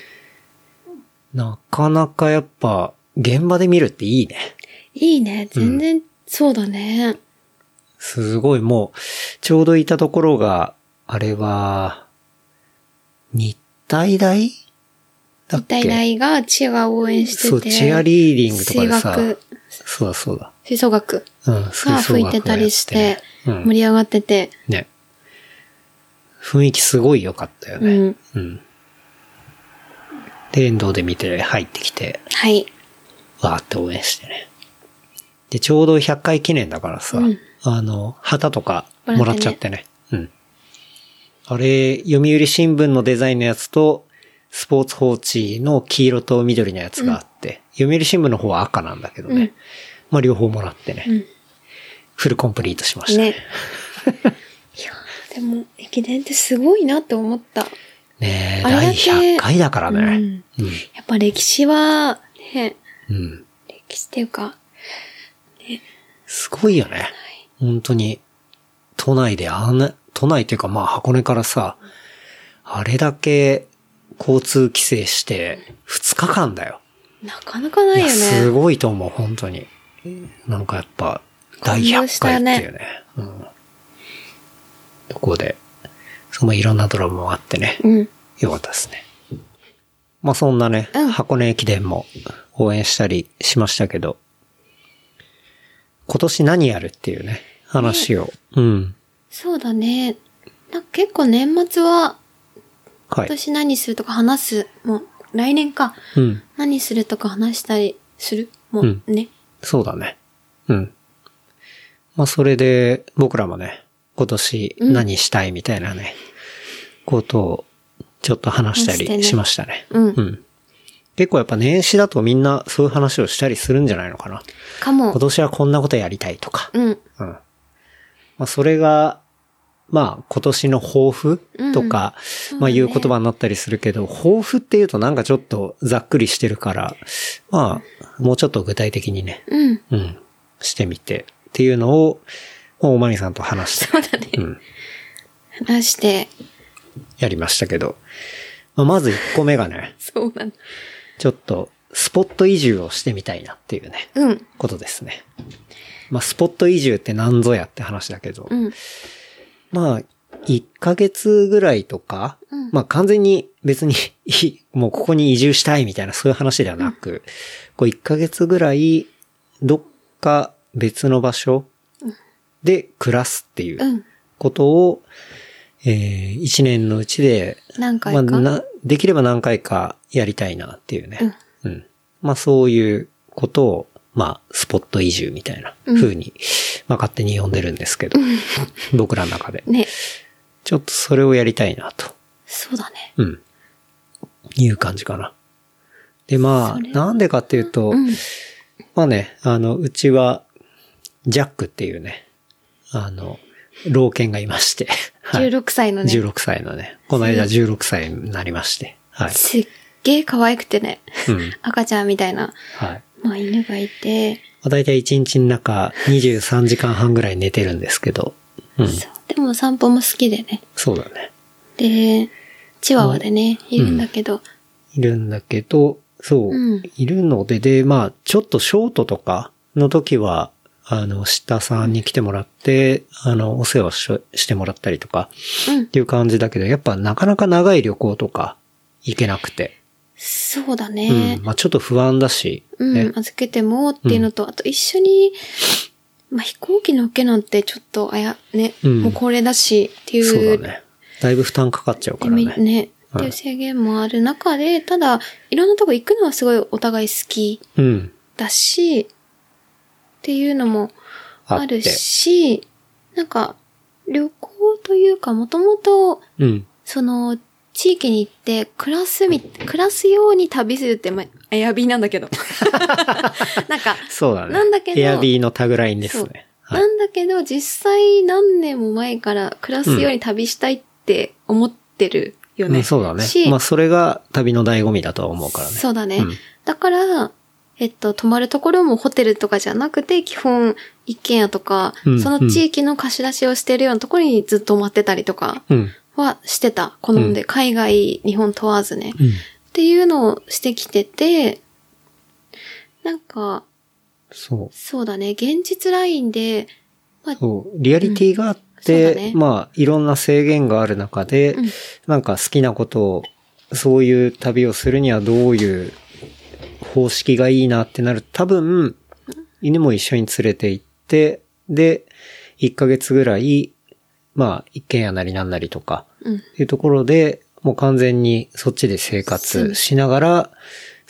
[SPEAKER 1] なかなかやっぱ、現場で見るっていいね。
[SPEAKER 2] いいね。全然、そうだね。
[SPEAKER 1] すごいもう、ちょうどいたところが、あれは、日体大だっけ
[SPEAKER 2] 日体大がチアが応援してて。
[SPEAKER 1] そう、チアリーディングとかでさ、
[SPEAKER 2] 水学、
[SPEAKER 1] そうだそうだ。
[SPEAKER 2] 吹奏楽
[SPEAKER 1] うん、吹
[SPEAKER 2] が
[SPEAKER 1] 奏
[SPEAKER 2] 吹
[SPEAKER 1] 楽
[SPEAKER 2] いてたりし
[SPEAKER 1] をやってて、
[SPEAKER 2] 盛り上がってて。
[SPEAKER 1] うん、ね。雰囲気すごい良かったよ
[SPEAKER 2] う
[SPEAKER 1] ね。
[SPEAKER 2] ん。
[SPEAKER 1] うん。で、遠藤で見て入ってきて、
[SPEAKER 2] はい。
[SPEAKER 1] わーって応援してね。で、ちょうど100回記念だからさ、
[SPEAKER 2] うん
[SPEAKER 1] あの、旗とか
[SPEAKER 2] もらってね
[SPEAKER 1] もらっちゃってね。うん。あれ、読売新聞のデザインのやつと、スポーツ報知の黄色と緑のやつがあって、読売新聞の方は赤なんだけどね。
[SPEAKER 2] うん
[SPEAKER 1] まあ、両方もらってね、
[SPEAKER 2] うん
[SPEAKER 1] フルコンプリートしましたね。
[SPEAKER 2] ね。いや、でも、駅伝ってすごいなって思った。
[SPEAKER 1] ねえ、
[SPEAKER 2] あれ
[SPEAKER 1] 第
[SPEAKER 2] だけ
[SPEAKER 1] 100回だからね。うん。
[SPEAKER 2] やっぱ歴史は、ね、
[SPEAKER 1] うん。
[SPEAKER 2] 歴史っていうか、
[SPEAKER 1] すごいよね。本当に、都内であんな、都内っていうかまあ箱根からさ、あれだけ交通規制して2日間だよ。
[SPEAKER 2] なかなかないよ
[SPEAKER 1] いやす
[SPEAKER 2] ね。
[SPEAKER 1] ごいと思う、本当に。なんかやっぱ、第
[SPEAKER 2] 感
[SPEAKER 1] 100
[SPEAKER 2] 動した
[SPEAKER 1] 回っ
[SPEAKER 2] よ
[SPEAKER 1] て
[SPEAKER 2] ね
[SPEAKER 1] いうね。うん。ここで、そのいろんなドラマもあってね、
[SPEAKER 2] うん。
[SPEAKER 1] よかったですね。まあそんなね、
[SPEAKER 2] うん
[SPEAKER 1] 箱根駅伝も応援したりしましたけど、今年何やるっていうね、話を。うん。
[SPEAKER 2] そうだね。なんか結構年末は、
[SPEAKER 1] は
[SPEAKER 2] 今
[SPEAKER 1] い。
[SPEAKER 2] 年何するとか話す、もう、来年か。
[SPEAKER 1] うん。
[SPEAKER 2] 何するとか話したりするもんね。
[SPEAKER 1] そうだね。うん。まあそれで、僕らもね、今年
[SPEAKER 2] うん
[SPEAKER 1] 何したいみたいなね、ことをちょっと話した
[SPEAKER 2] 話して
[SPEAKER 1] り
[SPEAKER 2] ね
[SPEAKER 1] しましたね。
[SPEAKER 2] うん
[SPEAKER 1] うん。結構やっぱ年始だとみんなそういう話をしたりするんじゃないのかな。
[SPEAKER 2] かも
[SPEAKER 1] 今。年はこんなことやりたいとか。
[SPEAKER 2] うん。
[SPEAKER 1] うん。まあ、それが、まあ、今年の抱負とか、まあ、いう言葉になったりするけど、抱負っていうとなんかちょっとざっくりしてるから、まあ、もうちょっと具体的にね、
[SPEAKER 2] うん。
[SPEAKER 1] うん、してみて、っていうのを、まあおまみさんと話して、
[SPEAKER 2] そうだね。
[SPEAKER 1] うん、
[SPEAKER 2] 話して、
[SPEAKER 1] やりましたけど、まあ、まず1個目がね、
[SPEAKER 2] そうなんだ。
[SPEAKER 1] ちょっと、スポット移住をしてみたいなっていうね、
[SPEAKER 2] うん。
[SPEAKER 1] ことですね。まあ、スポット移住って何ぞやって話だけど、
[SPEAKER 2] うん。
[SPEAKER 1] まあ、1ヶ月ぐらいとか、
[SPEAKER 2] うん。
[SPEAKER 1] まあ完全に別に いい、もうここに移住したいみたいなそういう話ではなく、こう1ヶ月ぐらい、どっか別の場所で暮らすっていううんことを、え1年のうちで、
[SPEAKER 2] 何
[SPEAKER 1] ま
[SPEAKER 2] 回
[SPEAKER 1] あ
[SPEAKER 2] か。
[SPEAKER 1] な、できれば何回かやりたいなっていうね。うん。まあそういうことを、まあ、スポット移住みたいな風に、まあ勝手に呼んでるんですけど、僕らの中で。
[SPEAKER 2] ね。
[SPEAKER 1] ちょっとそれをやりたいなと。
[SPEAKER 2] そうだね。
[SPEAKER 1] うん。いう感じかな。で、まあ、なんでかっていうと、まあね、あの、うちは、ジャックっていうね、あの、老犬がいま して、はい。
[SPEAKER 2] 16歳のね。
[SPEAKER 1] 16歳のね、この間16歳になりまして、はい。
[SPEAKER 2] すっげえ可愛くてね。
[SPEAKER 1] うん。
[SPEAKER 2] 赤ちゃんみたいな、
[SPEAKER 1] はい。
[SPEAKER 2] まあ、犬がいて、
[SPEAKER 1] まあ、大体1日の中23時間半ぐらい寝てるんですけど、うん。
[SPEAKER 2] そうでも散歩も好きでね。
[SPEAKER 1] そうだね。
[SPEAKER 2] で、チワワでね、いるんだけど、
[SPEAKER 1] いるんだけど、そう、
[SPEAKER 2] うん
[SPEAKER 1] いるので、で、まあ、ちょっとショートとかの時は、あの、下さんに来てもらって、あの、お世話ししてもらったりとか、
[SPEAKER 2] うん
[SPEAKER 1] っていう感じだけど、やっぱなかなか長い旅行とか行けなくて、
[SPEAKER 2] そうだね
[SPEAKER 1] うん、。まあちょっと不安だし、
[SPEAKER 2] うん、
[SPEAKER 1] ね、
[SPEAKER 2] 預けてもっていうのと、あと一緒に、まあ、飛行機の受けなんてちょっとあや、ね、
[SPEAKER 1] うん
[SPEAKER 2] もう高齢だしっていう、
[SPEAKER 1] そうだね。だいぶ負担かかっちゃうからね。
[SPEAKER 2] でみね
[SPEAKER 1] うん
[SPEAKER 2] っていう制限もある中で、ただ、いろんなとこ行くのはすごいお互い好き
[SPEAKER 1] うん。
[SPEAKER 2] だし、っていうのもあるし、なんか、旅行というか、もともと、
[SPEAKER 1] うん。
[SPEAKER 2] その、地域に行って、暮らすみ、暮らすように旅するって、ま、エアビーな んだけど。なんか、
[SPEAKER 1] そうだね。
[SPEAKER 2] なんだけど
[SPEAKER 1] エアビーのタグラインです
[SPEAKER 2] そう
[SPEAKER 1] ね。はい
[SPEAKER 2] なんだけど、実際何年も前から暮らすように旅したいって思ってるよね。
[SPEAKER 1] うんそうだね
[SPEAKER 2] し、。
[SPEAKER 1] まあ、それが旅の醍醐味だとは思うからね。
[SPEAKER 2] そうだね。
[SPEAKER 1] うん
[SPEAKER 2] だから、えっと、泊まるところもホテルとかじゃなくて、基本、一軒家とか、
[SPEAKER 1] うん
[SPEAKER 2] その地域の貸し出しをしてるようなところにずっと泊まってたりとか
[SPEAKER 1] うん。
[SPEAKER 2] はしてた。好んで、海外、日本問わずね。
[SPEAKER 1] うん。
[SPEAKER 2] っていうのをしてきてて、なんか、
[SPEAKER 1] そう。
[SPEAKER 2] そうだね、現実ラインで、まあ、
[SPEAKER 1] そう。リアリティがあって、
[SPEAKER 2] うんそうだね
[SPEAKER 1] まあ、いろんな制限がある中で、
[SPEAKER 2] うん
[SPEAKER 1] なんか好きなことを、そういう旅をするにはどういう方式がいいなってなると。多分、犬も一緒に連れて行って、で、1ヶ月ぐらい、まあ、一軒家なりなんなりとか、
[SPEAKER 2] うん、
[SPEAKER 1] っていうところで、もう完全にそっちで生活しながら、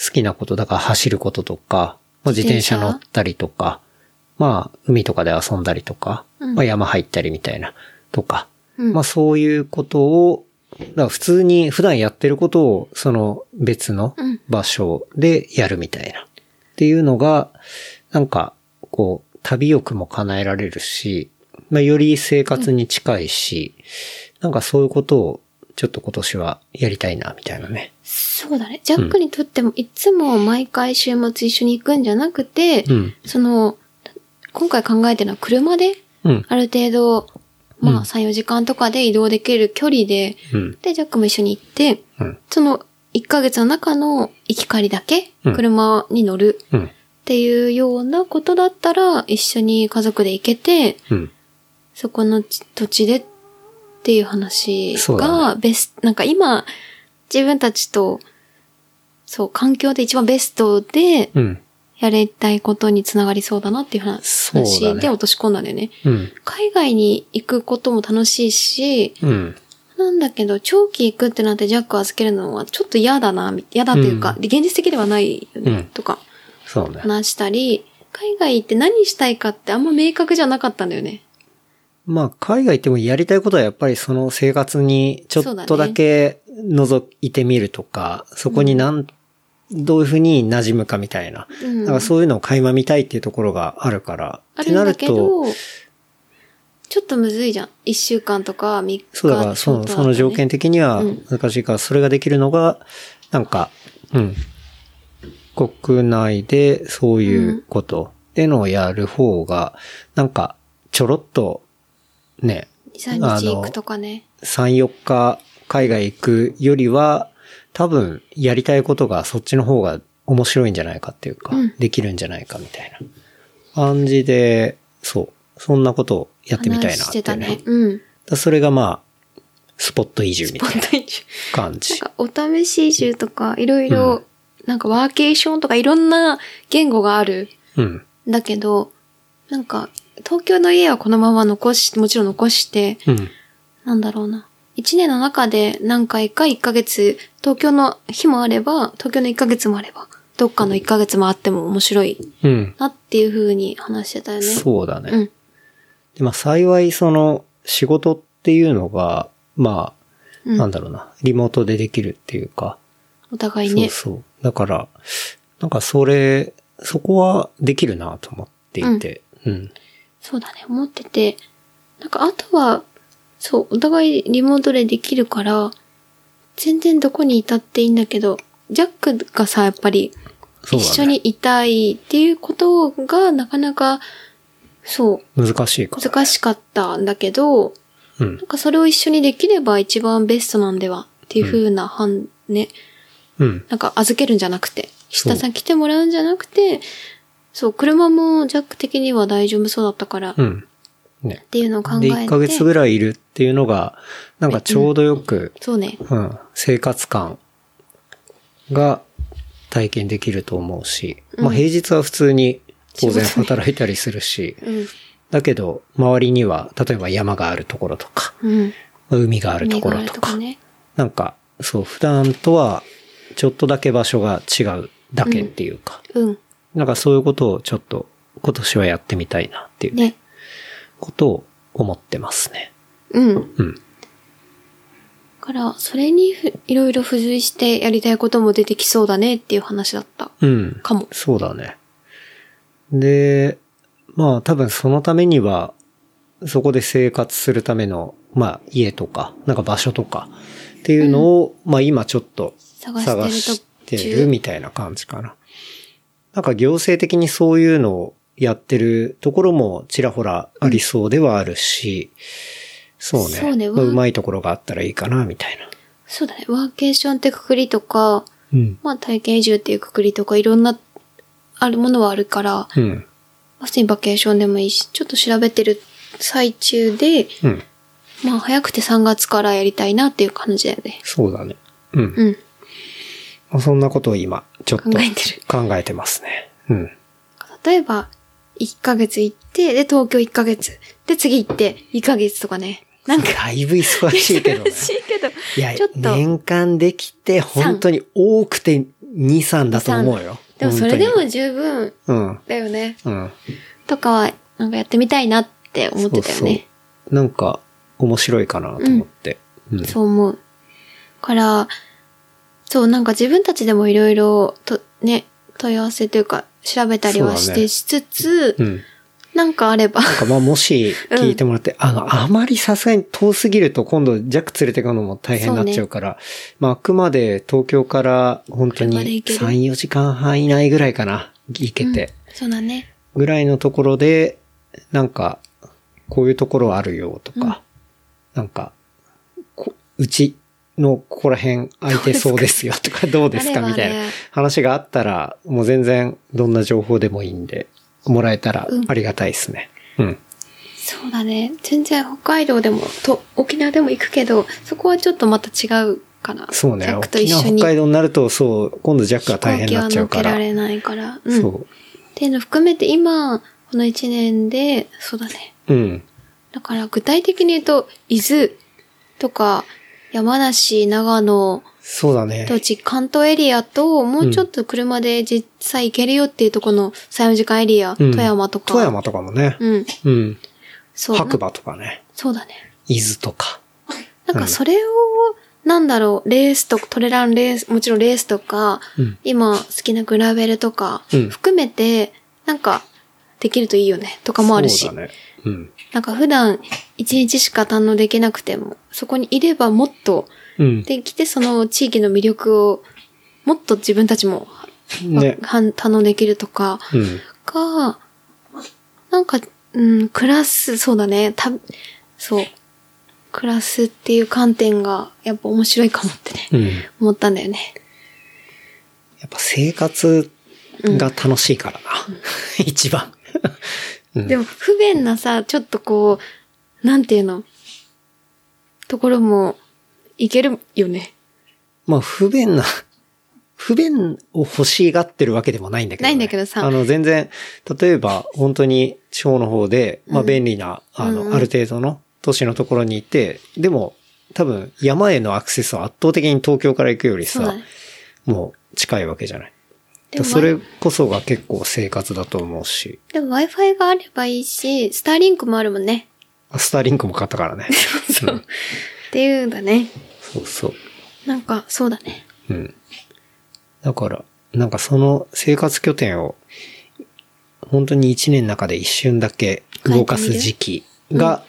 [SPEAKER 1] 好きなこと、だから走ることとか、まあ自転車乗ったりとか、まあ海とかで遊んだりとか、
[SPEAKER 2] うん
[SPEAKER 1] まあ山入ったりみたいな、とか、
[SPEAKER 2] うん
[SPEAKER 1] まあそういうことを、だから普通に普段やってることを、その別の
[SPEAKER 2] うん
[SPEAKER 1] 場所でやるみたいな。っていうのが、なんか、こう、旅欲も叶えられるし、まあ、より生活に近いし、なんかそういうことを、ちょっと今年はやりたいな、みたいなね。
[SPEAKER 2] そうだね。ジャックにとっても、いつも毎回週末一緒に行くんじゃなくて、
[SPEAKER 1] うん。
[SPEAKER 2] その、今回考えてるのは車で、
[SPEAKER 1] うん。
[SPEAKER 2] ある程度、
[SPEAKER 1] う
[SPEAKER 2] ま
[SPEAKER 1] ん
[SPEAKER 2] あ、3、4時間とかで移動できる距離で、
[SPEAKER 1] うん。
[SPEAKER 2] で、ジャックも一緒に行って、
[SPEAKER 1] うん。
[SPEAKER 2] その、1ヶ月の中の行き帰りだけ
[SPEAKER 1] うん、
[SPEAKER 2] 車に乗る
[SPEAKER 1] うん。
[SPEAKER 2] っていうようなことだったら、一緒に家族で行けて、
[SPEAKER 1] うん。
[SPEAKER 2] そこの土地でっていう話
[SPEAKER 1] そうだ
[SPEAKER 2] が、ベスト、なんか今、自分たちと、そう、環境で一番ベストで、
[SPEAKER 1] うん。
[SPEAKER 2] やりたいことにつながりそうだなっていう話
[SPEAKER 1] そうだね
[SPEAKER 2] で落とし込んだんだよね。
[SPEAKER 1] うん。
[SPEAKER 2] 海外に行くことも楽しいし、
[SPEAKER 1] うん。
[SPEAKER 2] なんだけど、長期行くってなってジャック預けるのはちょっと嫌だな、み嫌だというか、
[SPEAKER 1] うん
[SPEAKER 2] で現実的ではないよね、
[SPEAKER 1] うん
[SPEAKER 2] とか
[SPEAKER 1] そうね。
[SPEAKER 2] 話したり、海外行って何したいかってあんま明確じゃなかったんだよね。
[SPEAKER 1] まあ、海外行ってもやりたいことはやっぱりその生活にちょっとだけ覗いてみるとか、そこになんどういうふうに馴染むかみたいな。
[SPEAKER 2] うん
[SPEAKER 1] だからそういうのを垣間見たいっていうところがあるから。
[SPEAKER 2] あ
[SPEAKER 1] って
[SPEAKER 2] るん
[SPEAKER 1] な
[SPEAKER 2] だ
[SPEAKER 1] る
[SPEAKER 2] け
[SPEAKER 1] と、
[SPEAKER 2] ど、ちょっとむずいじゃん。一週間とか3日
[SPEAKER 1] そうだから、その、
[SPEAKER 2] ちょっと
[SPEAKER 1] その条件的には
[SPEAKER 2] うん
[SPEAKER 1] 難しいから、それができるのが、なんか、うん。国内でそういうことってのをやる方が、なんか、ちょろっと、ね、
[SPEAKER 2] 2、3日行くとかね。
[SPEAKER 1] 3、4日海外行くよりは、多分やりたいことがそっちの方が面白いんじゃないかっていうか、
[SPEAKER 2] うん
[SPEAKER 1] できるんじゃないかみたいな感じで、そう、そんなことをやってみたいな
[SPEAKER 2] 話
[SPEAKER 1] っ
[SPEAKER 2] して
[SPEAKER 1] い
[SPEAKER 2] て
[SPEAKER 1] うね。
[SPEAKER 2] たね。うん。
[SPEAKER 1] だそれがまあ、スポット移住みたい
[SPEAKER 2] 本
[SPEAKER 1] な
[SPEAKER 2] 当に。
[SPEAKER 1] 感
[SPEAKER 2] なん
[SPEAKER 1] じ。
[SPEAKER 2] か、お試し移住とか、いろいうろ、なんか、ワーケーションとか、いろんな言語がある
[SPEAKER 1] うん。
[SPEAKER 2] んだけど、なんか、東京の家はこのまま残し、もちろん残して、
[SPEAKER 1] うん。
[SPEAKER 2] なんだろうな。一年の中で何回か1ヶ月、東京の日もあれば、東京の1ヶ月もあれば、どっかの1ヶ月もあっても面白い
[SPEAKER 1] うん。
[SPEAKER 2] なっていう風に話してたよね。
[SPEAKER 1] そうだね。
[SPEAKER 2] うん。
[SPEAKER 1] でまあ幸いその仕事っていうのが、まあ、
[SPEAKER 2] うん
[SPEAKER 1] なんだろうな、リモートでできるっていうか、
[SPEAKER 2] お互いね。
[SPEAKER 1] そうそう。だから、なんかそれ、そこはできるなと思っていて。うん。
[SPEAKER 2] そうだね、思ってて。なんか、あとは、そう、お互いリモートでできるから、全然どこにいたっていいんだけど、ジャックがさ、やっぱり、
[SPEAKER 1] そう
[SPEAKER 2] 一
[SPEAKER 1] だね
[SPEAKER 2] 緒にいたいっていうことが、なかなか、そう、
[SPEAKER 1] 難しいから。
[SPEAKER 2] 難しかったんだけど、
[SPEAKER 1] うん
[SPEAKER 2] なん。かそれを一緒にできれば一番ベストなんではっていう風な、はん、ね、
[SPEAKER 1] うん。
[SPEAKER 2] なんか預けるんじゃなくて、
[SPEAKER 1] そう
[SPEAKER 2] 下さん来てもらうんじゃなくて、そう、車もジャック的には大丈夫そうだったから、
[SPEAKER 1] う
[SPEAKER 2] っ
[SPEAKER 1] ん。ね。
[SPEAKER 2] ていうのを考えて。
[SPEAKER 1] で、1ヶ月ぐらいいるっていうのが、なんかちょうどよく、
[SPEAKER 2] そうね。
[SPEAKER 1] うん、生活感が体験できると思うし、まあ平日は普通に当然
[SPEAKER 2] 仕事ね
[SPEAKER 1] 働いたりするし、
[SPEAKER 2] うん。
[SPEAKER 1] だけど周りには、例えば山があるところとか、
[SPEAKER 2] うん。
[SPEAKER 1] 海があるところとか、
[SPEAKER 2] ね。
[SPEAKER 1] なんか、そう、普段とは、ちょっとだけ場所が違うだけっていうか、
[SPEAKER 2] うん。
[SPEAKER 1] なんかそういうことをちょっと、今年はやってみたいなっていう
[SPEAKER 2] ね。
[SPEAKER 1] ことを思ってますね。
[SPEAKER 2] うん。
[SPEAKER 1] うん。
[SPEAKER 2] から、それにふいろいろ付随してやりたいことも出てきそうだねっていう話だった。
[SPEAKER 1] うん。
[SPEAKER 2] かも。
[SPEAKER 1] そうだね。で、まあ多分そのためには、そこで生活するための、まあ家とか、なんか場所とかっていうのを、まあ今ちょっと
[SPEAKER 2] 探
[SPEAKER 1] 探
[SPEAKER 2] し
[SPEAKER 1] してて
[SPEAKER 2] る途中
[SPEAKER 1] るみたいな感じかな。なんか行政的にそういうのをやってるところもちらほらありそうではあるし、そうね。
[SPEAKER 2] そうね
[SPEAKER 1] まあうまいところがあったらいいかな、みたいな。
[SPEAKER 2] そうだね。ワーケーションってくくりとか、
[SPEAKER 1] うん。
[SPEAKER 2] まあ体験移住っていうくくりとかいろんなあるものはあるから、
[SPEAKER 1] うん。
[SPEAKER 2] まあ普通にバケーションでもいいし、ちょっと調べてる最中で、
[SPEAKER 1] うん。
[SPEAKER 2] まあ早くて3月からやりたいなっていう感じだよね。
[SPEAKER 1] そうだね。うん。
[SPEAKER 2] うん。
[SPEAKER 1] まあそんなことを今、ちょっと
[SPEAKER 2] 考えてる
[SPEAKER 1] 考えてますね。うん。
[SPEAKER 2] 例えば、1ヶ月行って、で東京1ヶ月、で次行って2ヶ月とかね。なんか、
[SPEAKER 1] だいぶ忙しいけどね
[SPEAKER 2] 嬉。しいけど、
[SPEAKER 1] いや
[SPEAKER 2] ちょっ、と
[SPEAKER 1] 年間できて、本当に多くて2、3だと思うよ。
[SPEAKER 2] でもそれで
[SPEAKER 1] 本
[SPEAKER 2] も十分
[SPEAKER 1] 当に。うん。
[SPEAKER 2] だよね。
[SPEAKER 1] うん。
[SPEAKER 2] とかは、なんかやってみたいなって思ってた
[SPEAKER 1] そ
[SPEAKER 2] よね。
[SPEAKER 1] うそうなんか、面白いかなと思って。うん。
[SPEAKER 2] そう思う。から、そう、なんか自分たちでもいろいろと、ね、問い合わせというか、調べたりは
[SPEAKER 1] そう
[SPEAKER 2] し
[SPEAKER 1] だね
[SPEAKER 2] てしつつ、
[SPEAKER 1] うん。なん
[SPEAKER 2] なんかあれば、
[SPEAKER 1] かまあ、もし聞いてもらって、あの、あまりさすがに遠すぎると今度弱連れてくのも大変になっちゃうから、まあ、あくまで東京から本当に
[SPEAKER 2] 車で行ける
[SPEAKER 1] 3、4時間半以内ぐらいかな、行けて。
[SPEAKER 2] そうだね。
[SPEAKER 1] ぐらいのところで、なんか、こういうところあるよとか、
[SPEAKER 2] うん
[SPEAKER 1] なんか、こうちのここら辺空いてそうですよとか、どうですか
[SPEAKER 2] あればね
[SPEAKER 1] みたいな話があったら、もう全然どんな情報でもいいんで、もらえたら
[SPEAKER 2] うん
[SPEAKER 1] ありがたいですね。うん。
[SPEAKER 2] そうだね。全然北海道でも、と、沖縄でも行くけど、そこはちょっとまた違うかな。
[SPEAKER 1] そうね。
[SPEAKER 2] ジャックと
[SPEAKER 1] 沖
[SPEAKER 2] 一
[SPEAKER 1] 縄、
[SPEAKER 2] 緒
[SPEAKER 1] 北
[SPEAKER 2] に。
[SPEAKER 1] 海道になると、そう、今度ジャックが大変になっちゃうか
[SPEAKER 2] 飛行機
[SPEAKER 1] ら。
[SPEAKER 2] は抜けられないから。うん。っ
[SPEAKER 1] そ
[SPEAKER 2] ていうの含めて今、この1年で、そうだね。
[SPEAKER 1] う。うん。
[SPEAKER 2] だから具体的に言うと、伊豆とか、山梨、長野、
[SPEAKER 1] そうだね。
[SPEAKER 2] 当地関東エリアと、もうちょっと車で実際行けるよっていうとこの3、4時間エリア、
[SPEAKER 1] うん
[SPEAKER 2] 富山とか。
[SPEAKER 1] 富。山とかもね。
[SPEAKER 2] うん。
[SPEAKER 1] うん。
[SPEAKER 2] そう。
[SPEAKER 1] 白
[SPEAKER 2] な
[SPEAKER 1] 馬とかね。
[SPEAKER 2] そうだね。
[SPEAKER 1] 伊豆とか。
[SPEAKER 2] なん
[SPEAKER 1] うん
[SPEAKER 2] かそれを、なんだろう、レースとか、トレランレース、もちろんレースとか、
[SPEAKER 1] うん
[SPEAKER 2] 今好きなグラベルとか、
[SPEAKER 1] うん
[SPEAKER 2] 含めて、なんか、できるといいよね、とかもあるし。
[SPEAKER 1] そうだね。うん。
[SPEAKER 2] なんか普段、一日しか堪能できなくても、そこにいればもっと、
[SPEAKER 1] うん。
[SPEAKER 2] できて、その地域の魅力を、もっと自分たちも、
[SPEAKER 1] ね。
[SPEAKER 2] は堪能できるとか、
[SPEAKER 1] うん。
[SPEAKER 2] か、なんか、うん、暮らす、そうだね、た、そう、暮らすっていう観点が、やっぱ面白いかもってね、
[SPEAKER 1] うん。や
[SPEAKER 2] 思ったんだよね。
[SPEAKER 1] っぱ生活が楽しいからな。一番。 うん
[SPEAKER 2] でも、不便なさ、ちょっとこう、なんていうの、ところも、いけるよね。
[SPEAKER 1] まあ、不便な、不便を欲しがってるわけでもないんだけど、ね。
[SPEAKER 2] ないんだけどさ
[SPEAKER 1] あの、全然、例えば、本当に、地方の方で、まあ、便利な、あの、
[SPEAKER 2] うんうん
[SPEAKER 1] ある程度の都市のところにいて、でも、多分、山へのアクセスは圧倒的に東京から行くより
[SPEAKER 2] そうだ
[SPEAKER 1] さ、
[SPEAKER 2] ね。
[SPEAKER 1] もう、近いわけじゃない。
[SPEAKER 2] でも
[SPEAKER 1] それこそが結構生活だと思うし、
[SPEAKER 2] でも Wi-Fi があればいいし、スターリンクもあるもんね。
[SPEAKER 1] スターリンクも買ったからね。そう
[SPEAKER 2] っていうんだね。
[SPEAKER 1] そうそう。
[SPEAKER 2] なんか、そうだね。
[SPEAKER 1] うん。だから、なんかその生活拠点を、本当に一年の中で一瞬だけ動かす時期が、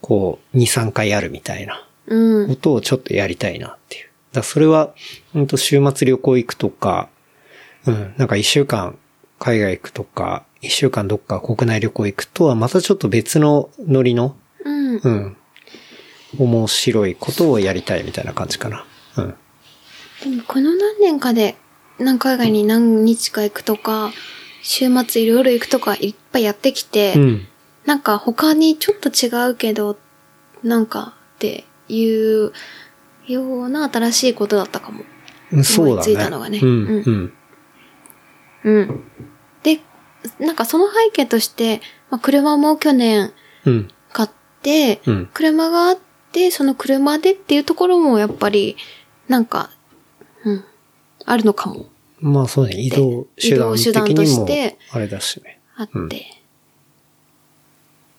[SPEAKER 1] こう、2、3回あるみたいな
[SPEAKER 2] うん。
[SPEAKER 1] ことをちょっとやりたいなっていう。だからそれは、本当週末旅行行くとか、うん、なんか1週間海外行くとか、1週間どっか国内旅行行くとはまたちょっと別のノリの、
[SPEAKER 2] うん。
[SPEAKER 1] うん、面白いことをやりたいみたいな感じかな。うん。
[SPEAKER 2] でもこの何年かで、何海外に何日か行くとか、週末いろいろ行くとかいっぱいやってきて、
[SPEAKER 1] うん。
[SPEAKER 2] なんか他にちょっと違うけど、なんかっていうような新しいことだったかも。
[SPEAKER 1] そうだね。
[SPEAKER 2] 思いついたのがね
[SPEAKER 1] うん、
[SPEAKER 2] うん
[SPEAKER 1] うん。
[SPEAKER 2] うん。で、なんかその背景として、まあ、車も去年
[SPEAKER 1] うん、
[SPEAKER 2] 買って、
[SPEAKER 1] うん。
[SPEAKER 2] 車があって、その車でっていうところもやっぱり、なんか、うん、あるのかも。
[SPEAKER 1] まあそうね、移動手段的
[SPEAKER 2] 移動手段と
[SPEAKER 1] に
[SPEAKER 2] し
[SPEAKER 1] も
[SPEAKER 2] て、
[SPEAKER 1] あれだしね。
[SPEAKER 2] あって。
[SPEAKER 1] うん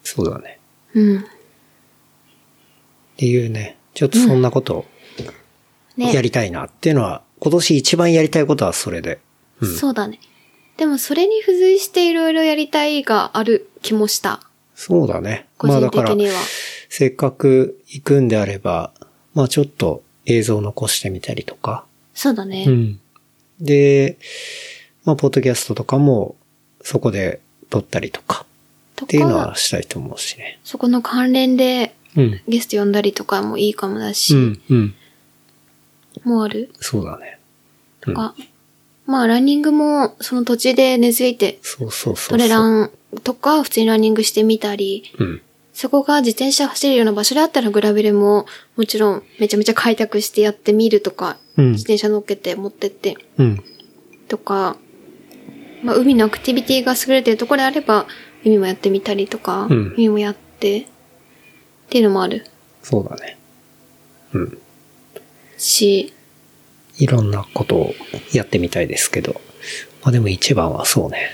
[SPEAKER 1] そうだね。
[SPEAKER 2] うん。
[SPEAKER 1] っていうね、ちょっとそんなことを
[SPEAKER 2] ね。
[SPEAKER 1] やりたいなっていうのは、今年一番やりたいことはそれで。うん
[SPEAKER 2] そうだね。でもそれに付随していろいろやりたいがある気もした。
[SPEAKER 1] そうだね。
[SPEAKER 2] 個
[SPEAKER 1] まあ
[SPEAKER 2] 人
[SPEAKER 1] だ
[SPEAKER 2] 的
[SPEAKER 1] から、
[SPEAKER 2] には。
[SPEAKER 1] せっかく行くんであれば、まあちょっと映像を残してみたりとか。
[SPEAKER 2] そうだね。
[SPEAKER 1] うん。で、まあポッドキャストとかもそこで撮ったりとか
[SPEAKER 2] と
[SPEAKER 1] っていうの
[SPEAKER 2] か
[SPEAKER 1] は、したいと思うしね。
[SPEAKER 2] そこの関連で
[SPEAKER 1] うん。
[SPEAKER 2] ゲスト呼んだりとかもいいかもだ
[SPEAKER 1] う
[SPEAKER 2] し、
[SPEAKER 1] ん、うん。
[SPEAKER 2] もうある
[SPEAKER 1] そうだね。
[SPEAKER 2] とか。まあ、ランニングもその土地で根付いて、
[SPEAKER 1] そうそうそうそ
[SPEAKER 2] ト
[SPEAKER 1] う。
[SPEAKER 2] レランとか普通にランニングしてみたり、
[SPEAKER 1] うん。
[SPEAKER 2] そこが自転車走れるような場所であったらグラベルももちろんめちゃめちゃ開拓してやってみるとか、
[SPEAKER 1] うん
[SPEAKER 2] 自転車乗っけて持ってって
[SPEAKER 1] うん。
[SPEAKER 2] とか、まあ、海のアクティビティが優れてるところであれば海もやってみたりとか、
[SPEAKER 1] うん
[SPEAKER 2] 海もやってっていうのもある
[SPEAKER 1] そうだね。うん。
[SPEAKER 2] し、
[SPEAKER 1] いろんなことをやってみたいですけど。まあでも一番はそうね。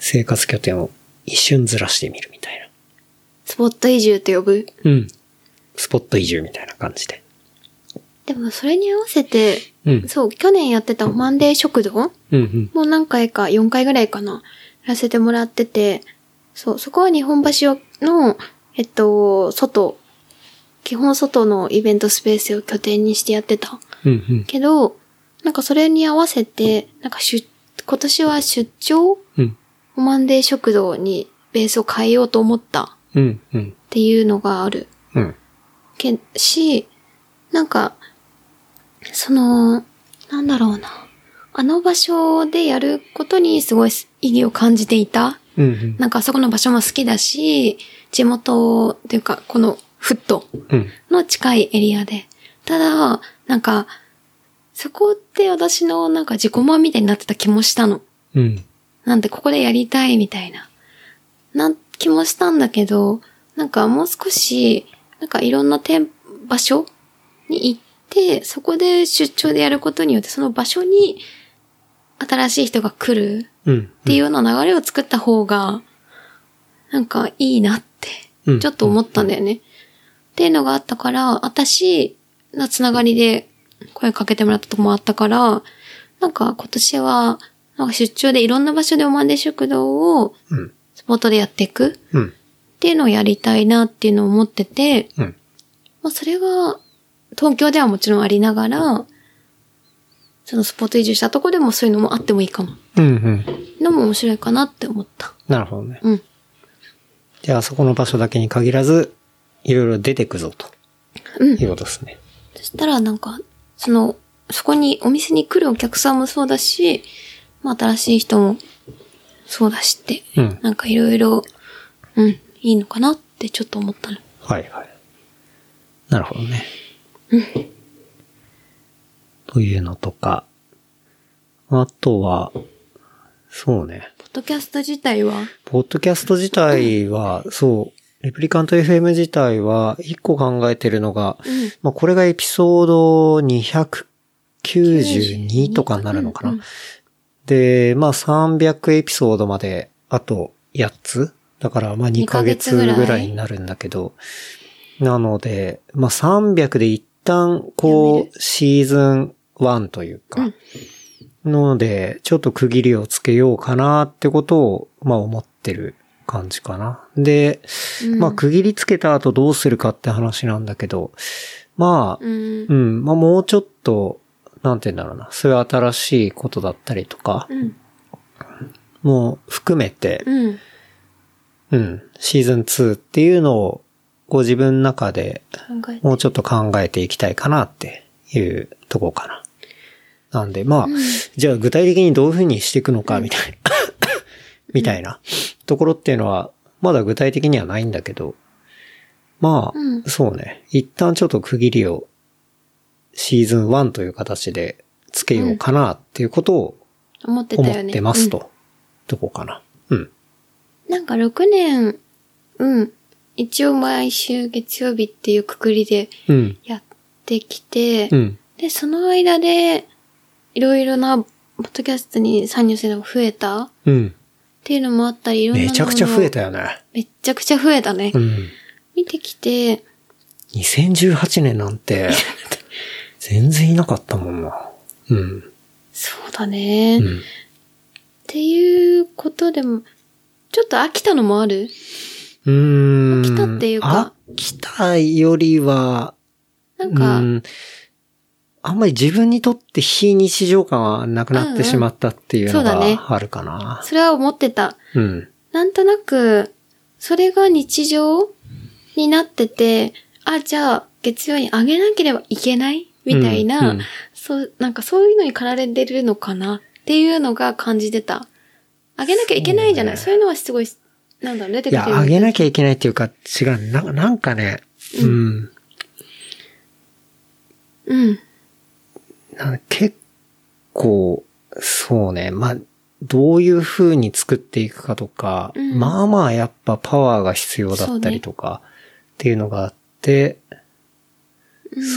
[SPEAKER 1] 生活拠点を一瞬ずらしてみるみたい
[SPEAKER 2] スポット移住と呼ぶ。
[SPEAKER 1] な。うん。スポット移住みたいな感じで。
[SPEAKER 2] でもそれに合わせて、
[SPEAKER 1] うん。
[SPEAKER 2] そう、去年やってたマンデー食堂
[SPEAKER 1] うんうん。
[SPEAKER 2] もう何回か、4回ぐらいかな、やらせてもらってて、そう、そこは日本橋の、えっと、外、基本外のイベントスペースを拠点にしてやってた。
[SPEAKER 1] うんうん。
[SPEAKER 2] けど、なんかそれに合わせて、なんか出、今年は出張
[SPEAKER 1] うん。
[SPEAKER 2] オマンデー食堂にベースを変えようと思ったっ
[SPEAKER 1] うんうん。
[SPEAKER 2] ていうのがある。
[SPEAKER 1] うん。
[SPEAKER 2] け、し、なんか、その、なんだろうな。あの場所でやることにすごい意義を感じていた。
[SPEAKER 1] うんうん。
[SPEAKER 2] なんかあそこの場所も好きだし、地元というか、このフット
[SPEAKER 1] うん。
[SPEAKER 2] の近いエリアで。ただ、なんか、そこって私のなんか自己満みたいになってた気もしたの。
[SPEAKER 1] うん。
[SPEAKER 2] なんでここでやりたいみたいな、な気もしたんだけど、なんかもう少し、なんかいろんな店、場所に行って、そこで出張でやることによって、その場所に新しい人が来る
[SPEAKER 1] うん。
[SPEAKER 2] っていうような流れを作った方が、なんかいいなって
[SPEAKER 1] うん、
[SPEAKER 2] ちょっと思ったんだよね。っていうのがあったから、私、なつながりで声かけてもらったとこもあったから、なんか今年は、なんか出張でいろんな場所でおまんで食堂を
[SPEAKER 1] うん。
[SPEAKER 2] スポットでやっていくっ
[SPEAKER 1] うん。
[SPEAKER 2] ていうのをやりたいなっていうのを思ってて、
[SPEAKER 1] うん。
[SPEAKER 2] まあそれが東京ではもちろんありながら、そのスポット移住したとこでもそういうのもあってもいいかも。
[SPEAKER 1] うん。うん。
[SPEAKER 2] のも面白いかなって思った。
[SPEAKER 1] なるほどね。
[SPEAKER 2] うん。
[SPEAKER 1] じゃあそこの場所だけに限らず、いろいろ出てくぞと。
[SPEAKER 2] うん
[SPEAKER 1] いうことですね。
[SPEAKER 2] そしたらなんか、その、そこにお店に来るお客さんもそうだし、まあ新しい人もそうだしって、
[SPEAKER 1] うん
[SPEAKER 2] なんかいろいろ、うん、いいのかなってちょっと思ったの。
[SPEAKER 1] はいはい。なるほどね。というのとか。あとは、そうね。
[SPEAKER 2] ポッドキャスト自体は、
[SPEAKER 1] ポッドキャスト自体は、そう、レプリカント FM 自体は、一個考えてるのが、まあこれがエピソード292とかになるのかな。
[SPEAKER 2] うんうん
[SPEAKER 1] で、まあ300エピソードまで、あと8つだから、まあ2ヶ月
[SPEAKER 2] 二ヶ月ぐ
[SPEAKER 1] ぐ
[SPEAKER 2] ら
[SPEAKER 1] ら
[SPEAKER 2] い
[SPEAKER 1] いになるんだけど、なので、まあ300で一旦、こう、シーズン1というか、ので、ちょっと区切りをつけようかなってことを、まあ思ってる感じかな。で、
[SPEAKER 2] うん
[SPEAKER 1] まあ区切りつけた後どうするかって話なんだけど、まあ、
[SPEAKER 2] うん
[SPEAKER 1] う。ん、まあもうちょっと、なんて言うんだろうな、そういう新しいことだったりとか、
[SPEAKER 2] うん。
[SPEAKER 1] もう含めて、
[SPEAKER 2] うん。
[SPEAKER 1] うん、シーズン2っていうのを、ご自分の中で
[SPEAKER 2] 考えて。
[SPEAKER 1] もうちょっと考えていきたいかなっていうとこかな。なんで、まあ、じゃあ具体的にどういうふうにしていくのかみたいな、 みたいなところっていうのは、まだ具体的にはないんだけど、まあ、
[SPEAKER 2] うん
[SPEAKER 1] そうね。一旦ちょっと区切りをシーズン1という形でつけようかなっていうことを
[SPEAKER 2] 思ってた
[SPEAKER 1] 思
[SPEAKER 2] よね。
[SPEAKER 1] ってますと。どこかな。うん。
[SPEAKER 2] うん。なんか6年、うん。一応毎週月曜日っていうくくりで
[SPEAKER 1] うん。
[SPEAKER 2] やってきて、
[SPEAKER 1] うん。
[SPEAKER 2] で、その間で、いろいろな、ポッドキャストに参入するのが増えたっ
[SPEAKER 1] うん。
[SPEAKER 2] ていうのもあったり、いろんなも
[SPEAKER 1] め
[SPEAKER 2] の
[SPEAKER 1] ちゃくちゃ増え。たよね。
[SPEAKER 2] めっちゃくちゃ増えたね。
[SPEAKER 1] うん。
[SPEAKER 2] 見てきて、
[SPEAKER 1] 2018年なん て、全然いなかったもんな。うん。
[SPEAKER 2] そうだね。
[SPEAKER 1] う
[SPEAKER 2] っ
[SPEAKER 1] ん。
[SPEAKER 2] ていうことでも、ちょっと飽きたのもある
[SPEAKER 1] うーん。
[SPEAKER 2] 飽きたっていうか。
[SPEAKER 1] 飽きたよりは、
[SPEAKER 2] なんか、
[SPEAKER 1] うーんあんまり自分にとって非日常感はなくなってしまったっていうの
[SPEAKER 2] うんうんそうだね
[SPEAKER 1] があるかな。
[SPEAKER 2] それは思ってた。
[SPEAKER 1] うん。
[SPEAKER 2] なんとなく、それが日常になってて、あ、じゃあ、月曜にあげなければいけないみたいな、
[SPEAKER 1] うんうん
[SPEAKER 2] そう、なんかそういうのに駆られてるのかなっていうのが感じてた。あげなきゃいけないじゃないそ,、
[SPEAKER 1] そう
[SPEAKER 2] いうのはすごい、なんだろう、出て
[SPEAKER 1] い
[SPEAKER 2] くる。
[SPEAKER 1] や、あげなきゃいけないっていうか、違う。ななんかね、うん。
[SPEAKER 2] うん。
[SPEAKER 1] なんか結構、そうね。まあ、どういう風に作っていくかとか、
[SPEAKER 2] うん
[SPEAKER 1] まあまあやっぱパワーが必要だったりとか、っていうのがあって、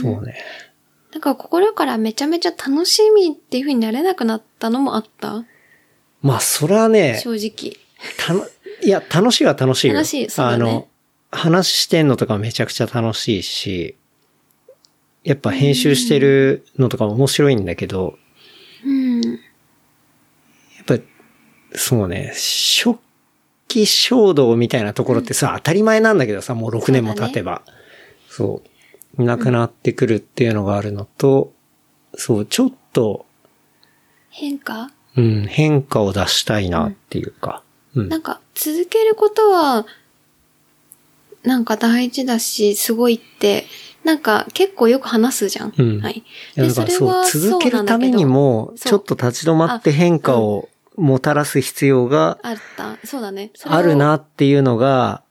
[SPEAKER 1] そうね。
[SPEAKER 2] なんか心からめちゃめちゃ楽しみっていう風になれなくなったのもあった
[SPEAKER 1] まあ、それはね、
[SPEAKER 2] 正直。
[SPEAKER 1] たの、いや、楽しいは楽しいよ。
[SPEAKER 2] 楽しいそうだ
[SPEAKER 1] あ
[SPEAKER 2] ね
[SPEAKER 1] の、話してんのとかめちゃくちゃ楽しいし、やっぱ編集してるのとかも面白いんだけど、
[SPEAKER 2] うん。
[SPEAKER 1] やっぱ、そうね、初期衝動みたいなところってさ、当たり前なんだけどさ、もう6年も経てば。そう。なくなってくるっていうのがあるのと、そう、ちょっと、
[SPEAKER 2] 変化
[SPEAKER 1] うん、変化を出したいなっていうか。うん
[SPEAKER 2] な。んか続けることは、なんか大事だし、すごいって、なんか結構よく話すじゃん。
[SPEAKER 1] うん
[SPEAKER 2] はい。
[SPEAKER 1] いやだからそう、続けるためにも、
[SPEAKER 2] そう
[SPEAKER 1] ちょっと立ち止まって変化をもたらす必要が
[SPEAKER 2] あった。そうだね。それを
[SPEAKER 1] ある。なっていうのが、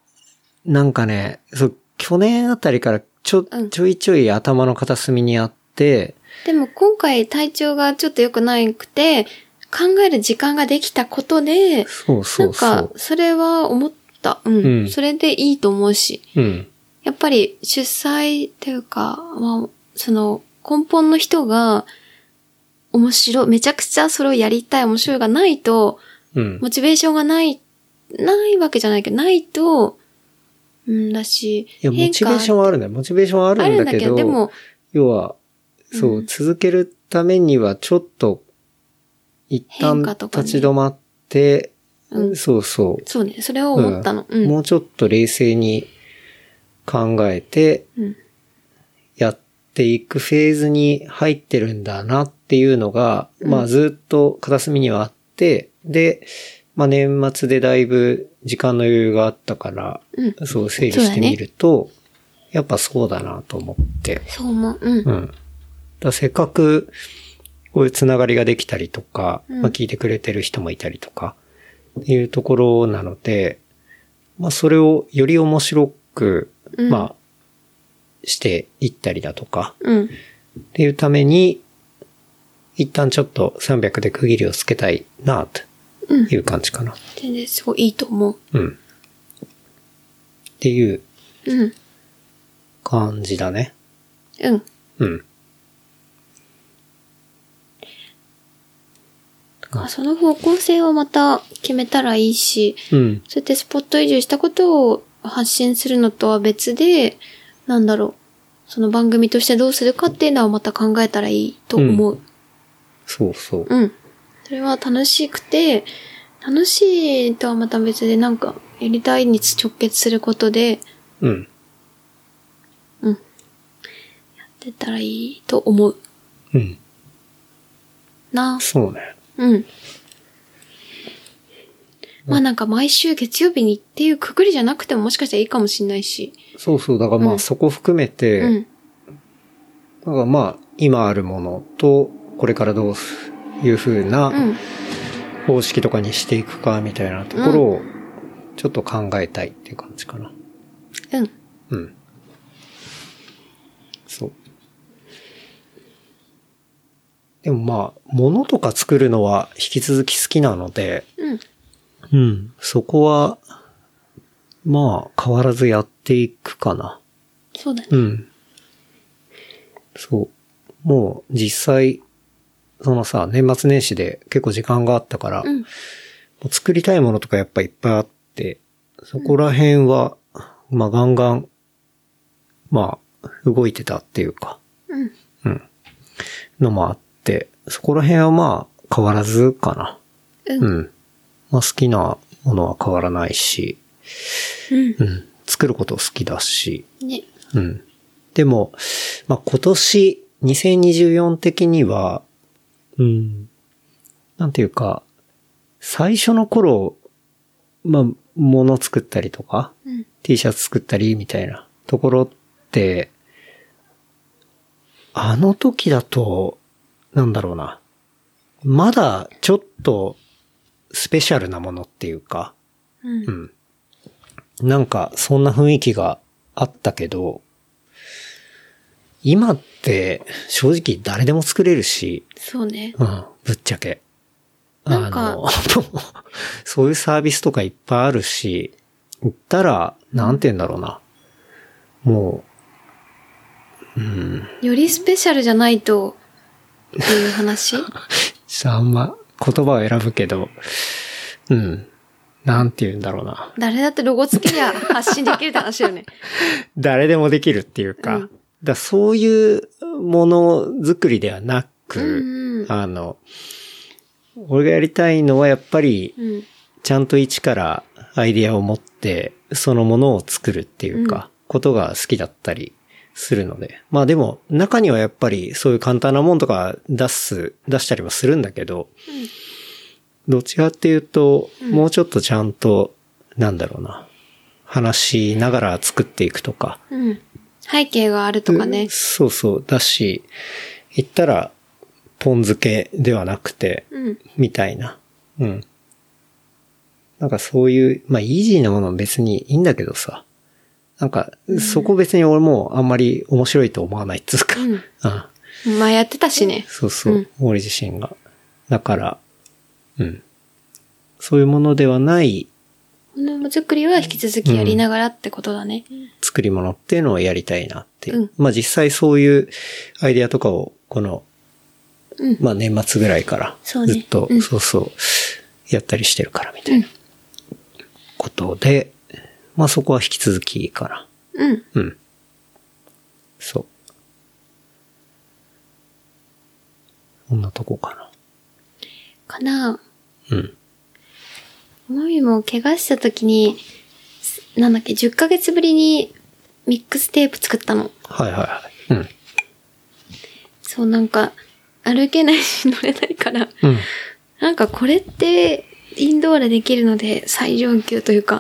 [SPEAKER 1] なんかね、そう、去年あたりからちょ、
[SPEAKER 2] うん
[SPEAKER 1] ちょいちょい頭の片隅にあって、
[SPEAKER 2] でも今回体調がちょっと良くないくて、考える時間ができたことで、
[SPEAKER 1] そうそうそ
[SPEAKER 2] なんか
[SPEAKER 1] う。、
[SPEAKER 2] それは思った。うん。
[SPEAKER 1] うん
[SPEAKER 2] それでいいと思うし。
[SPEAKER 1] うん。
[SPEAKER 2] やっぱり出産っていうか、まあ、その根本の人が面白い、めちゃくちゃそれをやりたい、面白いがないと、
[SPEAKER 1] うん。
[SPEAKER 2] モチベーションがない、ないわけじゃないけど、ないと、うんだし、
[SPEAKER 1] いや、モチベーションはあるんだよ。モチベーションはあ
[SPEAKER 2] あ
[SPEAKER 1] るん
[SPEAKER 2] るん
[SPEAKER 1] だ
[SPEAKER 2] だ
[SPEAKER 1] け
[SPEAKER 2] け
[SPEAKER 1] ど、
[SPEAKER 2] ど、でも、
[SPEAKER 1] 要は、そう、
[SPEAKER 2] うん
[SPEAKER 1] 続けるためにはちょっと、一旦
[SPEAKER 2] 変化とかね
[SPEAKER 1] 立ち止まって、
[SPEAKER 2] うん
[SPEAKER 1] そうそう、
[SPEAKER 2] そうね、それを思ったの。うん。
[SPEAKER 1] もうちょっと冷静に考えて
[SPEAKER 2] うん
[SPEAKER 1] やっていくフェーズに入ってるんだなっていうのが、まあずっと片隅にはあって、で、まあ年末でだいぶ時間の余裕があったから、
[SPEAKER 2] うん。
[SPEAKER 1] そう整理してみると、やっぱそうだなと思って。
[SPEAKER 2] そう思う。うん。
[SPEAKER 1] うん。だからせっかく、こういうつながりができたりとか、
[SPEAKER 2] うん
[SPEAKER 1] まあ聞いてくれてる人もいたりとか、っていうところなので、まあそれをより面白く、
[SPEAKER 2] うん
[SPEAKER 1] まあ、していったりだとか、
[SPEAKER 2] うん。
[SPEAKER 1] っていうために、一旦ちょっと300で区切りをつけたいな、と
[SPEAKER 2] うん
[SPEAKER 1] いう感じかな。
[SPEAKER 2] 全然すごいいいと思う。
[SPEAKER 1] うん。っていう
[SPEAKER 2] うん。
[SPEAKER 1] 感じだね。
[SPEAKER 2] うん。
[SPEAKER 1] うん。
[SPEAKER 2] あその方向性をまた決めたらいいし、
[SPEAKER 1] うん。
[SPEAKER 2] そうやってスポット移住したことを発信するのとは別で、なんだろう。その番組としてどうするかっていうのはまた考えたらいいと思う。
[SPEAKER 1] そうそう。
[SPEAKER 2] うん。それは楽しくて、楽しいとはまた別でなんか、やりたいに直結することで、
[SPEAKER 1] うん。
[SPEAKER 2] 出たらいいと思う
[SPEAKER 1] うん。
[SPEAKER 2] な。
[SPEAKER 1] そうね。
[SPEAKER 2] うん。まあなんか毎週月曜日にっていうくくりじゃなくてももしかしたらいいかもしんないし。
[SPEAKER 1] そうそう。だからま
[SPEAKER 2] う
[SPEAKER 1] あ
[SPEAKER 2] ん
[SPEAKER 1] そこ含めて、
[SPEAKER 2] うん。
[SPEAKER 1] だからまあ今あるものと、これからどういうふう
[SPEAKER 2] う。
[SPEAKER 1] なん方式とかにしていくかみたいなところをちょっと考えたいっていう感じかな。
[SPEAKER 2] うん。
[SPEAKER 1] うん。そう。でもまあ、物とか作るのは引き続き好きなので、
[SPEAKER 2] うん。
[SPEAKER 1] うん。そこは、まあ変わらずやっていくかな。
[SPEAKER 2] そうだね。
[SPEAKER 1] うん。そう。もう実際、そのさ、年末年始で結構時間があったから、
[SPEAKER 2] う
[SPEAKER 1] も
[SPEAKER 2] ん。
[SPEAKER 1] う作りたいものとかやっぱいっぱいあって、そこら辺は、まあガンガン、まあ、動いてたっていうか、
[SPEAKER 2] うん。
[SPEAKER 1] うん。のもあって、そこら辺はまあ、変わらずかな。
[SPEAKER 2] う。
[SPEAKER 1] うんん。まあ好きなものは変わらないし、
[SPEAKER 2] う
[SPEAKER 1] うん。作ること好きだし、
[SPEAKER 2] ん。ね。
[SPEAKER 1] うん。でも、まあ、今年、2024的には、うん。なんていうか、最初の頃、まあ、物作ったりとか、
[SPEAKER 2] うん。
[SPEAKER 1] T シャツ作ったりみたいなところって、あの時だと、なんだろうな。まだちょっとスペシャルなものっていうか、
[SPEAKER 2] う。
[SPEAKER 1] うんん。なんか、そんな雰囲気があったけど、今って、正直誰でも作れるし、
[SPEAKER 2] そうね。
[SPEAKER 1] うん、ぶっちゃけ。
[SPEAKER 2] なんか
[SPEAKER 1] あの、 そういうサービスとかいっぱいあるし、言ったら、なんて言うんだろうな。もう、うん、
[SPEAKER 2] よりスペシャルじゃないと、っていう 話
[SPEAKER 1] ちょっとあんま言葉を選ぶけど、うん、なんて言うんだろうな。
[SPEAKER 2] 誰だってロゴつけりゃ発信できるって話よね。
[SPEAKER 1] 誰でもできるっていうか、
[SPEAKER 2] うん
[SPEAKER 1] だからそういうものづくりではな
[SPEAKER 2] う
[SPEAKER 1] く、
[SPEAKER 2] ん。
[SPEAKER 1] あの、俺がやりたいのはやっぱり
[SPEAKER 2] う、ん。
[SPEAKER 1] ちゃんと一からアイディアを持って、そのものを作るっていうか、ことが好きだったりするので。まあでも、中にはやっぱりそういう簡単なもんとか出す、出したりもするんだけど、どっちかっていうと、もうちょっとちゃんと、なんだろうな、話しながら作っていくとか、
[SPEAKER 2] うん。背景があるとかね。
[SPEAKER 1] そうそう。だし、言ったら、ポン漬けではなくて、
[SPEAKER 2] うん。
[SPEAKER 1] みたいな。うん。なんかそういう、まあ、イージーなものは別にいいんだけどさ。なんか、そこ別に俺もあんまり面白いと思わないっつうか。う
[SPEAKER 2] う
[SPEAKER 1] ん
[SPEAKER 2] ん。まあやってたしね。
[SPEAKER 1] そうそう、
[SPEAKER 2] うん
[SPEAKER 1] 俺自身が。だから、うん。そういうものではない
[SPEAKER 2] ものづくりは引き続きやりながらってことだね。
[SPEAKER 1] 作り物っていうのをやりたいなっていう。
[SPEAKER 2] うん
[SPEAKER 1] まあ実際そういうアイデアとかを、この、
[SPEAKER 2] うん
[SPEAKER 1] まあ年末ぐらいから、ず
[SPEAKER 2] そうね
[SPEAKER 1] っと、
[SPEAKER 2] うん
[SPEAKER 1] そうそう、やったりしてるからみたいなことで、まあそこは引き続きいいかな。
[SPEAKER 2] うん。
[SPEAKER 1] うん。そう。こんなとこか
[SPEAKER 2] かな。
[SPEAKER 1] な。うん。
[SPEAKER 2] もみも怪我した時に、すなんだっけ、10ヶ月ぶりにミックステープ作ったの。
[SPEAKER 1] はいはいはい。うん。
[SPEAKER 2] そう、なんか、歩けないし乗れないから、
[SPEAKER 1] うん。
[SPEAKER 2] なんかこれって、インドアでできるので、最上級というか、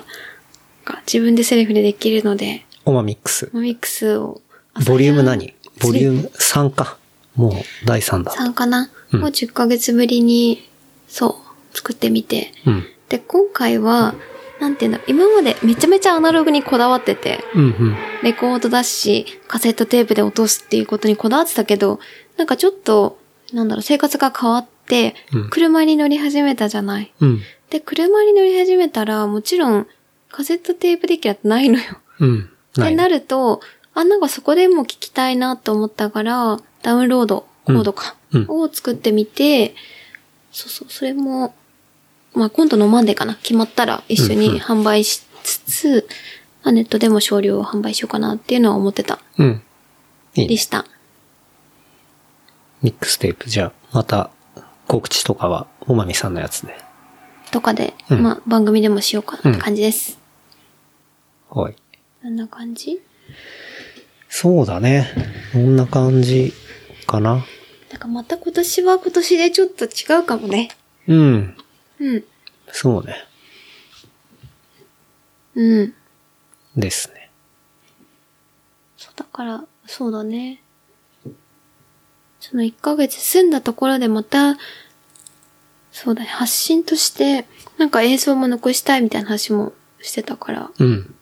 [SPEAKER 2] なんか自分でセリフでできるので、
[SPEAKER 1] オマミックス。
[SPEAKER 2] ミックスを、
[SPEAKER 1] ボリューム何
[SPEAKER 2] そ
[SPEAKER 1] ボ
[SPEAKER 2] れ
[SPEAKER 1] リューム3か。もう第3だ。
[SPEAKER 2] 3かな、
[SPEAKER 1] うん
[SPEAKER 2] を10ヶ月ぶりに、そう、作ってみて。
[SPEAKER 1] うん。
[SPEAKER 2] で、今回は、なんていうんだろう、今までめちゃめちゃアナログにこだわってて、
[SPEAKER 1] うんうん。
[SPEAKER 2] レコードだし、カセットテープで落とすっていうことにこだわってたけど、なんかちょっと、なんだろう、生活が変わって
[SPEAKER 1] うん、
[SPEAKER 2] 車に乗り始めたじゃない。
[SPEAKER 1] うん。
[SPEAKER 2] で、車に乗り始めたら、もちろん、カセットテープデッキなんてないのよ。
[SPEAKER 1] うん。
[SPEAKER 2] っ
[SPEAKER 1] い
[SPEAKER 2] てなると、あ、なんかそこでも聞きたいなと思ったから、ダウンロード、コードか、
[SPEAKER 1] うん
[SPEAKER 2] を作ってみて、そうそう、それも、まあ今度のマンデーかな、決まったら一緒
[SPEAKER 1] うんう
[SPEAKER 2] に
[SPEAKER 1] ん
[SPEAKER 2] 販売しつつ、まあ、ネットでも少量を販売しようかなっていうのは思ってた、
[SPEAKER 1] うん。いい
[SPEAKER 2] で
[SPEAKER 1] ね。
[SPEAKER 2] した。
[SPEAKER 1] ミックステープ。じゃあ、また、告知とかは、おまみさんのやつで。
[SPEAKER 2] とかで、
[SPEAKER 1] うん
[SPEAKER 2] まあ番組でもしようかなって感じです。
[SPEAKER 1] はい。
[SPEAKER 2] こんな感じ
[SPEAKER 1] そうだね。こんな感じかな。
[SPEAKER 2] なんかまた今年は今年でちょっと違うかもね。
[SPEAKER 1] うん。
[SPEAKER 2] うん。
[SPEAKER 1] そうね。
[SPEAKER 2] うん。
[SPEAKER 1] ですね。
[SPEAKER 2] そうだから、そうだね。その1ヶ月住んだところでまた、そうだね、発信として、なんか映像も残したいみたいな話もしてたから、
[SPEAKER 1] うん。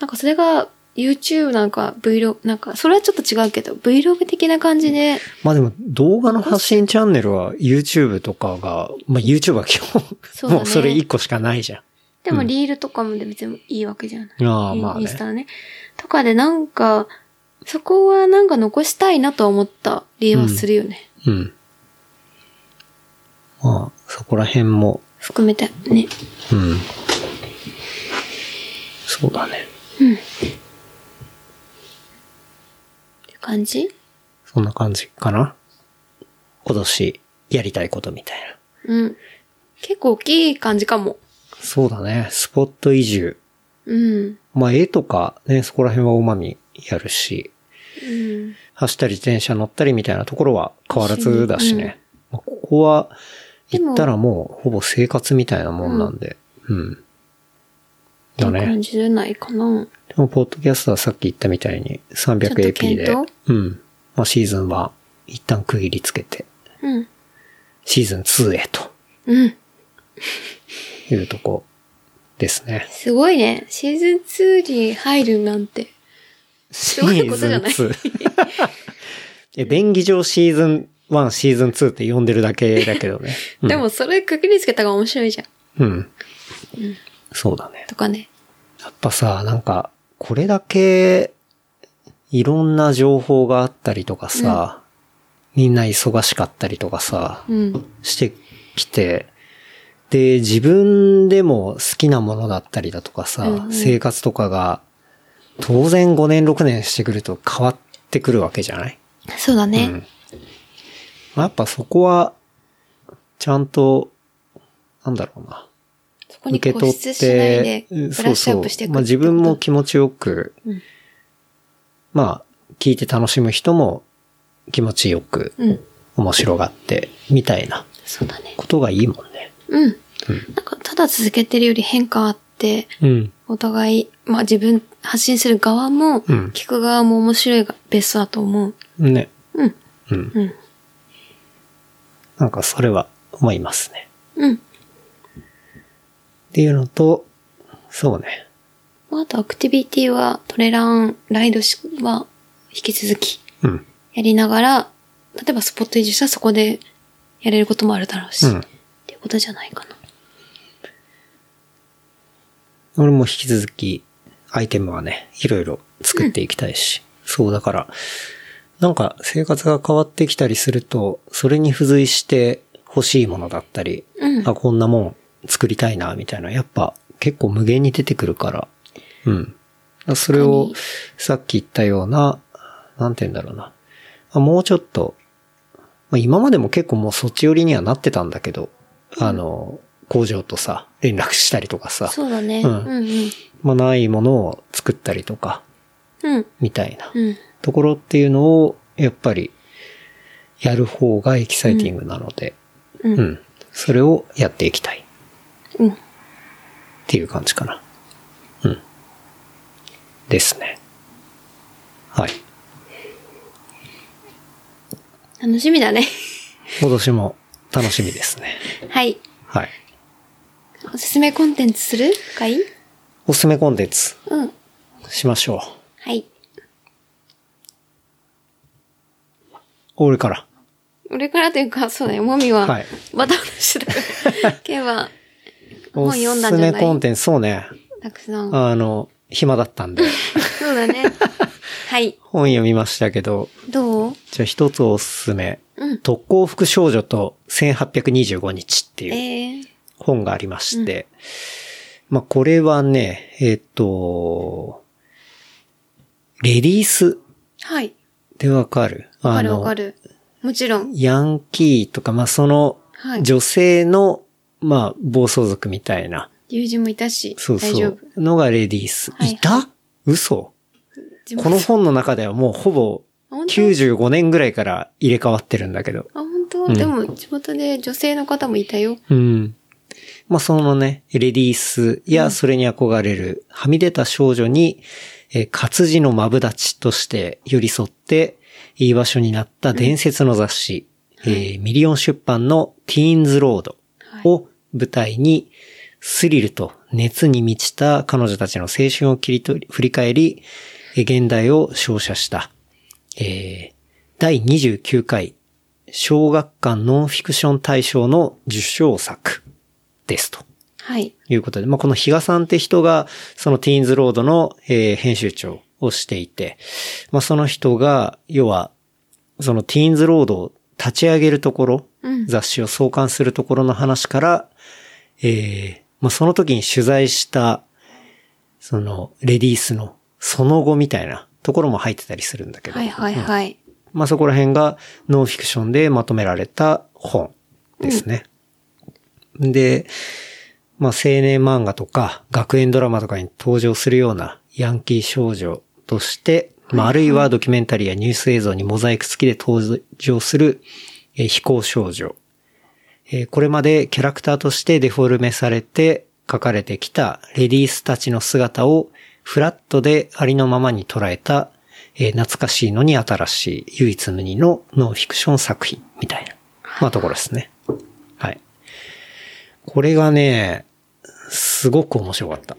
[SPEAKER 2] なんかそれが YouTube なんか Vlog、なんかそれはちょっと違うけど、Vlog 的な感じで、
[SPEAKER 1] まあでも、動画の発信チャンネルは YouTube とかが、まあ YouTube は基本、
[SPEAKER 2] そうだね
[SPEAKER 1] もうそれ一個しかないじゃ
[SPEAKER 2] でもリールとかも別にいいわけじゃない。
[SPEAKER 1] ん。ああ、
[SPEAKER 2] イン
[SPEAKER 1] まあ
[SPEAKER 2] インスタ
[SPEAKER 1] ね。
[SPEAKER 2] のね。とかでなんか、そこはなんか残したいなとは思ったりはするよね。
[SPEAKER 1] うん。まあ、そこら辺も、
[SPEAKER 2] 含めてね。
[SPEAKER 1] うん。そうだね。
[SPEAKER 2] って感じ
[SPEAKER 1] そんな感じかな。今年、やりたいことみたいな。
[SPEAKER 2] うん。結構大きい感じかも。
[SPEAKER 1] そうだね。スポット移住。
[SPEAKER 2] うん。
[SPEAKER 1] まあ、絵とかね、そこら辺はおまみやるし、
[SPEAKER 2] うん。
[SPEAKER 1] 走ったり自転車乗ったりみたいなところは変わらずだしね。まあここは、
[SPEAKER 2] でも
[SPEAKER 1] 行ったらもうほぼ生活みたいなもんなんで。うん。だ
[SPEAKER 2] いい感
[SPEAKER 1] ね。
[SPEAKER 2] じじゃないかな。
[SPEAKER 1] でも、ポッドキャストはさっき言ったみたいに
[SPEAKER 2] ちょ
[SPEAKER 1] 300AP
[SPEAKER 2] っと
[SPEAKER 1] で
[SPEAKER 2] 検討、
[SPEAKER 1] うん。まあ、シーズンは一旦区切りつけて、
[SPEAKER 2] うん。
[SPEAKER 1] シーズン2へと
[SPEAKER 2] うん。
[SPEAKER 1] いうとこですね。
[SPEAKER 2] すごいね。シーズン2に入るなんて。
[SPEAKER 1] シ
[SPEAKER 2] ごいことじゃない
[SPEAKER 1] ー ズン2。え、便宜上シーズン1、シーズン2って呼んでるだけだけど ね。うん
[SPEAKER 2] でもそれくくりつけたが面白いじゃん。
[SPEAKER 1] うん。そうだね。
[SPEAKER 2] とかね。
[SPEAKER 1] やっぱさ、なんか、これだけ、いろんな情報があったりとかさ、みんな忙しかったりとかさ、
[SPEAKER 2] うん。
[SPEAKER 1] してきて、で、自分でも好きなものだったりだとかさ、
[SPEAKER 2] うんうん
[SPEAKER 1] 生活とかが、当然5年6年してくると変わってくるわけじゃない
[SPEAKER 2] そうだ
[SPEAKER 1] う
[SPEAKER 2] ね。
[SPEAKER 1] んまあやっぱそこは、ちゃんと、なんだろうな。
[SPEAKER 2] そこ
[SPEAKER 1] 受
[SPEAKER 2] に
[SPEAKER 1] け
[SPEAKER 2] 固
[SPEAKER 1] 取っ
[SPEAKER 2] 執しないで
[SPEAKER 1] て、、
[SPEAKER 2] ブラッシュアップしていくってこと。
[SPEAKER 1] まあ自分も気持ちよく、
[SPEAKER 2] うん
[SPEAKER 1] まあ、聞いて楽しむ人も気持ちよく、
[SPEAKER 2] うん。
[SPEAKER 1] 面白がって、みたいな
[SPEAKER 2] そうだね。
[SPEAKER 1] ことがいいもんね。
[SPEAKER 2] うん。なんか、ただ続けてるより変化あって、
[SPEAKER 1] うん。
[SPEAKER 2] お互い、まあ自分、発信する側も、
[SPEAKER 1] ん
[SPEAKER 2] 聞く側も面白いがベストだと思う。
[SPEAKER 1] ね。
[SPEAKER 2] うん。
[SPEAKER 1] うん。
[SPEAKER 2] うん。
[SPEAKER 1] なんかそれは思いますね。
[SPEAKER 2] うん。
[SPEAKER 1] っていうのと、そうね。
[SPEAKER 2] まあ、あとアクティビティはトレラン、ライドしは引き続き
[SPEAKER 1] うん。
[SPEAKER 2] やりながら、例えばスポット移住したらそこでやれることもあるだろうし、
[SPEAKER 1] う
[SPEAKER 2] っ
[SPEAKER 1] ん。
[SPEAKER 2] ていうことじゃないかな。
[SPEAKER 1] 俺も引き続きアイテムはね、いろいろ作っていきたいし。そうだから、なんか生活が変わってきたりすると、それに付随して欲しいものだったり、
[SPEAKER 2] うん
[SPEAKER 1] あ、こんなもん作りたいな、みたいな。やっぱ結構無限に出てくるから。うん。だからそれを
[SPEAKER 2] 確か
[SPEAKER 1] さっき言ったような、なんて言うんだろうな。あもうちょっとまあ、今までも結構もうそっち寄りにはなってたんだけど、あの、工場とさ、連絡したりとかさ、
[SPEAKER 2] そうだね。
[SPEAKER 1] う
[SPEAKER 2] うんんうん。
[SPEAKER 1] まあ、ないものを作ったりとか、
[SPEAKER 2] うん。
[SPEAKER 1] みたいな
[SPEAKER 2] うん。
[SPEAKER 1] ところっていうのを、やっぱり、やる方がエキサイティングなので、
[SPEAKER 2] う。
[SPEAKER 1] うんん。それをやっていきたい。
[SPEAKER 2] うん。
[SPEAKER 1] っていう感じかな。うん。ですね。はい。
[SPEAKER 2] 楽しみだね。
[SPEAKER 1] 今年も楽しみですね。
[SPEAKER 2] はい。
[SPEAKER 1] はい。
[SPEAKER 2] おすすめコンテンツするかい
[SPEAKER 1] おすすめコンテンツ
[SPEAKER 2] うん。
[SPEAKER 1] しましょう。
[SPEAKER 2] はい。
[SPEAKER 1] 俺から。
[SPEAKER 2] 俺からというか、そうだよ。もみは、
[SPEAKER 1] はい
[SPEAKER 2] バタバタ してたから。ケンは、
[SPEAKER 1] お
[SPEAKER 2] 本
[SPEAKER 1] す
[SPEAKER 2] 読んだ
[SPEAKER 1] す
[SPEAKER 2] んじゃ
[SPEAKER 1] め
[SPEAKER 2] ない
[SPEAKER 1] コンテンツ、そうね。
[SPEAKER 2] たくさん。
[SPEAKER 1] あの、暇だったんで、
[SPEAKER 2] そうだね。はい。
[SPEAKER 1] 本読みましたけど、
[SPEAKER 2] どう
[SPEAKER 1] じゃあ一つおすすめ。
[SPEAKER 2] うん。
[SPEAKER 1] 特攻服少女と1825日って
[SPEAKER 2] え
[SPEAKER 1] いう
[SPEAKER 2] ー、
[SPEAKER 1] 本がありまして、まあこれはね、えっ、と、レディース
[SPEAKER 2] はい。
[SPEAKER 1] でわかる
[SPEAKER 2] わ
[SPEAKER 1] あ
[SPEAKER 2] かるわ
[SPEAKER 1] の
[SPEAKER 2] か、る。もちろん。
[SPEAKER 1] ヤンキーとか、まあその
[SPEAKER 2] はい。
[SPEAKER 1] 女性の、まあ暴走族みたいな、
[SPEAKER 2] 友人もいたし、
[SPEAKER 1] そう
[SPEAKER 2] 大
[SPEAKER 1] そ
[SPEAKER 2] 丈夫。
[SPEAKER 1] う、のがレディース。
[SPEAKER 2] はい
[SPEAKER 1] いた嘘
[SPEAKER 2] 自分
[SPEAKER 1] この本の中ではもうほぼ
[SPEAKER 2] 本当
[SPEAKER 1] 95年ぐらいから入れ替わってるんだけど。
[SPEAKER 2] あ、本当、
[SPEAKER 1] うん
[SPEAKER 2] でも、地元で女性の方もいたよ。
[SPEAKER 1] うん。まあ、そのね、レディースやそれに憧れる、はみ出た少女に、えー活字のマブダチとして寄り添って、いい場所になった伝説の雑誌、えーミリオン出版のティーンズロード
[SPEAKER 2] はい。
[SPEAKER 1] を舞台に、スリルと熱に満ちた彼女たちの青春を切り取り、振り返り、えー現代を照射した、えー第29回小学館ノンフィクション大賞の受賞作ですと。
[SPEAKER 2] はい。
[SPEAKER 1] いうことで、まあ、この比嘉さんって人が、そのティーンズロードの、えー編集長をしていて、まあ、その人が、要は、そのティーンズロードを立ち上げるところ、
[SPEAKER 2] うん
[SPEAKER 1] 雑誌を創刊するところの話から、えーまあ、その時に取材した、その、レディースの、その後みたいなところも入ってたりするんだけど、
[SPEAKER 2] はいはいはい。
[SPEAKER 1] まあそこら辺がノンフィクションでまとめられた本ですね。で、まあ青年漫画とか学園ドラマとかに登場するようなヤンキー少女として、まああるいはドキュメンタリーやニュース映像にモザイク付きで登場するえー非行少女。えーこれまでキャラクターとしてデフォルメされて書かれてきたレディースたちの姿をフラットでありのままに捉えた、えー懐かしいのに新しい唯一無二のノンフィクション作品みたいな、まあところですね。はい。これがね、すごく面白かった。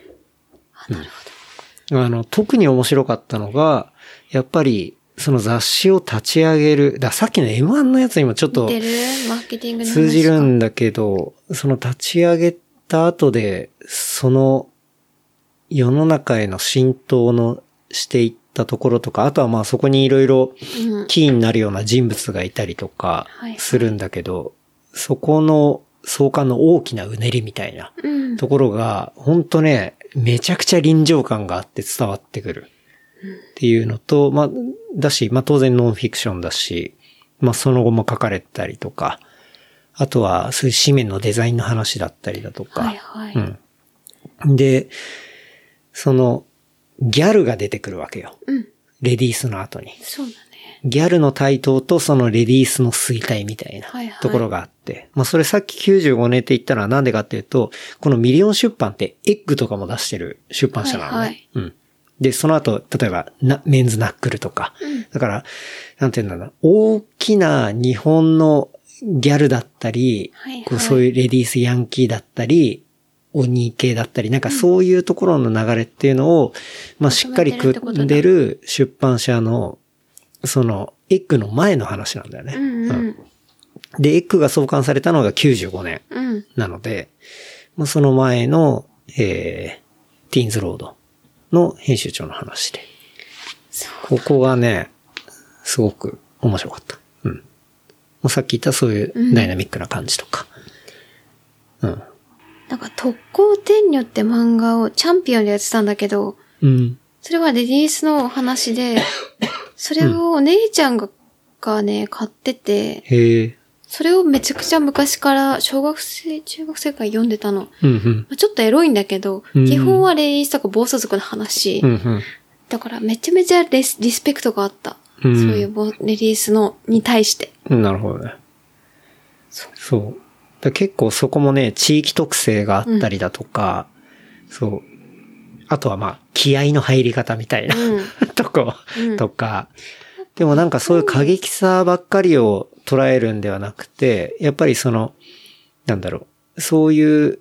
[SPEAKER 1] あの、特に面白かったのが、やっぱり、その雑誌を立ち上げる、だからさっきの M1 のやつにもちょっと
[SPEAKER 2] 似てるマーケティングの話か
[SPEAKER 1] 通じるんだけど、その立ち上げた後で、その世の中への浸透のしていったところとか、あとはまあそこにいろいろ
[SPEAKER 2] うん。
[SPEAKER 1] キーになるような人物がいたりとか
[SPEAKER 2] はいはい
[SPEAKER 1] するんだけど、そこの相関の大きなうねりみたいな
[SPEAKER 2] うん。
[SPEAKER 1] ところが、ほんとね、めちゃくちゃ臨場感があって伝わってくる。っていうのと、まあ、だし、まあ当然ノンフィクションだし、まあその後も書かれてたりとか、あとはそういう紙面のデザインの話だったりだとか、
[SPEAKER 2] はいはい。
[SPEAKER 1] うん。で、その、ギャルが出てくるわけよ。
[SPEAKER 2] うん。
[SPEAKER 1] レディースの後に。
[SPEAKER 2] そうだね。
[SPEAKER 1] ギャルの台頭とそのレディースの衰退みたいな
[SPEAKER 2] はいはい
[SPEAKER 1] ところがあって。まあそれさっき95年って言ったのはなんでかっていうと、このミリオン出版ってエッグとかも出してる出版社なのね。
[SPEAKER 2] はいはい
[SPEAKER 1] うん。で、その後、例えばな、メンズナックルとか。だから、なんていうんだろうな、大きな日本のギャルだったり、
[SPEAKER 2] はいはい
[SPEAKER 1] こうそういうレディースヤンキーだったり、鬼系だったり、なんかそういうところの流れっていうのを、まあしっかり
[SPEAKER 2] まとめてるってこと
[SPEAKER 1] 組
[SPEAKER 2] だ
[SPEAKER 1] んでる出版社のその、エッグの前の話なんだよね。
[SPEAKER 2] うんうん。
[SPEAKER 1] で、エッグが創刊されたのが95年
[SPEAKER 2] うん。
[SPEAKER 1] なので、まあ、その前の、えー、ティーンズロードの編集長の話で。
[SPEAKER 2] そ
[SPEAKER 1] ここがね、すごく面白かった。うん。もうさっき言ったそういうダイナミックな感じとか。うん。
[SPEAKER 2] なんか、特攻天女って漫画をチャンピオンでやってたんだけど、
[SPEAKER 1] うん。
[SPEAKER 2] それはレディースのお話で、それをお姉ちゃんがかね、買ってて、
[SPEAKER 1] へえ。
[SPEAKER 2] それをめちゃくちゃ昔から小学生、中学生から読んでたの。
[SPEAKER 1] うんうん。
[SPEAKER 2] まあちょっとエロいんだけど、
[SPEAKER 1] うん
[SPEAKER 2] 基本はレイスとか暴走族の話。
[SPEAKER 1] うんうん。
[SPEAKER 2] だからめちゃめちゃレスリスペクトがあった。
[SPEAKER 1] うん
[SPEAKER 2] そういうボレリースの、に対 して。
[SPEAKER 1] なるほどね。
[SPEAKER 2] そう
[SPEAKER 1] そう。だから結構そこもね、地域特性があったりだとか、そう。あとはまあ、気合の入り方みたいな、
[SPEAKER 2] う
[SPEAKER 1] とこ、
[SPEAKER 2] うん
[SPEAKER 1] とか。でもなんかそういう過激さばっかりを捉えるんではなくて、やっぱりその、なんだろう、そういう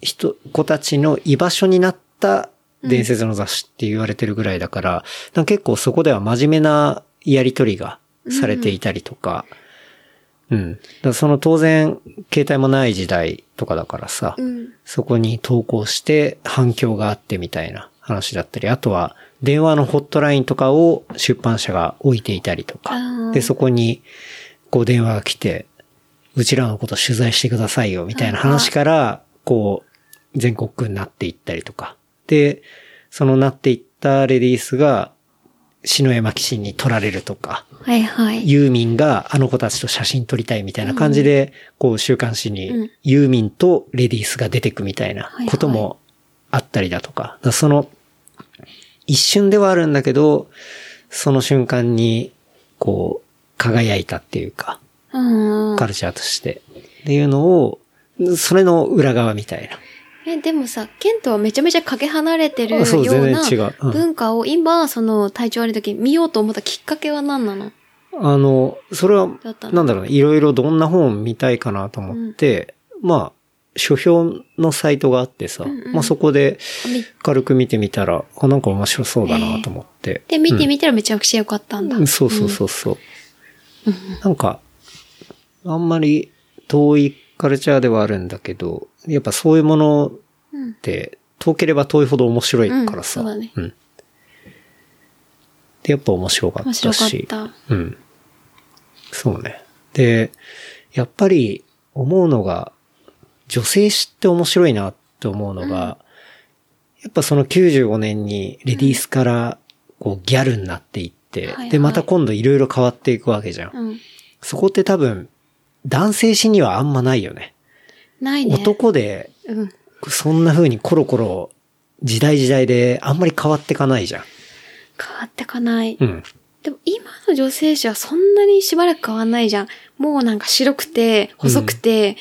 [SPEAKER 1] 人、子たちの居場所になった伝説の雑誌って言われてるぐらいだから、なんか結構そこでは真面目なやりとりがされていたりとか、うん。だからその当然、携帯もない時代とかだからさ、
[SPEAKER 2] うん。
[SPEAKER 1] そこに投稿して反響があってみたいな話だったり、あとは電話のホットラインとかを出版社が置いていたりとか
[SPEAKER 2] あー、
[SPEAKER 1] で、そこにこう電話が来て、うちらのこと取材してくださいよみたいな話から、こう、全国区になっていったりとか。で、そのなっていったレディースが、篠山騎士に取られるとか、
[SPEAKER 2] はいはい。
[SPEAKER 1] ユーミンがあの子たちと写真撮りたいみたいな感じで、こう週刊誌
[SPEAKER 2] うん
[SPEAKER 1] にユーミンとレディースが出てくみたいなこともあったりだとか、だからその一瞬ではあるんだけど、その瞬間にこう輝いたっていうか、
[SPEAKER 2] うん。
[SPEAKER 1] カルチャーとしてっていうのを、それの裏側みたいな。
[SPEAKER 2] え、でもさ、ケントはめちゃめちゃかけ離れてるよ
[SPEAKER 1] あそう
[SPEAKER 2] うな
[SPEAKER 1] 全然違ううん
[SPEAKER 2] 文化を今、その体調悪い時に見ようと思ったきっかけは何なの
[SPEAKER 1] あの、それは
[SPEAKER 2] だった、の
[SPEAKER 1] なんだろうね、いろいろどんな本見たいかなと思って、まあ、書評のサイトがあってさ、
[SPEAKER 2] うんうん
[SPEAKER 1] まあそこで
[SPEAKER 2] み
[SPEAKER 1] 軽く見てみたら、あ、なんか面白そうだなと思って。
[SPEAKER 2] で、見てみたらめちゃくちゃ良かったんだ。
[SPEAKER 1] うんそうそうそうそう。なんか、あんまり遠いカルチャーではあるんだけど、やっぱそういうもの
[SPEAKER 2] うん
[SPEAKER 1] って、遠ければ遠いほど面白いからさ。
[SPEAKER 2] うんそうだね
[SPEAKER 1] んで、やっぱ面白かった
[SPEAKER 2] 面
[SPEAKER 1] し。
[SPEAKER 2] 白かった。
[SPEAKER 1] うん。そうね。で、やっぱり思うのが、女性誌って面白いなって思うのが、やっぱその95年にレディースからこうギャルになっていって、
[SPEAKER 2] はいはい
[SPEAKER 1] で、また今度いろいろ変わっていくわけじゃん。
[SPEAKER 2] うん。
[SPEAKER 1] そこって多分、男性誌にはあんまないよね。
[SPEAKER 2] ないね。
[SPEAKER 1] 男で、
[SPEAKER 2] うん。
[SPEAKER 1] そんな風にコロコロ、時代時代であんまり変わってかないじゃん。
[SPEAKER 2] 変わってかない。
[SPEAKER 1] うん。
[SPEAKER 2] でも今の女性誌はそんなにしばらく変わんないじゃん。もうなんか白くて、細くて、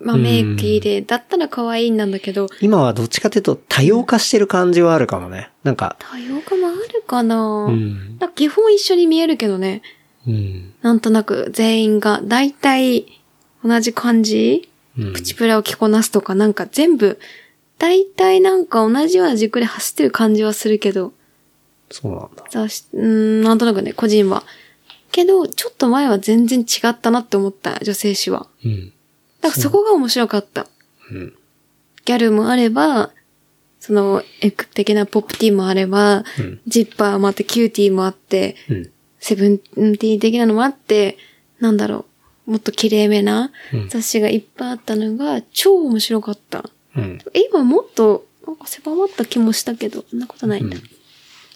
[SPEAKER 2] まあ
[SPEAKER 1] うん
[SPEAKER 2] メイク入れ、だったら可愛いんなんだけど、
[SPEAKER 1] 今はどっちかというと多様化してる感じはあるかもね。なんか、
[SPEAKER 2] 多様化もあるかな、
[SPEAKER 1] うん。
[SPEAKER 2] なんか基本一緒に見えるけどね。
[SPEAKER 1] うん。
[SPEAKER 2] なんとなく全員が、だいたい同じ感じ
[SPEAKER 1] うん
[SPEAKER 2] プチプラを着こなすとか、なんか全部、だいたいなんか同じような軸で走ってる感じはするけど、
[SPEAKER 1] そうなんだ。
[SPEAKER 2] 雑誌うーん、なんとなくね、個人は。けど、ちょっと前は全然違ったなって思った、女性誌は。
[SPEAKER 1] うん。
[SPEAKER 2] だからそこが面白かった。
[SPEAKER 1] うん。
[SPEAKER 2] ギャルもあれば、その、エク的なポップティーもあれば、
[SPEAKER 1] うん
[SPEAKER 2] ジッパーもあって、キューティーもあって、
[SPEAKER 1] うん。
[SPEAKER 2] セブンティーン的なのもあって、なんだろう、もっと綺麗めな
[SPEAKER 1] うん
[SPEAKER 2] 雑誌がいっぱいあったのが、超面白かった。
[SPEAKER 1] うん。
[SPEAKER 2] 今もっと、なんか狭まった気もしたけど、そんなことないんだ。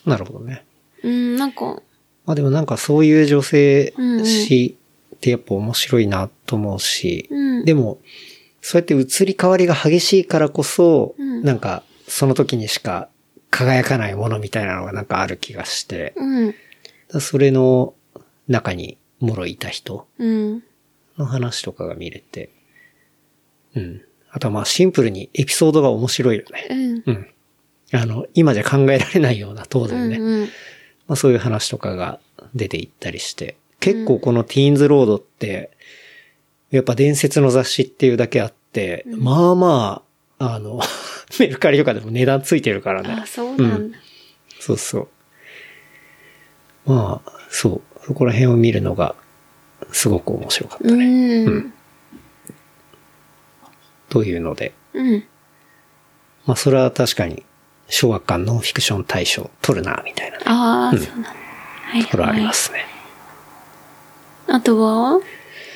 [SPEAKER 1] なるほどね。
[SPEAKER 2] うん、なんか、
[SPEAKER 1] まあでもなんかそういう女性誌ってやっぱ面白いなと思うし、
[SPEAKER 2] うん
[SPEAKER 1] でも、そうやって移り変わりが激しいからこそ、
[SPEAKER 2] うん
[SPEAKER 1] なんかその時にしか輝かないものみたいなのがなんかある気がして、
[SPEAKER 2] うん、
[SPEAKER 1] それの中にもろいた人
[SPEAKER 2] うん、
[SPEAKER 1] の話とかが見れて、うん。あとはまあシンプルにエピソードが面白いよね。
[SPEAKER 2] うん、
[SPEAKER 1] うん。あの、今じゃ考えられないような、当
[SPEAKER 2] う
[SPEAKER 1] 然
[SPEAKER 2] ん、
[SPEAKER 1] ね。
[SPEAKER 2] うん、
[SPEAKER 1] まあそういう話とかが出ていったりして、結構このティーンズロードって、やっぱ伝説の雑誌っていうだけあって、まあまあ、あの、 メルカリとかでも値段ついてるからね
[SPEAKER 2] あ、。そうなんだ。
[SPEAKER 1] そうそう。まあ、そう。そこら辺を見るのが、すごく面白かったね。
[SPEAKER 2] うん、
[SPEAKER 1] というので、
[SPEAKER 2] うん、
[SPEAKER 1] まあそれは確かに、小学館ノンフィクション大賞取るな、みたいなと
[SPEAKER 2] ああ、そうなんだ。はい、
[SPEAKER 1] ころあり
[SPEAKER 2] は
[SPEAKER 1] ま
[SPEAKER 2] い。
[SPEAKER 1] すね。
[SPEAKER 2] あとは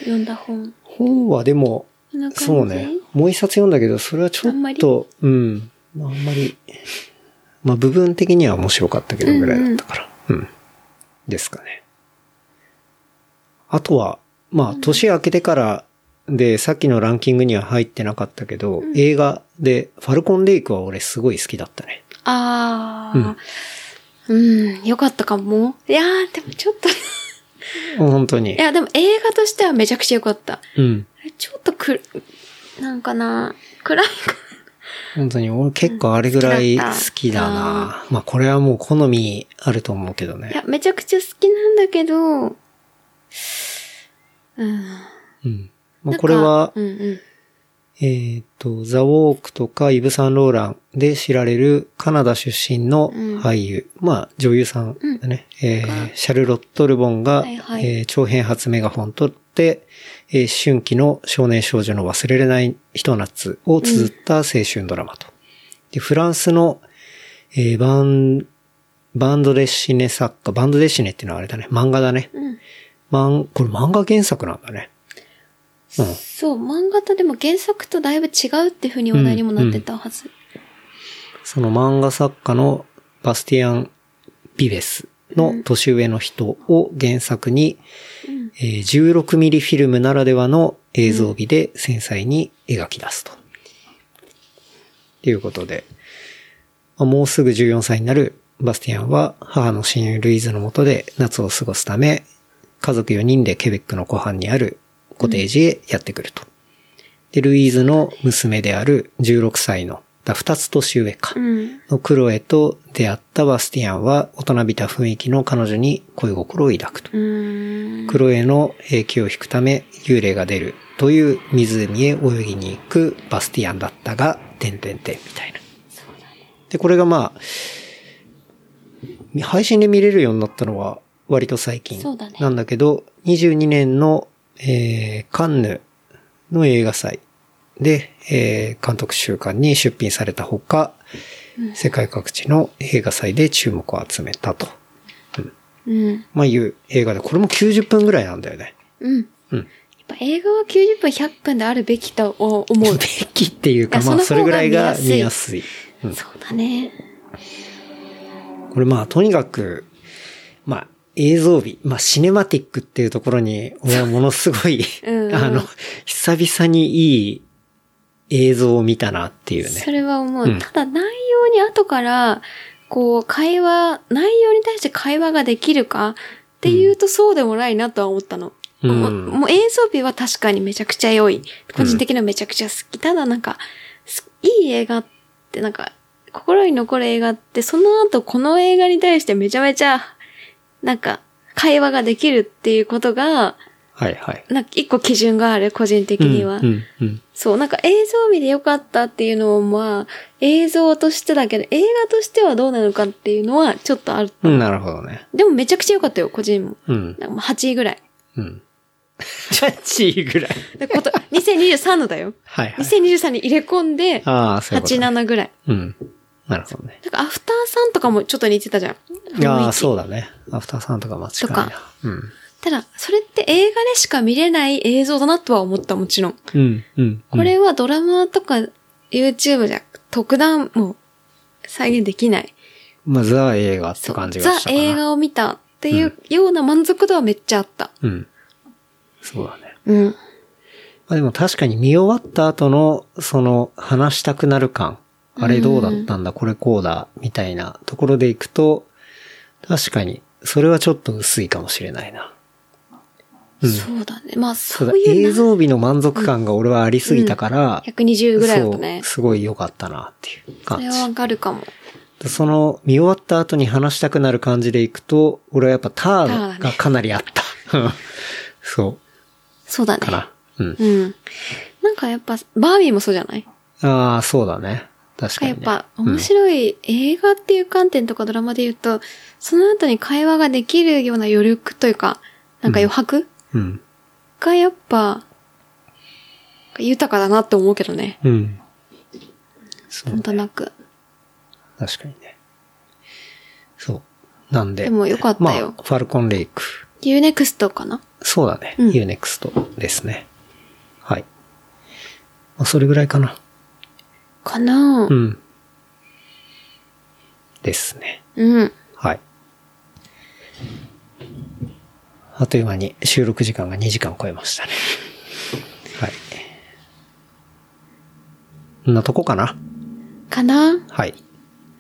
[SPEAKER 2] 読んだ本。
[SPEAKER 1] 本はでも、
[SPEAKER 2] こんな感じ
[SPEAKER 1] そうね。もう一冊読んだけど、それはちょ
[SPEAKER 2] あんま
[SPEAKER 1] っ
[SPEAKER 2] り
[SPEAKER 1] と、うん。まああんまり、まあ部分的には面白かったけどぐらいだったから。うん、ですかね。あとは、まあ、年明けてからで、さっきのランキングには入ってなかったけど、映画で、ファルコンレイクは俺すごい好きだったね。
[SPEAKER 2] ああ、うん、よかったかも。いやー、でもちょっ と、い
[SPEAKER 1] 本当に。
[SPEAKER 2] や、でも映画としてはめちゃくちゃよかった。
[SPEAKER 1] うん。
[SPEAKER 2] ちょっとく、なんかな、暗いか
[SPEAKER 1] 本当に、俺結構あれぐらい好きだな。まあ、これはもう好みあると思うけど
[SPEAKER 2] い
[SPEAKER 1] ね。
[SPEAKER 2] や、めちゃくちゃ好きなんだけど、うん。
[SPEAKER 1] うん。まあ、
[SPEAKER 2] なんか
[SPEAKER 1] これは
[SPEAKER 2] う、んうん。
[SPEAKER 1] えーっと、ザ・ウォークとかイブ・サンローランで知られるカナダ出身の俳優、まあ女優さんだね、えーシャルロット・ルボンが、
[SPEAKER 2] はいはい
[SPEAKER 1] えー長編初メガホンとって、えー思春期の少年少女の忘れられないひと夏を綴った青春ドラマと。でフランスの、えーバン、バンドデシネ作家、バンドデシネっていうのはあれだね、漫画だね。
[SPEAKER 2] うん
[SPEAKER 1] マンこれ漫画原作なんだね。うん。
[SPEAKER 2] そう、漫画とでも原作とだいぶ違うっていうふうに話題にもなってたはず。
[SPEAKER 1] その漫画作家のバスティアン・ビベスの年上の人を原作に、えー16ミリフィルムならではの映像美で繊細に描き出すと。ということで、まあもうすぐ14歳になるバスティアンは母の親友ルイーズの下で夏を過ごすため、家族4人でケベックの湖畔にあるコテージへやってくると。で、ルイーズの娘である16歳の、だ2つ年上か。
[SPEAKER 2] うん。
[SPEAKER 1] のクロエと出会ったバスティアンは大人びた雰囲気の彼女に恋心を抱くと。
[SPEAKER 2] うーん。
[SPEAKER 1] クロエの兵器を引くため幽霊が出るという湖へ泳ぎに行くバスティアンだったが、てんてんてんみたいな。で、これがまあ、配信で見れるようになったのは割と最近
[SPEAKER 2] そうだね
[SPEAKER 1] なんだけど、22年の、えーカンヌの映画祭で、えー監督週間に出品されたほか、世界各地の映画祭で注目を集めたと。
[SPEAKER 2] うん。
[SPEAKER 1] まあいう映画で、これも90分ぐらいなんだよね。
[SPEAKER 2] うん。
[SPEAKER 1] うん
[SPEAKER 2] やっぱ映画は90分100分であるべきと思う。
[SPEAKER 1] べきっていうか、
[SPEAKER 2] いや
[SPEAKER 1] まあそ
[SPEAKER 2] そ
[SPEAKER 1] れ
[SPEAKER 2] の方
[SPEAKER 1] ぐ
[SPEAKER 2] が
[SPEAKER 1] らいが見
[SPEAKER 2] 見
[SPEAKER 1] や
[SPEAKER 2] や
[SPEAKER 1] すい。うん
[SPEAKER 2] そうだね。
[SPEAKER 1] これまあとにかく、まあ映像美、まあシネマティックっていうところに、俺はものすごい、
[SPEAKER 2] うんうん
[SPEAKER 1] あの、久々にいい映像を見たなっていう
[SPEAKER 2] そ
[SPEAKER 1] ね。
[SPEAKER 2] れは思う。
[SPEAKER 1] うん
[SPEAKER 2] ただ内容に後から、こう、会話、内容に対して会話ができるかっていうとそうでもないなとは思ったの。
[SPEAKER 1] うん
[SPEAKER 2] もうもう映像美は確かにめちゃくちゃ良い。個人的にはめちゃくちゃ好き。ただなんか、すいい映画ってなんか、心に残る映画って、その後この映画に対してめちゃめちゃ、なんか、会話ができるっていうことが、
[SPEAKER 1] はいはい。
[SPEAKER 2] なんか一個基準がある、個人的
[SPEAKER 1] うん
[SPEAKER 2] には。
[SPEAKER 1] うんうん
[SPEAKER 2] そう、なんか映像美で良かったっていうのも、まあ、映像としてだけど、映画としてはどうなのかっていうのはちょっとある。
[SPEAKER 1] うん。なるほどね。
[SPEAKER 2] でもめちゃくちゃ良かったよ、個人も。
[SPEAKER 1] うん。
[SPEAKER 2] なんかもう8位ぐらい。
[SPEAKER 1] うん。 ジャッジいいぐらい。
[SPEAKER 2] でこと2023のだよ。
[SPEAKER 1] はいはい。
[SPEAKER 2] 2023に入れ込んで、
[SPEAKER 1] ああ、そういうこと、ね。
[SPEAKER 2] 87ぐらい。
[SPEAKER 1] うん。なるほどね。
[SPEAKER 2] なんかアフターさんとかもちょっと似てたじゃん。。
[SPEAKER 1] ああ、そううだね。アフターさんとか間違いな
[SPEAKER 2] とか。
[SPEAKER 1] うん。
[SPEAKER 2] ただ、それって映画でしか見れない映像だなとは思った、もちろん。
[SPEAKER 1] うん、うん。
[SPEAKER 2] これはドラマとか YouTube じゃ特段もう再現できない。
[SPEAKER 1] まあ、ザ映画って
[SPEAKER 2] そう
[SPEAKER 1] 感じがしたか
[SPEAKER 2] ザ
[SPEAKER 1] な。
[SPEAKER 2] 映画を見たっていうような満足度はめっちゃあった。
[SPEAKER 1] うん。そうだね。
[SPEAKER 2] うん。
[SPEAKER 1] まあでも確かに見終わった後の、その、話したくなる感。あれどうだったんだ、これこうだ、みたいなところでいくと、確かに、それはちょっと薄いかもしれないな。
[SPEAKER 2] そうだね。まあ、
[SPEAKER 1] そ
[SPEAKER 2] そう
[SPEAKER 1] だ
[SPEAKER 2] う、いう
[SPEAKER 1] 映
[SPEAKER 2] な
[SPEAKER 1] 像美の満足感が俺はありすぎたから、
[SPEAKER 2] 120ぐらいだったね
[SPEAKER 1] そう。すごい良かったなっていう
[SPEAKER 2] そ
[SPEAKER 1] 感
[SPEAKER 2] れ
[SPEAKER 1] じ。
[SPEAKER 2] はわかるかも。
[SPEAKER 1] でその、見終わった後に話したくなる感じでいくと、俺はやっぱタ
[SPEAKER 2] タ
[SPEAKER 1] ー
[SPEAKER 2] ー
[SPEAKER 1] が
[SPEAKER 2] だね
[SPEAKER 1] かなりあった。 うんそ
[SPEAKER 2] そうだ
[SPEAKER 1] う、か
[SPEAKER 2] ね。
[SPEAKER 1] な。うん。
[SPEAKER 2] うん。なんかやっぱ、バービーもそうじゃない
[SPEAKER 1] ああ、そうだね。確か
[SPEAKER 2] や
[SPEAKER 1] に、
[SPEAKER 2] っ
[SPEAKER 1] ね。
[SPEAKER 2] ぱ、面白い映画っていう観点とかドラマで言うと、その後に会話ができるような余力というか、なんか余白
[SPEAKER 1] うん。
[SPEAKER 2] がやっぱ、豊かだなって思うけどね。
[SPEAKER 1] うん。そ
[SPEAKER 2] なん
[SPEAKER 1] う、
[SPEAKER 2] となく。
[SPEAKER 1] 確かにね。そう。なんで。
[SPEAKER 2] でもよかったよ
[SPEAKER 1] まあ、ファルコンレイク。
[SPEAKER 2] UNEXT かな
[SPEAKER 1] そうだね。
[SPEAKER 2] うん
[SPEAKER 1] UNEXT ですね。はい。まあ、それぐらいかな。
[SPEAKER 2] かな
[SPEAKER 1] う、ん。ですね。
[SPEAKER 2] うん、
[SPEAKER 1] はい。あっという間に収録時間が2時間超えましたね。はい。こんなとこかな
[SPEAKER 2] かな
[SPEAKER 1] はい。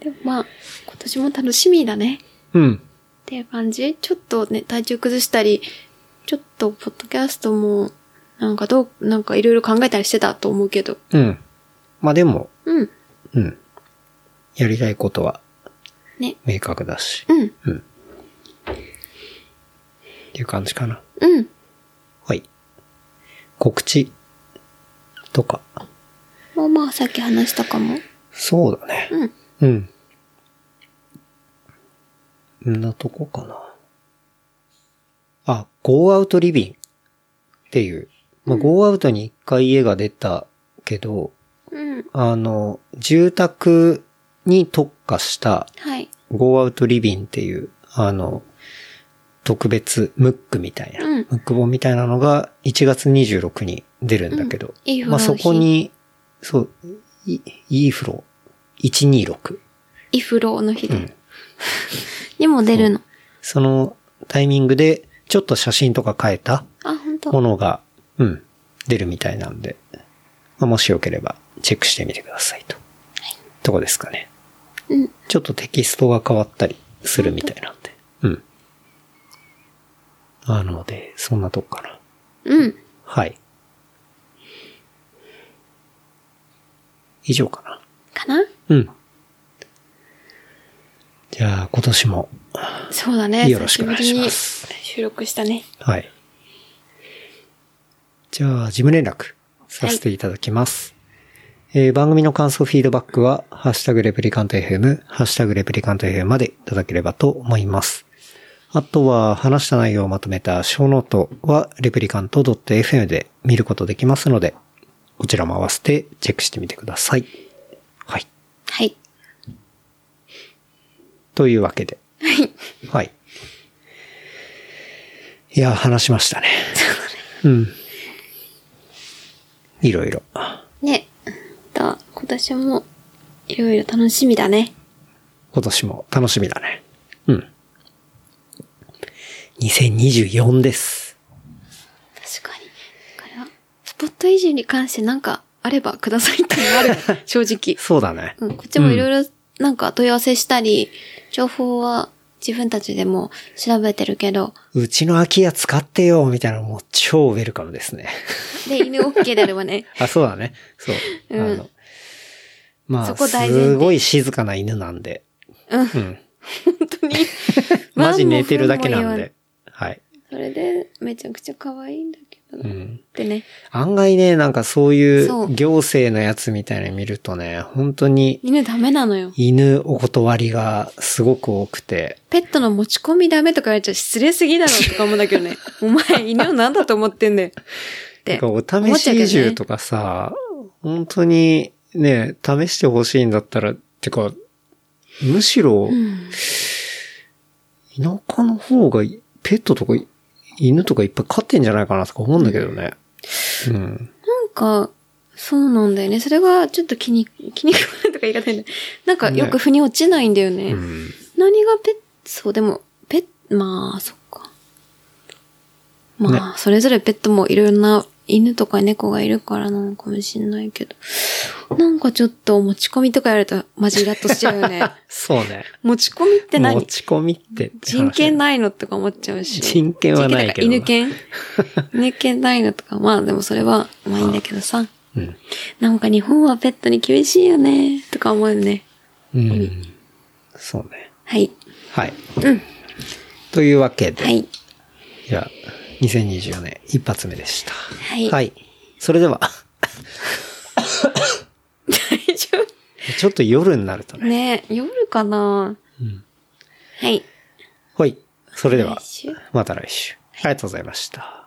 [SPEAKER 2] でもまあ、今年も楽しみだね。
[SPEAKER 1] うん。
[SPEAKER 2] っていう感じちょっとね、体調崩したり、ちょっと、ポッドキャストも、なんかどう、なんかいろいろ考えたりしてたと思うけど。
[SPEAKER 1] うん。まあでも、
[SPEAKER 2] うん。
[SPEAKER 1] うん。やりたいことは
[SPEAKER 2] ね。
[SPEAKER 1] 明確だし、
[SPEAKER 2] うん。
[SPEAKER 1] っていう感じかな。
[SPEAKER 2] うん。
[SPEAKER 1] はい。告知とか。
[SPEAKER 2] もうまあ、さっき話したかも。
[SPEAKER 1] そうだね。
[SPEAKER 2] うん。
[SPEAKER 1] うん。んなとこかな。あ、ゴーアウトリビンっていう。まあ、ゴーアウトに一回家が出たけど、
[SPEAKER 2] うん。
[SPEAKER 1] あの、住宅に特化した
[SPEAKER 2] はい。
[SPEAKER 1] ゴーアウトリビンっていう、あの、特別ムックみたいな、
[SPEAKER 2] うん
[SPEAKER 1] ムック本みたいなのが1月26に出るんだけど、
[SPEAKER 2] いいフロ
[SPEAKER 1] まあ、
[SPEAKER 2] ー日
[SPEAKER 1] そこに、そう、いいいフロー、126。
[SPEAKER 2] イフローの日だ。
[SPEAKER 1] うん
[SPEAKER 2] にも出るの。
[SPEAKER 1] そのタイミングで、ちょっと写真とか変えた
[SPEAKER 2] あ、本
[SPEAKER 1] も
[SPEAKER 2] 当。
[SPEAKER 1] のが、うん、出るみたいなんで、まあ、もしよければチェックしてみてくださいと。とこですかね。
[SPEAKER 2] うん。
[SPEAKER 1] ちょっとテキストが変わったりするみたいなんで。うん。なので、そんなとこかな。
[SPEAKER 2] うん。
[SPEAKER 1] はい。以上か
[SPEAKER 2] かな
[SPEAKER 1] な。うん。じゃあ、今年も、
[SPEAKER 2] そうだね。
[SPEAKER 1] よろしくお願いします
[SPEAKER 2] 久ぶりに収録したね。
[SPEAKER 1] はい。じゃあ、事務連絡させていただきます。えー番組の感想、フィードバックは、ハッシュタグレプリカント FM、ハッシュタグレプリカント FM までいただければと思います。あとは、話した内容をまとめた小ノートは、レプリカント .fm で見ることできますので、こちらも合わせてチェックしてみてください。はい。
[SPEAKER 2] はい。
[SPEAKER 1] というわけで。はい。はい。いや、話しましたね。うん。いろいろ。
[SPEAKER 2] ね。だ、今年も、いろいろ楽しみだね。
[SPEAKER 1] 今年も楽しみだね。うん。2024です。
[SPEAKER 2] 確かに。だから、スポット維持に関してなんかあればくださいっていうのある、 正直。
[SPEAKER 1] そうだね。
[SPEAKER 2] うん、こっちもいろいろなんか問い合わせしたり、情報は自分たちでも調べてるけど、
[SPEAKER 1] うちの空き家使ってよ、みたいなのもう超ウェルカムですね。
[SPEAKER 2] で、犬 OK であれば ね、
[SPEAKER 1] あ、そうだね。そう。
[SPEAKER 2] うん
[SPEAKER 1] あの、ま
[SPEAKER 2] そ
[SPEAKER 1] あ、
[SPEAKER 2] こ大前提
[SPEAKER 1] すごい静かな犬なんで。うん。
[SPEAKER 2] 本 当に。
[SPEAKER 1] マジ寝てるだけな
[SPEAKER 2] ワン
[SPEAKER 1] ん
[SPEAKER 2] もフンも言わ
[SPEAKER 1] で。はい。
[SPEAKER 2] それで、めちゃくちゃ可愛いんだけど
[SPEAKER 1] う
[SPEAKER 2] な。
[SPEAKER 1] ん。
[SPEAKER 2] でね、
[SPEAKER 1] 案外ね、なんかそうい
[SPEAKER 2] そうう
[SPEAKER 1] 行政のやつみたいなの見るとね、本当に
[SPEAKER 2] 犬ダメなのよ。
[SPEAKER 1] 犬お断りがすごく多くて、
[SPEAKER 2] ペットの持ち込みダメとか言われちゃ失礼すぎだろとか思うんだけ どね。お前、犬をなんだと思ってんだよ。って
[SPEAKER 1] なんか
[SPEAKER 2] 思
[SPEAKER 1] お
[SPEAKER 2] っちゃうけどね。
[SPEAKER 1] 試し移住とかさ、本当にね、試してほしいんだったら、てか、むしろ
[SPEAKER 2] うん。
[SPEAKER 1] 田舎の方がいペットとかい犬とかいっぱい飼ってんじゃないかなとか思うんだけどね。うん。
[SPEAKER 2] なんか、そうなんだよね。それがちょっと気に、 気に食わないとか言い方変だ。なんかよく腑に落ちないんだよね。
[SPEAKER 1] うん。
[SPEAKER 2] 何がペット、そう、でも、ペット、まあ、そっか。まあ、それぞれペットもいろんな犬とか猫がいるからなのかもしんないけど。なんかちょっと持ち込みとかやるとマジイラッとしちゃう よね。
[SPEAKER 1] そうね。
[SPEAKER 2] 持ち込みって
[SPEAKER 1] 持
[SPEAKER 2] 何
[SPEAKER 1] ち込みってって話だよ
[SPEAKER 2] 人権ないのとか思っちゃうし。
[SPEAKER 1] 人権はないけどな
[SPEAKER 2] 人権だから犬犬犬犬ないのとか、まあでもそれは、まあいいんだけどさ。
[SPEAKER 1] うん。
[SPEAKER 2] なんか日本はペットに厳しいよね、とか思うよね。
[SPEAKER 1] うん。そうね。
[SPEAKER 2] はい。
[SPEAKER 1] はい。
[SPEAKER 2] うん。
[SPEAKER 1] というわけで、
[SPEAKER 2] はい。
[SPEAKER 1] じゃあ、2024年一発目でした。はいそれでは、
[SPEAKER 2] 大丈
[SPEAKER 1] ちょっと夜になると
[SPEAKER 2] 夫
[SPEAKER 1] ね。
[SPEAKER 2] ね夜かな、はい。
[SPEAKER 1] はい。それでは
[SPEAKER 2] 来週、
[SPEAKER 1] また来週。ありがとうございました。